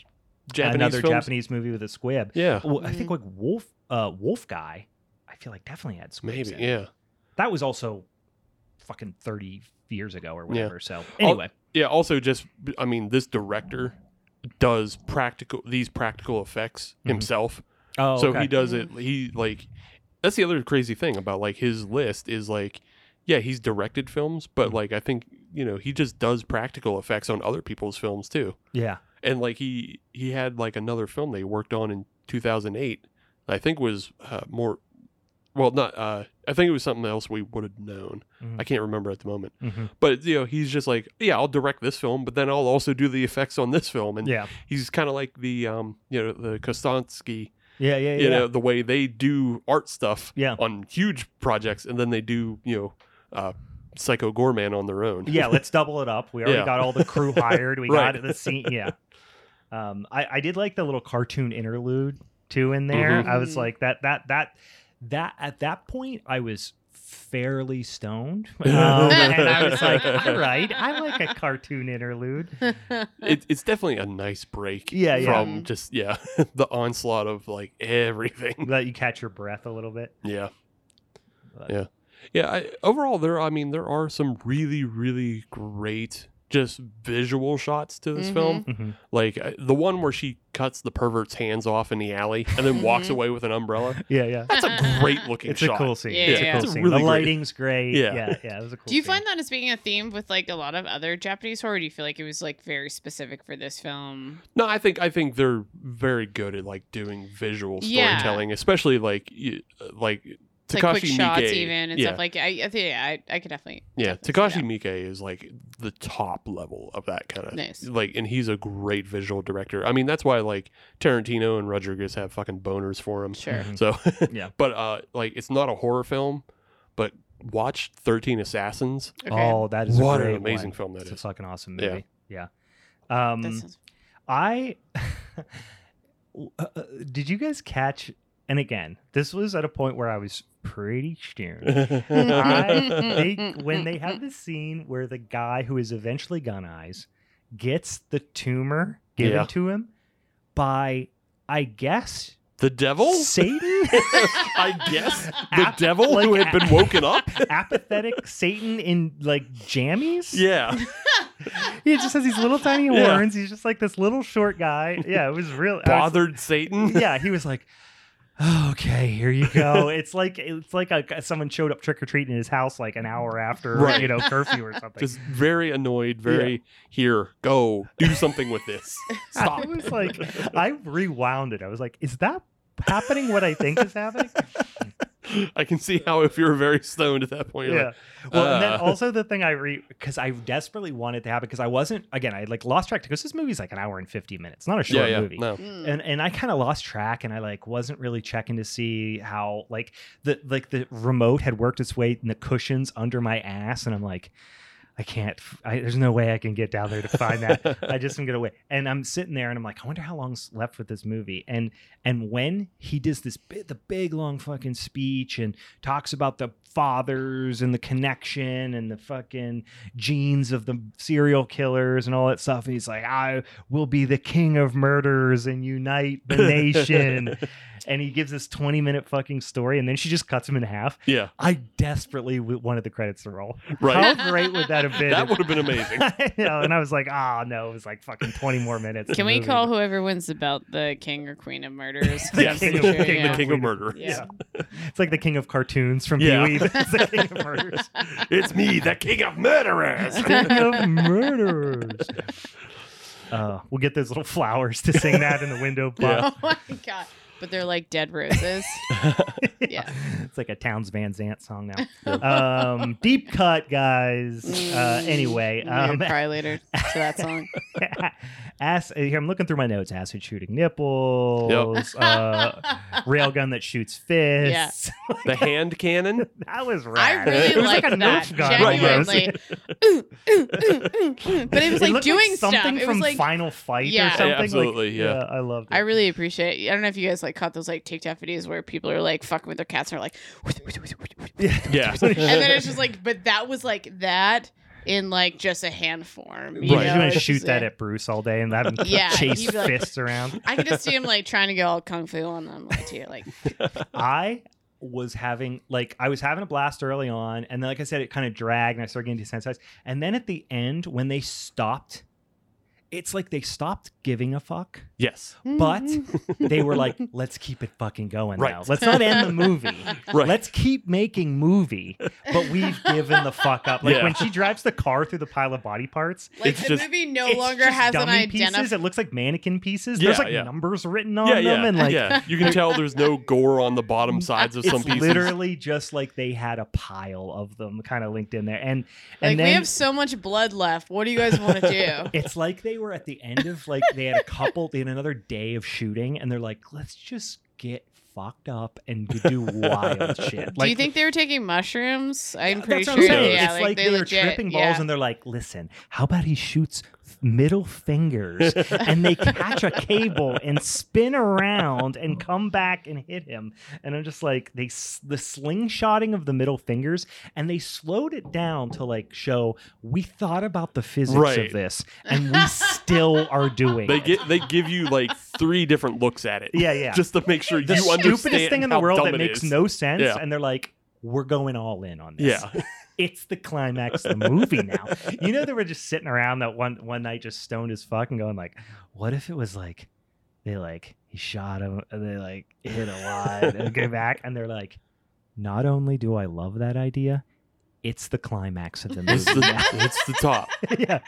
Speaker 3: Japanese
Speaker 2: Another
Speaker 3: films.
Speaker 2: Japanese movie with a squib.
Speaker 3: Yeah,
Speaker 2: Well, I think like Wolf uh Wolf Guy, I feel like definitely had squibs.
Speaker 3: maybe.
Speaker 2: in it.
Speaker 3: Yeah,
Speaker 2: That was also fucking 30 years ago or
Speaker 3: Yeah. Oh.
Speaker 2: whatever. So anyway,
Speaker 3: yeah. Also, just I mean, this director does practical these practical effects
Speaker 2: Mhm.
Speaker 3: himself.
Speaker 2: oh,
Speaker 3: so
Speaker 2: okay.
Speaker 3: he does it he like that's the other crazy thing about like his list is like yeah he's directed films
Speaker 2: Mm-hmm.
Speaker 3: but like i think you know he just does practical effects on other people's films too
Speaker 2: yeah.
Speaker 3: and like he he had like another film they worked on in 2008 I think was uh, more, well, not. Uh, I think it was something else we would have known.
Speaker 2: Mhm.
Speaker 3: I can't remember at the moment.
Speaker 2: Mhm.
Speaker 3: But you know, he's just like, yeah, I'll direct this film, but then I'll also do the effects on this film, and
Speaker 2: Yeah.
Speaker 3: he's kind of like the, um, you know, the Kostansky,
Speaker 2: Yeah. Yeah.
Speaker 3: you
Speaker 2: Yeah.
Speaker 3: know, the way they do art stuff
Speaker 2: yeah.
Speaker 3: on huge projects, and then they do, you know, uh, Psycho Gorman on their own.
Speaker 2: yeah, let's double it up. We already
Speaker 3: Yeah.
Speaker 2: got all the crew hired. We
Speaker 3: Right.
Speaker 2: got the scene. Yeah. Um, I, I did like the little cartoon interlude too in there.
Speaker 3: Mhm.
Speaker 2: I was
Speaker 4: Mhm.
Speaker 2: like that that that that at that point I was fairly stoned, um, and I was like, all right, I like a cartoon interlude.
Speaker 3: it, it's definitely a nice break.
Speaker 2: Yeah, yeah.
Speaker 3: from
Speaker 4: Mhm.
Speaker 3: just yeah the onslaught of like everything.
Speaker 2: Let you catch your breath a little bit.
Speaker 3: Yeah,
Speaker 2: But-
Speaker 3: Yeah. yeah. I, overall, there I mean there are some really really great just visual shots to this film.
Speaker 2: Mhm.
Speaker 3: Like uh, the one where she cuts the pervert's hands off in the alley and then walks
Speaker 4: Mhm.
Speaker 3: away with an umbrella.
Speaker 2: Yeah, yeah.
Speaker 3: That's a great looking
Speaker 2: It's
Speaker 3: shot.
Speaker 2: a cool scene.
Speaker 4: Yeah,
Speaker 2: it's a
Speaker 4: yeah,
Speaker 2: cool
Speaker 3: yeah. It's
Speaker 2: scene.
Speaker 3: really
Speaker 2: the
Speaker 3: great.
Speaker 2: lighting's great.
Speaker 3: Yeah.
Speaker 2: Yeah. yeah, It was a cool.
Speaker 4: Do you
Speaker 2: scene.
Speaker 4: find that as being a theme with like a lot of other Japanese horror? Do you feel like it was like very specific for this film?
Speaker 3: No, I think I think they're very good at like doing visual
Speaker 4: Yeah.
Speaker 3: storytelling, especially like you- uh, like Takashi
Speaker 4: It's like quick shots,
Speaker 3: Miike.
Speaker 4: even and
Speaker 3: yeah,
Speaker 4: stuff like I, I think yeah, I, I could definitely
Speaker 3: Yeah,
Speaker 4: definitely see
Speaker 3: Takashi Miike is like the top level of that kind of
Speaker 4: Nice.
Speaker 3: like, and he's a great visual director. I mean, that's why like Tarantino and Rodriguez have fucking boners for him.
Speaker 4: that. Sure.
Speaker 2: Mhm.
Speaker 3: So,
Speaker 2: Yeah.
Speaker 3: but uh, like it's not a horror film, but watch Thirteen Assassins.
Speaker 4: Okay.
Speaker 2: Oh, that is a
Speaker 3: What an
Speaker 2: great
Speaker 3: amazing
Speaker 2: one.
Speaker 3: film that
Speaker 2: it's
Speaker 3: is.
Speaker 2: a fucking awesome
Speaker 3: Yeah.
Speaker 2: movie. Yeah. Um,
Speaker 4: that sounds
Speaker 2: I w- uh, uh, did you guys catch? And again, this was at a point where I was pretty stoned.
Speaker 3: yeah,
Speaker 4: Mm,
Speaker 2: they, when they have this scene where the guy who is eventually Gun Eyes gets the tumor given
Speaker 3: Yeah.
Speaker 2: to him by, I guess,
Speaker 3: the devil.
Speaker 2: Satan.
Speaker 3: I guess the
Speaker 2: Ap-
Speaker 3: devil who
Speaker 2: like
Speaker 3: had been
Speaker 2: a-
Speaker 3: woken up.
Speaker 2: Apathetic Satan in like jammies.
Speaker 3: Yeah,
Speaker 2: He just has these little tiny
Speaker 3: Yeah.
Speaker 2: horns. He's just like this little short guy. Yeah, it was real. I was-
Speaker 3: bothered Satan.
Speaker 2: yeah, he was like, "Okay, here you go." It's like it's like a, someone showed up trick or treating in his house like an hour after
Speaker 3: Right.
Speaker 2: you know curfew or something.
Speaker 3: Just very annoyed. Very here. Go do something with this. Stop.
Speaker 2: I was like, I rewound it. I was like, "Is that happening? What I think is happening?"
Speaker 3: I can see how if you're very stoned at that point, you're
Speaker 2: yeah.
Speaker 3: like,
Speaker 2: well, and then
Speaker 3: uh.
Speaker 2: also the thing I re because I desperately wanted to happen because I wasn't again I had, like lost track because this movie's like an hour and fifty minutes, not a short
Speaker 3: yeah, yeah,
Speaker 2: movie.
Speaker 3: no.
Speaker 4: Mm.
Speaker 2: and and I kind of lost track and I like wasn't really checking to see how like the like the remote had worked its way in the cushions under my ass and I'm like I can't f- I, there's no way I can get down there to find that I just am gonna wait and I'm sitting there and I'm like I wonder how long's left with this movie and and when he does this bit the big long fucking speech and talks about the fathers and the connection and the fucking genes of the serial killers and all that stuff and he's like I will be the king of murders and unite the nation and he gives this 20 minute fucking story and then she just cuts him in half
Speaker 3: yeah,
Speaker 2: I desperately w- wanted the credits to roll
Speaker 3: right.
Speaker 2: how great would that have been
Speaker 3: that
Speaker 2: if-
Speaker 3: would have been amazing.
Speaker 2: I know, and I was like, oh no, it was like fucking 20 more minutes. of
Speaker 4: Can we
Speaker 2: movie.
Speaker 4: call whoever wins the belt the king or queen of murders?
Speaker 3: yes,
Speaker 2: king of-
Speaker 4: Sure,
Speaker 2: king
Speaker 3: the
Speaker 4: yeah.
Speaker 3: king of murder.
Speaker 4: Yeah.
Speaker 2: It's like the king of cartoons from
Speaker 3: Yeah.
Speaker 2: Pee Wee. but It's the king of murders.
Speaker 3: It's me, the king of murderers.
Speaker 2: King of murderers. Uh, we'll get those little flowers to sing that in the window.
Speaker 3: Yeah.
Speaker 2: But
Speaker 4: Oh my god! But they're like dead roses. Yeah.
Speaker 2: it's like a Towns Van Zant song now. Um, deep cut, guys. Uh,
Speaker 4: Mm.
Speaker 2: anyway,
Speaker 4: I'm gonna
Speaker 2: um,
Speaker 4: cry later to that song.
Speaker 2: ass, here I'm looking through my notes. Acid shooting nipples. Uh, railgun that shoots fists.
Speaker 3: the hand cannon.
Speaker 2: That was
Speaker 4: I
Speaker 2: rad.
Speaker 4: really
Speaker 3: It was
Speaker 4: like
Speaker 2: like a
Speaker 4: that.
Speaker 2: Nerf gun almost.
Speaker 4: Genuinely. Ooh, ooh, ooh, ooh. But it was like
Speaker 2: looked
Speaker 4: doing
Speaker 2: something
Speaker 4: stuff. It
Speaker 2: from
Speaker 4: was like
Speaker 2: Final Fight
Speaker 4: Yeah.
Speaker 2: or
Speaker 4: Yeah,
Speaker 2: something. like-
Speaker 3: absolutely, yeah.
Speaker 2: I loved it.
Speaker 4: I really appreciate. I don't know if you guys like caught those like TikTok videos where people are like fucking with their cats and are like,
Speaker 2: yeah.
Speaker 3: Yeah.
Speaker 4: and then it's just like, but that was like that in like just a hand form. You
Speaker 2: Right.
Speaker 3: Right.
Speaker 4: know?
Speaker 2: You're gonna
Speaker 4: It's
Speaker 2: shoot
Speaker 4: just,
Speaker 2: that
Speaker 4: yeah.
Speaker 2: at Bruce all day and have him
Speaker 4: Yeah,
Speaker 2: chase
Speaker 4: he'd be like-
Speaker 2: fists around.
Speaker 4: I could just see him like trying to go all kung fu on them, like, too, like
Speaker 2: I was having like I was having a blast early on, and then like I said, it kind of dragged, and I started getting desensitized. And then at the end, when they stopped, it's like they stopped giving a fuck.
Speaker 3: Yes.
Speaker 4: mm-hmm.
Speaker 2: But they were like, let's keep it fucking going
Speaker 3: Right.
Speaker 2: now. Let's not end the movie.
Speaker 3: Right.
Speaker 2: Let's keep making movie. But we've given the fuck up. Like
Speaker 3: Yeah.
Speaker 2: when she drives the car through the pile of body parts,
Speaker 4: like
Speaker 3: it's
Speaker 4: the
Speaker 3: just-
Speaker 4: movie no
Speaker 2: it's
Speaker 4: longer
Speaker 2: just
Speaker 4: has an
Speaker 2: dummy pieces.
Speaker 4: identifier.
Speaker 2: It looks like mannequin pieces. There's
Speaker 3: Yeah,
Speaker 2: like
Speaker 3: yeah.
Speaker 2: numbers written on
Speaker 3: yeah,
Speaker 2: them
Speaker 3: yeah,
Speaker 2: and like
Speaker 3: yeah. You can tell there's no gore on the bottom sides of
Speaker 2: it's
Speaker 3: some pieces.
Speaker 2: literally just like they had a pile of them kind of linked in there. And
Speaker 4: Like
Speaker 2: and then
Speaker 4: we have so much blood left. What do you guys want to do?
Speaker 2: it's like they were at the end of like they had a couple they had another day of shooting and they're like, let's just get fucked up and do wild shit. Like
Speaker 4: do you think they were taking mushrooms? I'm
Speaker 2: Yeah,
Speaker 4: pretty
Speaker 2: That's
Speaker 4: sure.
Speaker 2: What I'm saying.
Speaker 4: Yeah,
Speaker 2: it's like,
Speaker 4: they
Speaker 2: they, were
Speaker 4: legit,
Speaker 2: tripping balls
Speaker 4: yeah.
Speaker 2: and they're like, listen, how about he shoots middle fingers and they catch a cable and spin around and come back and hit him. And I'm just like, they s- the slingshotting of the middle fingers and they slowed it down to like show we thought about the physics
Speaker 3: Right.
Speaker 2: of this and we still are doing
Speaker 3: They
Speaker 2: it.
Speaker 3: get they give you like three different looks at it.
Speaker 2: yeah, yeah.
Speaker 3: Just to make sure
Speaker 2: the
Speaker 3: you
Speaker 2: stupidest
Speaker 3: understand
Speaker 2: thing in the
Speaker 3: how
Speaker 2: world
Speaker 3: dumb
Speaker 2: that
Speaker 3: it
Speaker 2: makes
Speaker 3: is.
Speaker 2: no sense.
Speaker 3: Yeah.
Speaker 2: And they're like, we're going all in on this
Speaker 3: Yeah.
Speaker 2: it's the climax of the movie now. You know, they were just sitting around that one one night, just stoned as fuck, and going like, "What if it was like they like he shot him and they like hit a line and go back?" And they're like, "Not only do I love that idea, it's the climax of the
Speaker 3: It's
Speaker 2: movie."
Speaker 3: the,
Speaker 2: now."
Speaker 3: it's the top.
Speaker 2: yeah,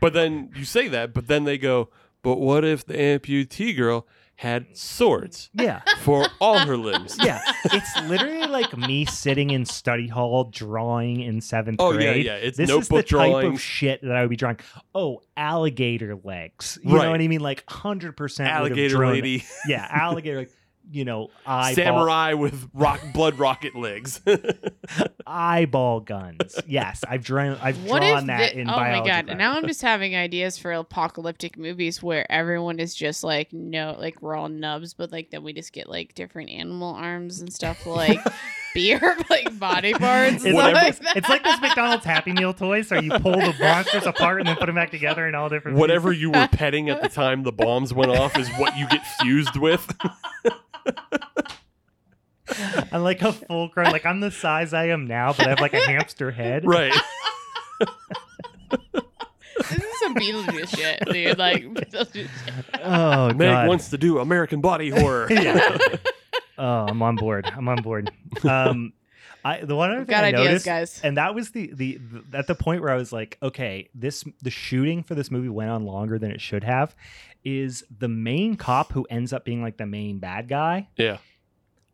Speaker 3: But then you say that, but then they go, but what if the amputee girl had swords
Speaker 2: yeah,
Speaker 3: for all her limbs?
Speaker 2: yeah. It's literally like me sitting in study hall drawing in seventh
Speaker 3: Oh,
Speaker 2: grade.
Speaker 3: yeah, yeah. It's
Speaker 2: this
Speaker 3: notebook
Speaker 2: is the type of
Speaker 3: drawings.
Speaker 2: shit that I would be drawing. Oh, alligator legs. You
Speaker 3: Right.
Speaker 2: know what I mean? Like hundred percent.
Speaker 3: Alligator lady,
Speaker 2: Yeah, alligator. like, you know, eyeball
Speaker 3: samurai with rock blood rocket legs.
Speaker 2: eyeball guns. Yes, I've drawn. I've
Speaker 4: What
Speaker 2: drawn
Speaker 4: if
Speaker 2: that
Speaker 4: the-
Speaker 2: in
Speaker 4: oh
Speaker 2: biology.
Speaker 4: my god!
Speaker 2: class.
Speaker 4: Now I'm just having ideas for apocalyptic movies where everyone is just like no, like we're all nubs, but like then we just get like different animal arms and stuff like beer, like body parts. and
Speaker 2: It's
Speaker 4: stuff
Speaker 3: Whatever-
Speaker 2: like,
Speaker 4: like that.
Speaker 2: it's like those McDonald's Happy Meal toys, so you pull the monsters apart and then put them back together in all different.
Speaker 3: Whatever you were petting at the time the bombs went off is what you get fused with.
Speaker 2: pieces. I'm like a full grown, like I'm the size I am now, but I have like a hamster head.
Speaker 3: right.
Speaker 4: This is some Beetlejuice shit, dude. Like Beetlejuice shit.
Speaker 2: Oh
Speaker 3: Meg
Speaker 2: god.
Speaker 3: wants to do American body horror.
Speaker 2: Yeah. Oh, I'm on board. I'm on board. Um, I the one other
Speaker 4: I've
Speaker 2: thing
Speaker 4: got
Speaker 2: I
Speaker 4: ideas,
Speaker 2: noticed,
Speaker 4: guys.
Speaker 2: and that was the, the the at the point where I was like, okay, this the shooting for this movie went on longer than it should have. Is the main cop who ends up being like the main bad guy?
Speaker 3: Yeah.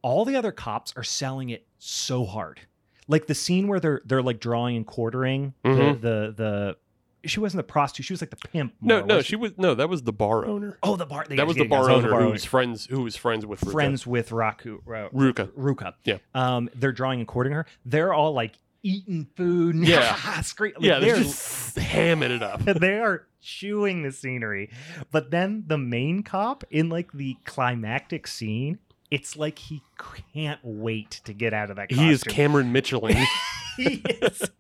Speaker 2: All the other cops are selling it so hard. Like the scene where they're they're like drawing and quartering
Speaker 3: Mhm.
Speaker 2: the, the the she wasn't the prostitute, she was like the pimp.
Speaker 3: No,
Speaker 2: more,
Speaker 3: no,
Speaker 2: wasn't
Speaker 3: she was no. That was the bar owner.
Speaker 2: Oh, the bar. they-
Speaker 3: That was
Speaker 2: yeah,
Speaker 3: the bar
Speaker 2: that was
Speaker 3: owner who was friends who was friends with Ruka.
Speaker 2: friends with Raku. Ra-
Speaker 3: Ruka.
Speaker 2: Ruka.
Speaker 3: Yeah.
Speaker 2: Um, they're drawing and courting her. They're all like eating food. and
Speaker 3: Yeah.
Speaker 2: Scream. like,
Speaker 3: Yeah, they're
Speaker 2: they're
Speaker 3: just hamming it up.
Speaker 2: they are chewing the scenery. But then the main cop in like the climactic scene. It's like he can't wait to get out of that. Costume.
Speaker 3: He is Cameron Mitchelling.
Speaker 2: he is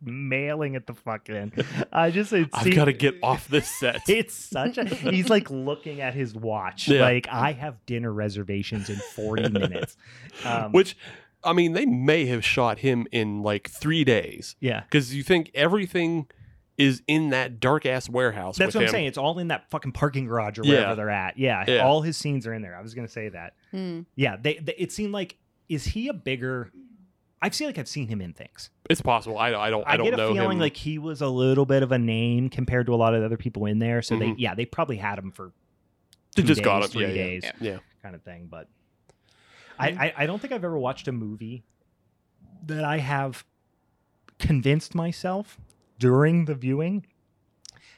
Speaker 2: mailing it the fuck in. I just it
Speaker 3: I've
Speaker 2: seems-
Speaker 3: got to get off this set.
Speaker 2: It's such a. He's like looking at his watch.
Speaker 3: Yeah.
Speaker 2: Like I have dinner reservations in forty minutes. Um,
Speaker 3: Which, I mean, they may have shot him in like three days
Speaker 2: yeah.
Speaker 3: because you think everything is in that dark ass warehouse.
Speaker 2: That's
Speaker 3: with
Speaker 2: what I'm
Speaker 3: him.
Speaker 2: saying. It's all in that fucking parking garage or
Speaker 3: Yeah.
Speaker 2: wherever they're at. Yeah,
Speaker 3: Yeah.
Speaker 2: all his scenes are in there. I was gonna say that.
Speaker 4: Hmm.
Speaker 2: Yeah, they, they. It seemed like is he a bigger? I feel like I've seen him in things.
Speaker 3: It's possible. I, I don't. I,
Speaker 2: I,
Speaker 3: don't
Speaker 2: get a
Speaker 3: know
Speaker 2: feeling
Speaker 3: him.
Speaker 2: like he was a little bit of a name compared to a lot of the other people in there. So
Speaker 3: Mhm.
Speaker 2: they, yeah, they probably had him for
Speaker 3: They
Speaker 2: two
Speaker 3: just
Speaker 2: days,
Speaker 3: got him.
Speaker 2: three
Speaker 3: yeah, yeah,
Speaker 2: days,
Speaker 3: yeah. Yeah.
Speaker 2: kind of thing. But I, I, I don't think I've ever watched a movie that I have convinced myself during the viewing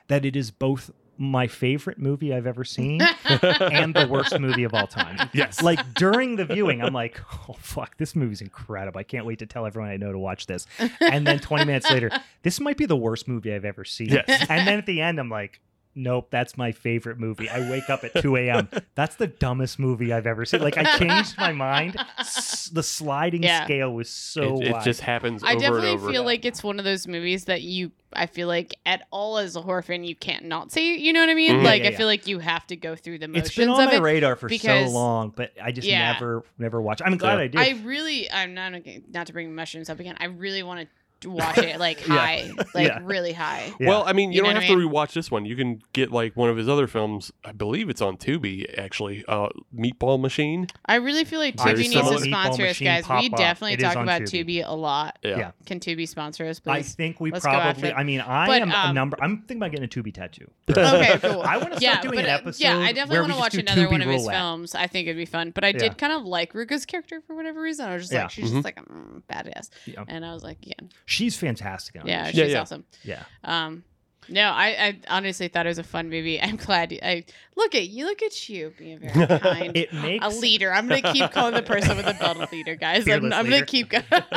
Speaker 2: that it is both my favorite movie I've ever seen and the worst movie of all time.
Speaker 3: Yes.
Speaker 2: Like during the viewing, I'm like, oh fuck, this movie's incredible. I can't wait to tell everyone I know to watch this. And then 20 minutes later, this might be the worst movie I've ever seen.
Speaker 3: Yes.
Speaker 2: And then at the end, I'm like, nope, that's my favorite movie. I wake up at 2 a.m. That's the dumbest movie I've ever seen. Like I changed my mind. S- the sliding
Speaker 4: Yeah.
Speaker 2: scale was so
Speaker 3: it, it
Speaker 2: wide.
Speaker 3: just happens over
Speaker 4: I
Speaker 3: and
Speaker 4: definitely
Speaker 3: over.
Speaker 4: feel like it's one of those movies that you, I feel like at all as a horror fan, you can't not see. You know what I mean?
Speaker 3: Mhm. Yeah,
Speaker 4: Like
Speaker 2: yeah,
Speaker 4: I
Speaker 2: yeah.
Speaker 4: feel like you have to go through the motions
Speaker 2: Mm-hmm. it's been on
Speaker 4: of
Speaker 2: my
Speaker 4: it.
Speaker 2: radar for
Speaker 4: because-
Speaker 2: so long, but I just
Speaker 4: Yeah.
Speaker 2: never, never watched. I'm glad
Speaker 3: Yeah.
Speaker 2: I did.
Speaker 4: I really, I'm not okay, not to bring mushrooms up again. I really want to watch it like
Speaker 2: Yeah.
Speaker 4: high, like
Speaker 2: Yeah.
Speaker 4: really high.
Speaker 2: Yeah.
Speaker 3: Well, I mean, you,
Speaker 4: You know
Speaker 3: don't
Speaker 4: what
Speaker 3: have
Speaker 4: I
Speaker 3: to rewatch this one. You can get like one of his other films. I believe it's on Tubi actually. Uh, Meatball Machine.
Speaker 4: I really feel like
Speaker 3: Very
Speaker 4: Tubi needs
Speaker 3: similar.
Speaker 4: to
Speaker 2: Meatball
Speaker 4: sponsor us,
Speaker 2: machine
Speaker 4: guys.
Speaker 2: pop
Speaker 4: We
Speaker 2: up.
Speaker 4: definitely
Speaker 2: It is
Speaker 4: talk
Speaker 2: on
Speaker 4: about
Speaker 2: Tubi.
Speaker 4: Tubi a lot.
Speaker 3: Yeah.
Speaker 2: Yeah.
Speaker 4: Can Tubi sponsor us,
Speaker 2: I
Speaker 4: please?
Speaker 2: think we
Speaker 4: Let's go after
Speaker 2: probably.
Speaker 4: it.
Speaker 2: I mean, I
Speaker 4: But,
Speaker 2: am a
Speaker 4: um,
Speaker 2: number. I'm thinking about getting a Tubi tattoo.
Speaker 4: okay, cool.
Speaker 2: I want to start
Speaker 4: yeah,
Speaker 2: doing
Speaker 4: but,
Speaker 2: an
Speaker 4: uh,
Speaker 2: episode.
Speaker 4: yeah, I definitely
Speaker 2: want to
Speaker 4: watch another one of his
Speaker 2: roulette.
Speaker 4: films. I think it'd be fun. But I
Speaker 2: Yeah.
Speaker 4: did kind of like Ruka's character for whatever reason. I was just
Speaker 2: Yeah.
Speaker 4: like, she's
Speaker 3: Mhm.
Speaker 4: just like a mm, badass,
Speaker 2: Yeah.
Speaker 4: and I was like, yeah,
Speaker 2: She's fantastic. In
Speaker 4: yeah,
Speaker 2: yeah,
Speaker 4: she's
Speaker 3: Yeah, yeah.
Speaker 4: awesome.
Speaker 2: yeah.
Speaker 4: Um, no, I, I honestly thought it was a fun movie. I'm glad. You, I look at you. Look at you being very kind.
Speaker 2: It makes
Speaker 4: a leader. I'm gonna keep calling the person with the belt a leader, guys. I'm,
Speaker 2: Fearless
Speaker 4: I'm
Speaker 2: leader.
Speaker 4: gonna keep going.
Speaker 2: it,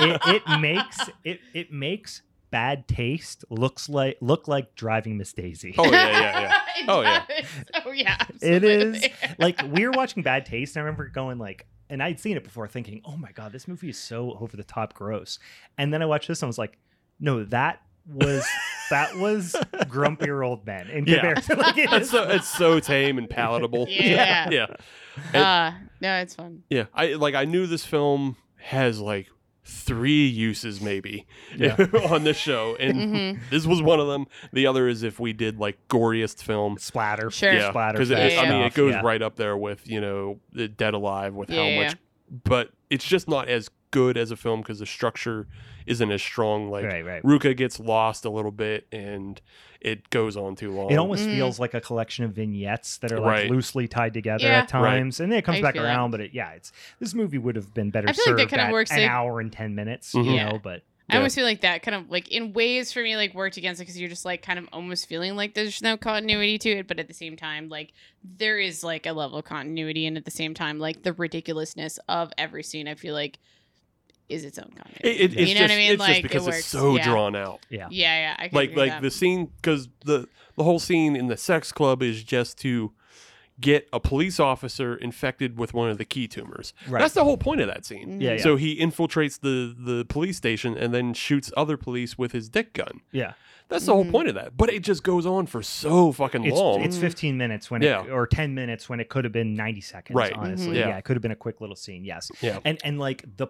Speaker 2: it makes it it makes bad taste looks like look like driving Miss Daisy.
Speaker 3: Oh yeah, yeah, yeah.
Speaker 4: It
Speaker 3: Oh, yeah.
Speaker 4: does. Oh yeah.
Speaker 2: It is,
Speaker 4: absolutely.
Speaker 2: like we were watching Bad Taste, and I remember going like, and I'd seen it before, thinking, "Oh my god, this movie is so over the top gross." And then I watched this, and I was like, "No, that was that was grumpier old men." In
Speaker 3: Yeah.
Speaker 2: comparison, like it
Speaker 3: It's
Speaker 2: is.
Speaker 3: so it's so tame and palatable.
Speaker 4: Yeah.
Speaker 3: yeah,
Speaker 4: Uh, no, it's fun.
Speaker 3: yeah. I like. I knew this film has like three uses maybe
Speaker 2: Yeah.
Speaker 3: on this show, and
Speaker 4: hmm
Speaker 3: this was one of them. The other is if we did like goriest film.
Speaker 2: splatter,
Speaker 4: Sure.
Speaker 3: Yeah,
Speaker 2: splatter.
Speaker 3: because
Speaker 4: fest
Speaker 3: I mean it
Speaker 2: stuff,
Speaker 3: goes
Speaker 2: yeah.
Speaker 3: right up there with you know the Dead Alive with
Speaker 4: Yeah,
Speaker 3: how
Speaker 4: yeah,
Speaker 3: much, but it's just not as good as a film because the structure isn't as strong. Like
Speaker 2: right, right.
Speaker 3: Ruka gets lost a little bit and it goes on too long.
Speaker 2: It almost
Speaker 4: Mhm.
Speaker 2: feels like a collection of vignettes that are like
Speaker 3: Right.
Speaker 2: loosely tied together
Speaker 4: Yeah.
Speaker 2: at times, and then it comes
Speaker 4: I
Speaker 2: back
Speaker 4: feel that.
Speaker 2: around. But it, yeah, it's this movie would have been better
Speaker 4: I feel like
Speaker 2: served
Speaker 4: that kinda
Speaker 2: at
Speaker 4: works
Speaker 2: an
Speaker 4: like-
Speaker 2: hour and ten minutes,
Speaker 3: Mhm.
Speaker 2: you
Speaker 4: Yeah.
Speaker 2: know. But
Speaker 4: I
Speaker 3: Yeah.
Speaker 4: almost feel like that kind of like in ways for me like worked against it because you're just like kind of almost feeling like there's no continuity to it, but at the same time like there is like a level of continuity, and at the same time like the ridiculousness of every scene I feel like is its own continuity.
Speaker 3: It- it- it's
Speaker 4: you
Speaker 3: just,
Speaker 4: know what I mean?
Speaker 3: It's
Speaker 4: like
Speaker 3: just because
Speaker 4: it works.
Speaker 3: it's so
Speaker 4: yeah.
Speaker 3: drawn out.
Speaker 2: yeah,
Speaker 4: Yeah, yeah. I can
Speaker 3: Like
Speaker 4: agree with
Speaker 3: like
Speaker 4: that.
Speaker 3: the scene because the the whole scene in the sex club is just to get a police officer infected with one of the key tumors.
Speaker 2: right.
Speaker 3: That's the whole point of that scene.
Speaker 4: Mhm.
Speaker 2: yeah, yeah,
Speaker 3: So he infiltrates the the police station and then shoots other police with his dick gun.
Speaker 2: yeah.
Speaker 3: That's the whole
Speaker 4: Mhm.
Speaker 3: point of that. But it just goes on for so fucking
Speaker 2: It's,
Speaker 3: long.
Speaker 4: Mm.
Speaker 2: it's 15 minutes when
Speaker 3: Yeah.
Speaker 2: it, or 10 minutes when it could have been 90 seconds.
Speaker 3: Right.
Speaker 2: Honestly,
Speaker 4: Mhm.
Speaker 3: Yeah.
Speaker 2: yeah. it could have been a quick little scene. Yes,
Speaker 3: Yeah.
Speaker 2: and and like the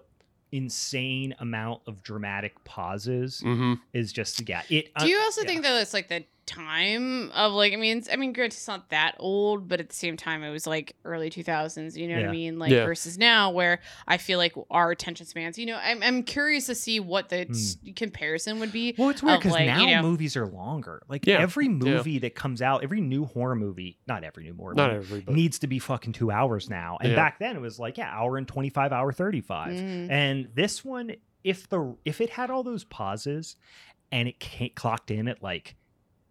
Speaker 2: insane amount of dramatic pauses
Speaker 3: hmm
Speaker 2: is just yeah. It uh,
Speaker 4: Do you
Speaker 3: Uh,
Speaker 4: also
Speaker 2: yeah.
Speaker 4: think though it's like the time of like I mean it's- I mean granted it's not that old, but at the same time it was like early two thousands, you know what
Speaker 2: Yeah.
Speaker 4: I mean? Like
Speaker 3: Yeah.
Speaker 4: versus now where I feel like our attention spans, you know, I'm I'm curious to see what the
Speaker 3: Hmm.
Speaker 4: s- comparison would be.
Speaker 2: Well, it's weird
Speaker 4: of,
Speaker 2: because
Speaker 4: like, you
Speaker 2: now
Speaker 4: know-
Speaker 2: movies are longer. Like
Speaker 3: Yeah.
Speaker 2: every movie that comes out, every new horror movie, not every new horror
Speaker 3: Not
Speaker 2: movie,
Speaker 3: everybody.
Speaker 2: needs to be fucking two hours now. And
Speaker 3: Yeah.
Speaker 2: back then it was like, yeah, hour and 25, hour 35.
Speaker 4: Mm.
Speaker 2: And this one, if the if it had all those pauses and it ca- clocked in at like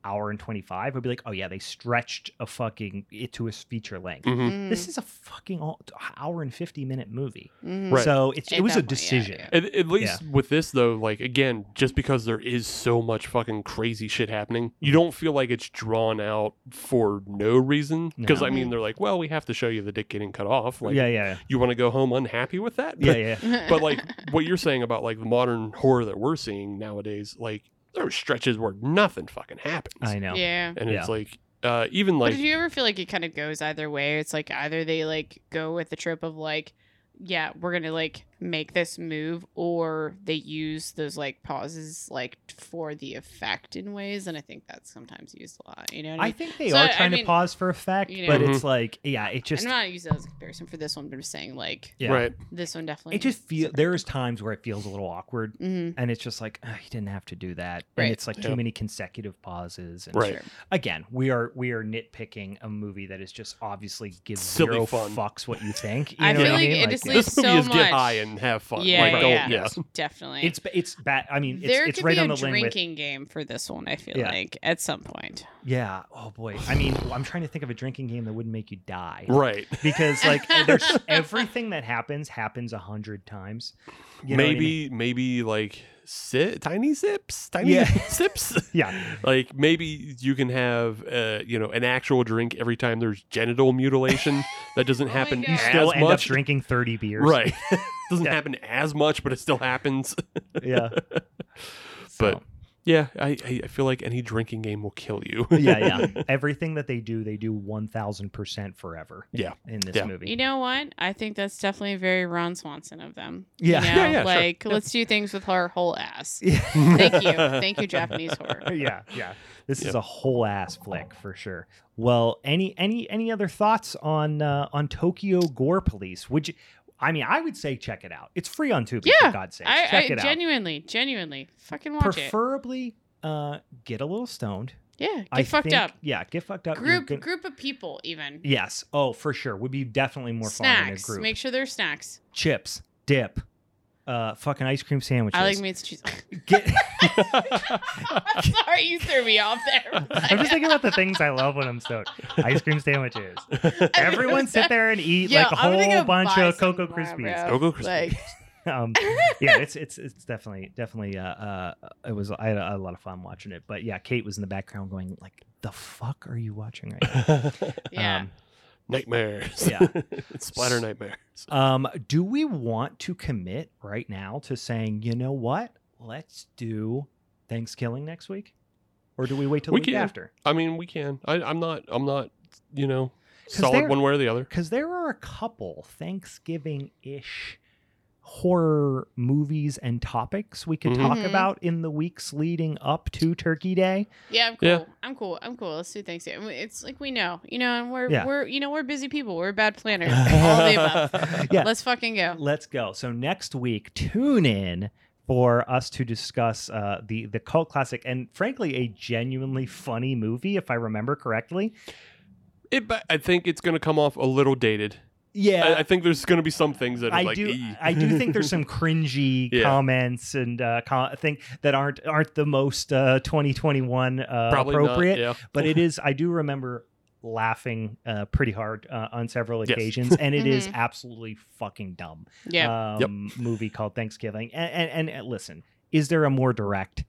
Speaker 2: hour and 25, I'd be like, oh yeah, they stretched a fucking it to a feature length.
Speaker 3: Mhm.
Speaker 4: Mm.
Speaker 2: This is a fucking all, hour and 50 minute movie.
Speaker 4: Mhm.
Speaker 3: Right.
Speaker 2: So it's,
Speaker 4: At
Speaker 2: it was
Speaker 4: that
Speaker 2: a
Speaker 4: point, yeah,
Speaker 2: decision.
Speaker 4: yeah.
Speaker 3: At, at least with this though, like again, just because there is so much fucking crazy shit happening, you don't feel like it's drawn out for no reason. Because
Speaker 2: No.
Speaker 3: I mean, they're like, well, we have to show you the dick getting cut off. Like,
Speaker 2: yeah, yeah,
Speaker 3: you want to go home unhappy with that?
Speaker 2: yeah, yeah.
Speaker 4: Mm-hmm.
Speaker 3: but like what you're saying about like the modern horror that we're seeing nowadays, like there are stretches where nothing fucking happens,
Speaker 2: I know.
Speaker 4: Yeah.
Speaker 3: and
Speaker 2: Yeah.
Speaker 3: it's like uh, even like
Speaker 4: but did you ever feel like it kind of goes either way? It's like either they like go with the trope of like, yeah, we're gonna like make this move, or they use those like pauses like for the effect in ways, and I think that's sometimes used a lot. You know, what I,
Speaker 2: I
Speaker 4: mean?
Speaker 2: think they
Speaker 4: So,
Speaker 2: are
Speaker 4: I
Speaker 2: trying
Speaker 4: mean,
Speaker 2: to pause for effect,
Speaker 4: you
Speaker 2: but
Speaker 3: know.
Speaker 2: it's like, yeah, it just,
Speaker 4: I'm not using that as a comparison for this one, but I'm just saying like
Speaker 2: yeah,
Speaker 3: right,
Speaker 4: this one definitely.
Speaker 2: it just feels. There's times where it feels a little awkward,
Speaker 4: Mm-hmm.
Speaker 2: and it's just like, oh, he didn't have to do that,
Speaker 4: Right.
Speaker 2: and it's like too
Speaker 3: Yeah.
Speaker 2: many consecutive pauses. And
Speaker 3: Right.
Speaker 2: Again, we are we are nitpicking a movie that is just obviously gives
Speaker 3: Silly
Speaker 2: zero
Speaker 3: fun.
Speaker 2: fucks what you think. You
Speaker 4: I
Speaker 2: know
Speaker 4: feel
Speaker 2: what
Speaker 4: like
Speaker 2: I mean?
Speaker 4: it just
Speaker 2: yeah.
Speaker 4: leaves
Speaker 3: this movie
Speaker 4: so
Speaker 3: is get
Speaker 4: much.
Speaker 3: high and have fun.
Speaker 4: Yeah,
Speaker 3: like, don't,
Speaker 4: yeah,
Speaker 3: yeah.
Speaker 4: definitely.
Speaker 2: It's ba- it's bad. I mean, it's,
Speaker 4: there
Speaker 2: it's
Speaker 4: could
Speaker 2: right
Speaker 4: be
Speaker 2: on the
Speaker 4: a
Speaker 2: line with
Speaker 4: drinking game for this one. I feel
Speaker 2: Yeah.
Speaker 4: like at some point.
Speaker 2: yeah. Oh boy. I mean, I'm trying to think of a drinking game that wouldn't make you die.
Speaker 3: right.
Speaker 2: Because like there's everything that happens happens a hundred times. You know what I mean?
Speaker 3: maybe maybe like si- tiny sips, tiny
Speaker 2: Yeah.
Speaker 3: sips.
Speaker 2: Yeah.
Speaker 3: Like maybe you can have uh, you know an actual drink every time there's genital mutilation that doesn't
Speaker 4: Oh my
Speaker 3: happen
Speaker 4: God.
Speaker 2: you
Speaker 3: as
Speaker 2: still end
Speaker 3: much.
Speaker 2: up drinking 30 beers.
Speaker 3: Right. doesn't
Speaker 2: Yeah.
Speaker 3: happen as much, but it still happens.
Speaker 2: Yeah.
Speaker 3: But, Yeah, I, I- I feel like any drinking game will kill you.
Speaker 2: yeah, yeah. Everything that they do, they do one thousand percent forever.
Speaker 3: Yeah.
Speaker 2: in this
Speaker 3: Yeah.
Speaker 2: movie.
Speaker 4: You know what? I think that's definitely very Ron Swanson of them.
Speaker 2: Yeah.
Speaker 4: You know,
Speaker 3: Yeah, yeah, sure.
Speaker 4: like,
Speaker 3: Yeah.
Speaker 4: let's do things with our whole ass.
Speaker 2: Yeah.
Speaker 4: Thank you. Thank you, Japanese horror.
Speaker 2: yeah, yeah. This is
Speaker 3: Yep.
Speaker 2: a whole ass flick for sure. Well, any any any other thoughts on uh, on Tokyo Gore Police? Would you? I mean, I would say check it out. It's free on Tubi.
Speaker 4: Yeah,
Speaker 2: for God's sake,
Speaker 4: I,
Speaker 2: check
Speaker 4: I
Speaker 2: it
Speaker 4: genuinely, genuinely fucking
Speaker 2: out.
Speaker 4: watch it.
Speaker 2: Preferably, uh, get a little stoned.
Speaker 4: Yeah. Get
Speaker 2: I
Speaker 4: fucked
Speaker 2: think-
Speaker 4: up.
Speaker 2: Yeah, get fucked up. You're
Speaker 4: Group
Speaker 2: gonna-
Speaker 4: group of people even.
Speaker 2: Yes. Oh, for sure. Would be definitely more fun in a
Speaker 4: snacks.
Speaker 2: group.
Speaker 4: Make sure they're snacks.
Speaker 2: Chips, dip, uh, fucking ice cream sandwiches.
Speaker 4: I like meat and cheese.
Speaker 2: Get-
Speaker 4: Sorry, you threw me off there.
Speaker 2: I'm just thinking about the things I love when I'm stoned. Ice cream sandwiches.
Speaker 4: I mean,
Speaker 2: Everyone sit there and eat
Speaker 4: Yo,
Speaker 2: like a
Speaker 4: I'm gonna
Speaker 2: whole
Speaker 4: go
Speaker 2: bunch
Speaker 4: buy
Speaker 2: of
Speaker 4: some
Speaker 2: Cocoa
Speaker 4: tomorrow,
Speaker 2: Krispies.
Speaker 4: bro.
Speaker 3: Cocoa Krispies.
Speaker 4: Like,
Speaker 2: Um, yeah, it's it's it's definitely definitely uh, uh it was I had a, a lot of fun watching it. But yeah, Kate was in the background going like, "The fuck are you watching right now?"
Speaker 4: yeah.
Speaker 2: Um,
Speaker 3: nightmares.
Speaker 2: Yeah.
Speaker 3: Splatter nightmares.
Speaker 2: Um, do we want to commit right now to saying, you know what, let's do Thanksgiving next week, or do we wait till the
Speaker 3: We
Speaker 2: week
Speaker 3: can.
Speaker 2: after?
Speaker 3: I mean, we can. I, I'm not. I'm not. You know,
Speaker 2: 'Cause
Speaker 3: solid
Speaker 2: there-
Speaker 3: one way or the other.
Speaker 2: because there are a couple Thanksgiving ish horror movies and topics we could
Speaker 3: Mhm.
Speaker 2: talk
Speaker 4: Mhm.
Speaker 2: about in the weeks leading up to Turkey Day.
Speaker 4: Yeah, I'm cool.
Speaker 3: Yeah.
Speaker 4: I'm cool. I'm cool. Let's do Thanksgiving. We- It's like we know, you know, and we're
Speaker 2: Yeah.
Speaker 4: we're you know we're busy people. We're bad planners. All the above.
Speaker 2: Yeah.
Speaker 4: Let's fucking go.
Speaker 2: Let's go. So next week, tune in for us to discuss uh, the the cult classic and frankly a genuinely funny movie, if I remember correctly.
Speaker 3: It. ba- I think it's going to come off a little dated.
Speaker 2: Yeah.
Speaker 3: I, I think there's going to be some things that are
Speaker 2: I
Speaker 3: like.
Speaker 2: do.
Speaker 3: "Ee."
Speaker 2: I do think there's some cringy
Speaker 3: Yeah.
Speaker 2: comments and uh, com- thing that aren't aren't the most uh, 2021 uh,
Speaker 3: probably not,
Speaker 2: appropriate.
Speaker 3: yeah.
Speaker 2: but it is i do remember laughing uh, pretty hard uh, on several
Speaker 3: Yes.
Speaker 2: occasions and it is absolutely fucking dumb
Speaker 4: Yeah.
Speaker 2: um, movie called thanksgiving and, and, and, uh, listen is there a more direct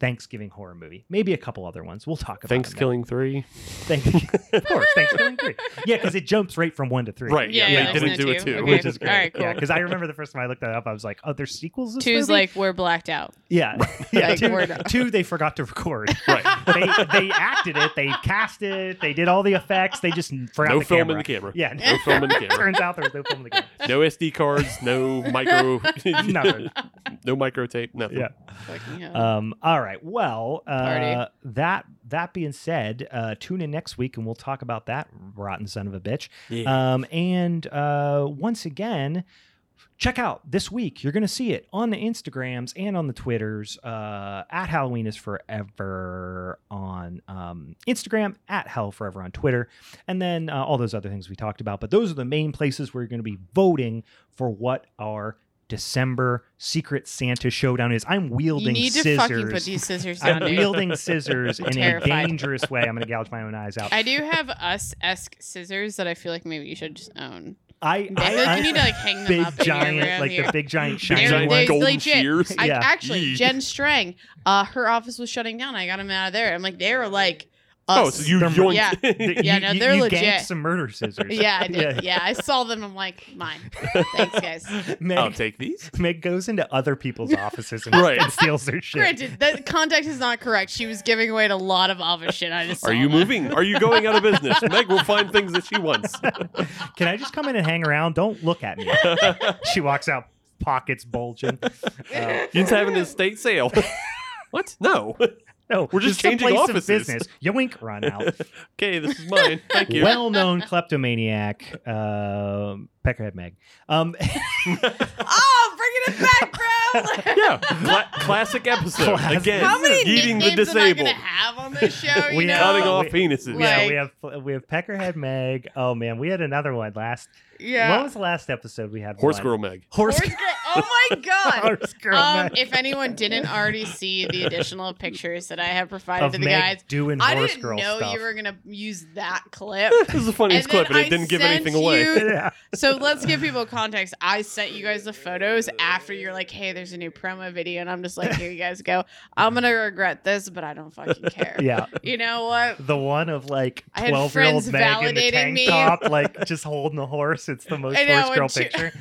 Speaker 2: thanksgiving horror movie maybe a couple other ones we'll talk about
Speaker 3: Thanks,
Speaker 2: them.
Speaker 3: killing three.
Speaker 2: Thank- of course thanksgiving three yeah because it jumps right from one to three
Speaker 3: Right.
Speaker 4: yeah,
Speaker 3: Yeah.
Speaker 4: yeah,
Speaker 3: they
Speaker 4: that's
Speaker 3: didn't
Speaker 4: not
Speaker 3: do it
Speaker 4: two.
Speaker 3: too,
Speaker 4: Okay.
Speaker 3: which is
Speaker 4: All right,
Speaker 3: great.
Speaker 4: cool.
Speaker 2: yeah because i remember the first time i looked that up i was like oh there's sequels to this
Speaker 4: Two's
Speaker 2: movie?
Speaker 4: like we're blacked out.
Speaker 2: yeah yeah
Speaker 4: like,
Speaker 2: two,
Speaker 4: we're done.
Speaker 2: two they forgot to record
Speaker 3: Right.
Speaker 2: they, they acted it they cast it they did all the effects they just forgot
Speaker 3: no
Speaker 2: the
Speaker 3: film
Speaker 2: camera.
Speaker 3: in the camera.
Speaker 2: Yeah,
Speaker 3: No film in the camera.
Speaker 2: turns out there was no film in the game.
Speaker 3: No SD cards. No micro.
Speaker 2: Nothing.
Speaker 3: no micro tape. Nothing.
Speaker 2: Yeah.
Speaker 4: Fucking hell.
Speaker 2: Um, all right. Well, uh,
Speaker 4: Party.
Speaker 2: that that being said, uh, tune in next week and we'll talk about that rotten son of a bitch.
Speaker 3: Yeah.
Speaker 2: Um, and uh, once again, check out this week. You're going to see it on the Instagrams and on the Twitters uh, at Halloween is Forever on um, Instagram, at Hell Forever on Twitter, and then uh, all those other things we talked about. But those are the main places where you're going to be voting for what our December Secret Santa showdown is. I'm
Speaker 4: you
Speaker 2: wielding
Speaker 4: need to
Speaker 2: scissors.
Speaker 4: fucking put these scissors down,
Speaker 2: I'm
Speaker 4: dude.
Speaker 2: wielding scissors in a
Speaker 4: Terrified.
Speaker 2: dangerous way. I'm going to gouge my own eyes out.
Speaker 4: I do have us esque scissors that I feel like maybe you should just own.
Speaker 2: I,
Speaker 4: I feel like you need to like hang them
Speaker 2: big
Speaker 4: up in your room
Speaker 2: giant, like
Speaker 4: here.
Speaker 2: the big giant
Speaker 3: Big
Speaker 2: shiny
Speaker 4: They're-
Speaker 3: giant
Speaker 2: ones.
Speaker 4: they're
Speaker 3: golden
Speaker 4: legit.
Speaker 3: shears.
Speaker 4: I
Speaker 2: Yeah.
Speaker 4: actually
Speaker 3: Yeet.
Speaker 4: Jen Strang, uh, her office was shutting down. I got them out of there. I'm like, they were like,
Speaker 3: oh,
Speaker 4: us.
Speaker 3: so you
Speaker 2: They're-
Speaker 3: yoinked.
Speaker 4: Yeah.
Speaker 2: That
Speaker 4: Yeah,
Speaker 2: you,
Speaker 4: no,
Speaker 2: you-
Speaker 4: they're
Speaker 2: you
Speaker 4: legit.
Speaker 2: ganked some murder scissors.
Speaker 4: yeah, I did.
Speaker 2: Yeah.
Speaker 4: Yeah. I saw them. I'm like, mine. Thanks, guys.
Speaker 2: Meg,
Speaker 3: I'll take these.
Speaker 2: Meg goes into other people's offices and,
Speaker 3: Oh, Right.
Speaker 2: and steals their shit.
Speaker 4: Granted, that context is not correct. She was giving away to a lot of Ava shit. I just
Speaker 3: Are
Speaker 4: saw
Speaker 3: you
Speaker 4: that.
Speaker 3: moving? Are you going out of business? Meg will find things that she wants.
Speaker 2: Can I just come in and hang around? Don't look at me. she walks out, pockets bulging. Uh,
Speaker 3: It's having an estate sale. what? No.
Speaker 2: no,
Speaker 3: We're just
Speaker 2: a
Speaker 3: changing
Speaker 2: place
Speaker 3: offices.
Speaker 2: Of business. You wink, run out.
Speaker 3: Okay, this is mine. Thank you.
Speaker 2: Well-known kleptomaniac, uh, Peckerhead Meg. Um,
Speaker 4: Oh, bringing it back, bro. Like,
Speaker 3: yeah, cla- classic episode
Speaker 2: Classic.
Speaker 3: again.
Speaker 4: How many
Speaker 3: eating the
Speaker 4: nicknames am I gonna
Speaker 3: disabled,
Speaker 4: have on this show? You
Speaker 2: We
Speaker 4: know?
Speaker 2: have-
Speaker 3: cutting off
Speaker 2: We-
Speaker 3: penises.
Speaker 4: Like-
Speaker 2: yeah, we have we have Peckerhead Meg. Oh man, we had another one last.
Speaker 4: yeah.
Speaker 2: What was the last episode we had?
Speaker 3: Horse
Speaker 2: one?
Speaker 3: girl Meg.
Speaker 2: Horse,
Speaker 4: Horse girl. Oh my god.
Speaker 2: horse girl.
Speaker 4: Um,
Speaker 2: Meg.
Speaker 4: if anyone didn't already see the additional pictures that I have provided
Speaker 2: of
Speaker 4: to the
Speaker 2: Meg
Speaker 4: guys,
Speaker 2: doing
Speaker 4: I
Speaker 2: horse
Speaker 4: didn't
Speaker 2: girl
Speaker 4: know
Speaker 2: stuff.
Speaker 4: you were gonna use that clip.
Speaker 3: this is the funniest
Speaker 4: And then
Speaker 3: clip, and
Speaker 4: I
Speaker 3: it didn't give
Speaker 4: sent
Speaker 3: anything away.
Speaker 4: you-
Speaker 2: yeah.
Speaker 4: So let's give people context. I sent you guys the photos after you're like, hey, there's a new promo video. And I'm just like, here you guys go. I'm going to regret this, but I don't fucking care.
Speaker 2: Yeah.
Speaker 4: You know what?
Speaker 2: The one of like
Speaker 4: I had
Speaker 2: twelve year old
Speaker 4: friends
Speaker 2: Meg in the
Speaker 4: validating
Speaker 2: tank
Speaker 4: me.
Speaker 2: top, like just holding the horse. It's the most
Speaker 4: I know,
Speaker 2: horse girl
Speaker 4: and she-
Speaker 2: picture.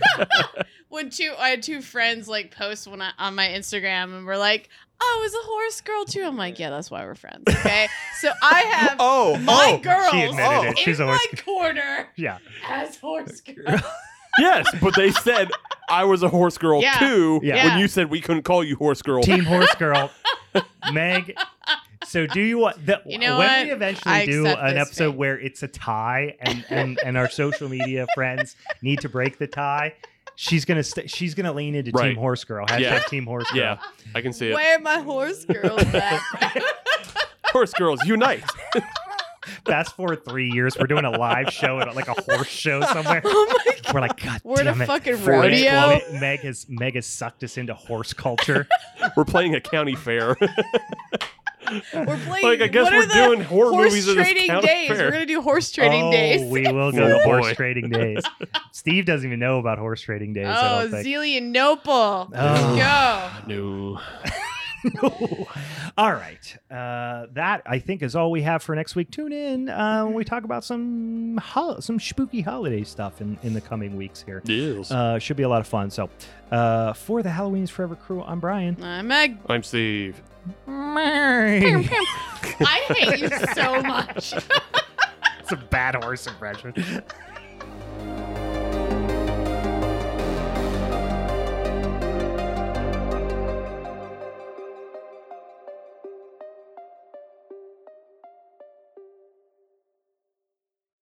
Speaker 4: When two, I had two friends like post when I, on my Instagram and we're like, "Oh, is a horse girl too." I'm like, "Yeah, that's why we're friends." Okay, so I have
Speaker 3: Oh,
Speaker 4: my
Speaker 3: oh,
Speaker 4: girls
Speaker 2: She admitted
Speaker 3: Oh.
Speaker 2: it. She's
Speaker 4: in
Speaker 2: a
Speaker 4: my
Speaker 2: horse.
Speaker 4: corner
Speaker 2: Yeah.
Speaker 4: as horse girl.
Speaker 3: yes, but they said I was a horse girl
Speaker 4: Yeah.
Speaker 3: too
Speaker 2: Yeah.
Speaker 3: when
Speaker 4: Yeah.
Speaker 3: you said we couldn't call you horse girl.
Speaker 2: Team Horse Girl. Meg. So do you want that
Speaker 4: You know
Speaker 2: when
Speaker 4: what?
Speaker 2: we eventually
Speaker 4: I
Speaker 2: do
Speaker 4: accept
Speaker 2: an
Speaker 4: this
Speaker 2: episode
Speaker 4: fate.
Speaker 2: where it's a tie and, and and our social media friends need to break the tie, she's gonna st- she's gonna lean into
Speaker 3: Right.
Speaker 2: Team Horse Girl. Hashtag
Speaker 3: Yeah.
Speaker 2: Team Horse Girl.
Speaker 3: yeah, I can see it.
Speaker 4: Where my horse girl at?
Speaker 3: Horse girls unite.
Speaker 2: Fast forward three years, we're doing a live show at like a horse show somewhere.
Speaker 4: oh my
Speaker 2: We're like, God
Speaker 4: We're at a
Speaker 2: damn it.
Speaker 4: fucking
Speaker 2: Ford
Speaker 4: rodeo.
Speaker 2: exploded. Meg has Meg has sucked us into horse culture.
Speaker 3: We're playing a county fair.
Speaker 4: We're playing.
Speaker 3: like I guess
Speaker 4: what are
Speaker 3: we're
Speaker 4: the
Speaker 3: doing horror
Speaker 4: horse
Speaker 3: movies at this
Speaker 4: trading
Speaker 3: county
Speaker 4: days.
Speaker 3: fair.
Speaker 4: We're gonna do horse trading
Speaker 2: oh,
Speaker 4: days.
Speaker 2: we will go to
Speaker 3: Oh,
Speaker 2: horse
Speaker 3: boy.
Speaker 2: trading days. Steve doesn't even know about horse trading days. I
Speaker 4: oh,
Speaker 2: don't think.
Speaker 4: Zelianople.
Speaker 2: Oh.
Speaker 4: Let's go.
Speaker 3: no.
Speaker 2: all right. Uh, that I think is all we have for next week. Tune in uh, when we talk about some hol- some spooky holiday stuff in, in the coming weeks here.
Speaker 3: Yes.
Speaker 2: Uh, should be a lot of fun. So, uh, for the Halloween's Forever crew, I'm Brian.
Speaker 4: I'm Meg.
Speaker 3: I'm Steve.
Speaker 2: it's
Speaker 4: I hate you so much.
Speaker 2: a bad horse impression.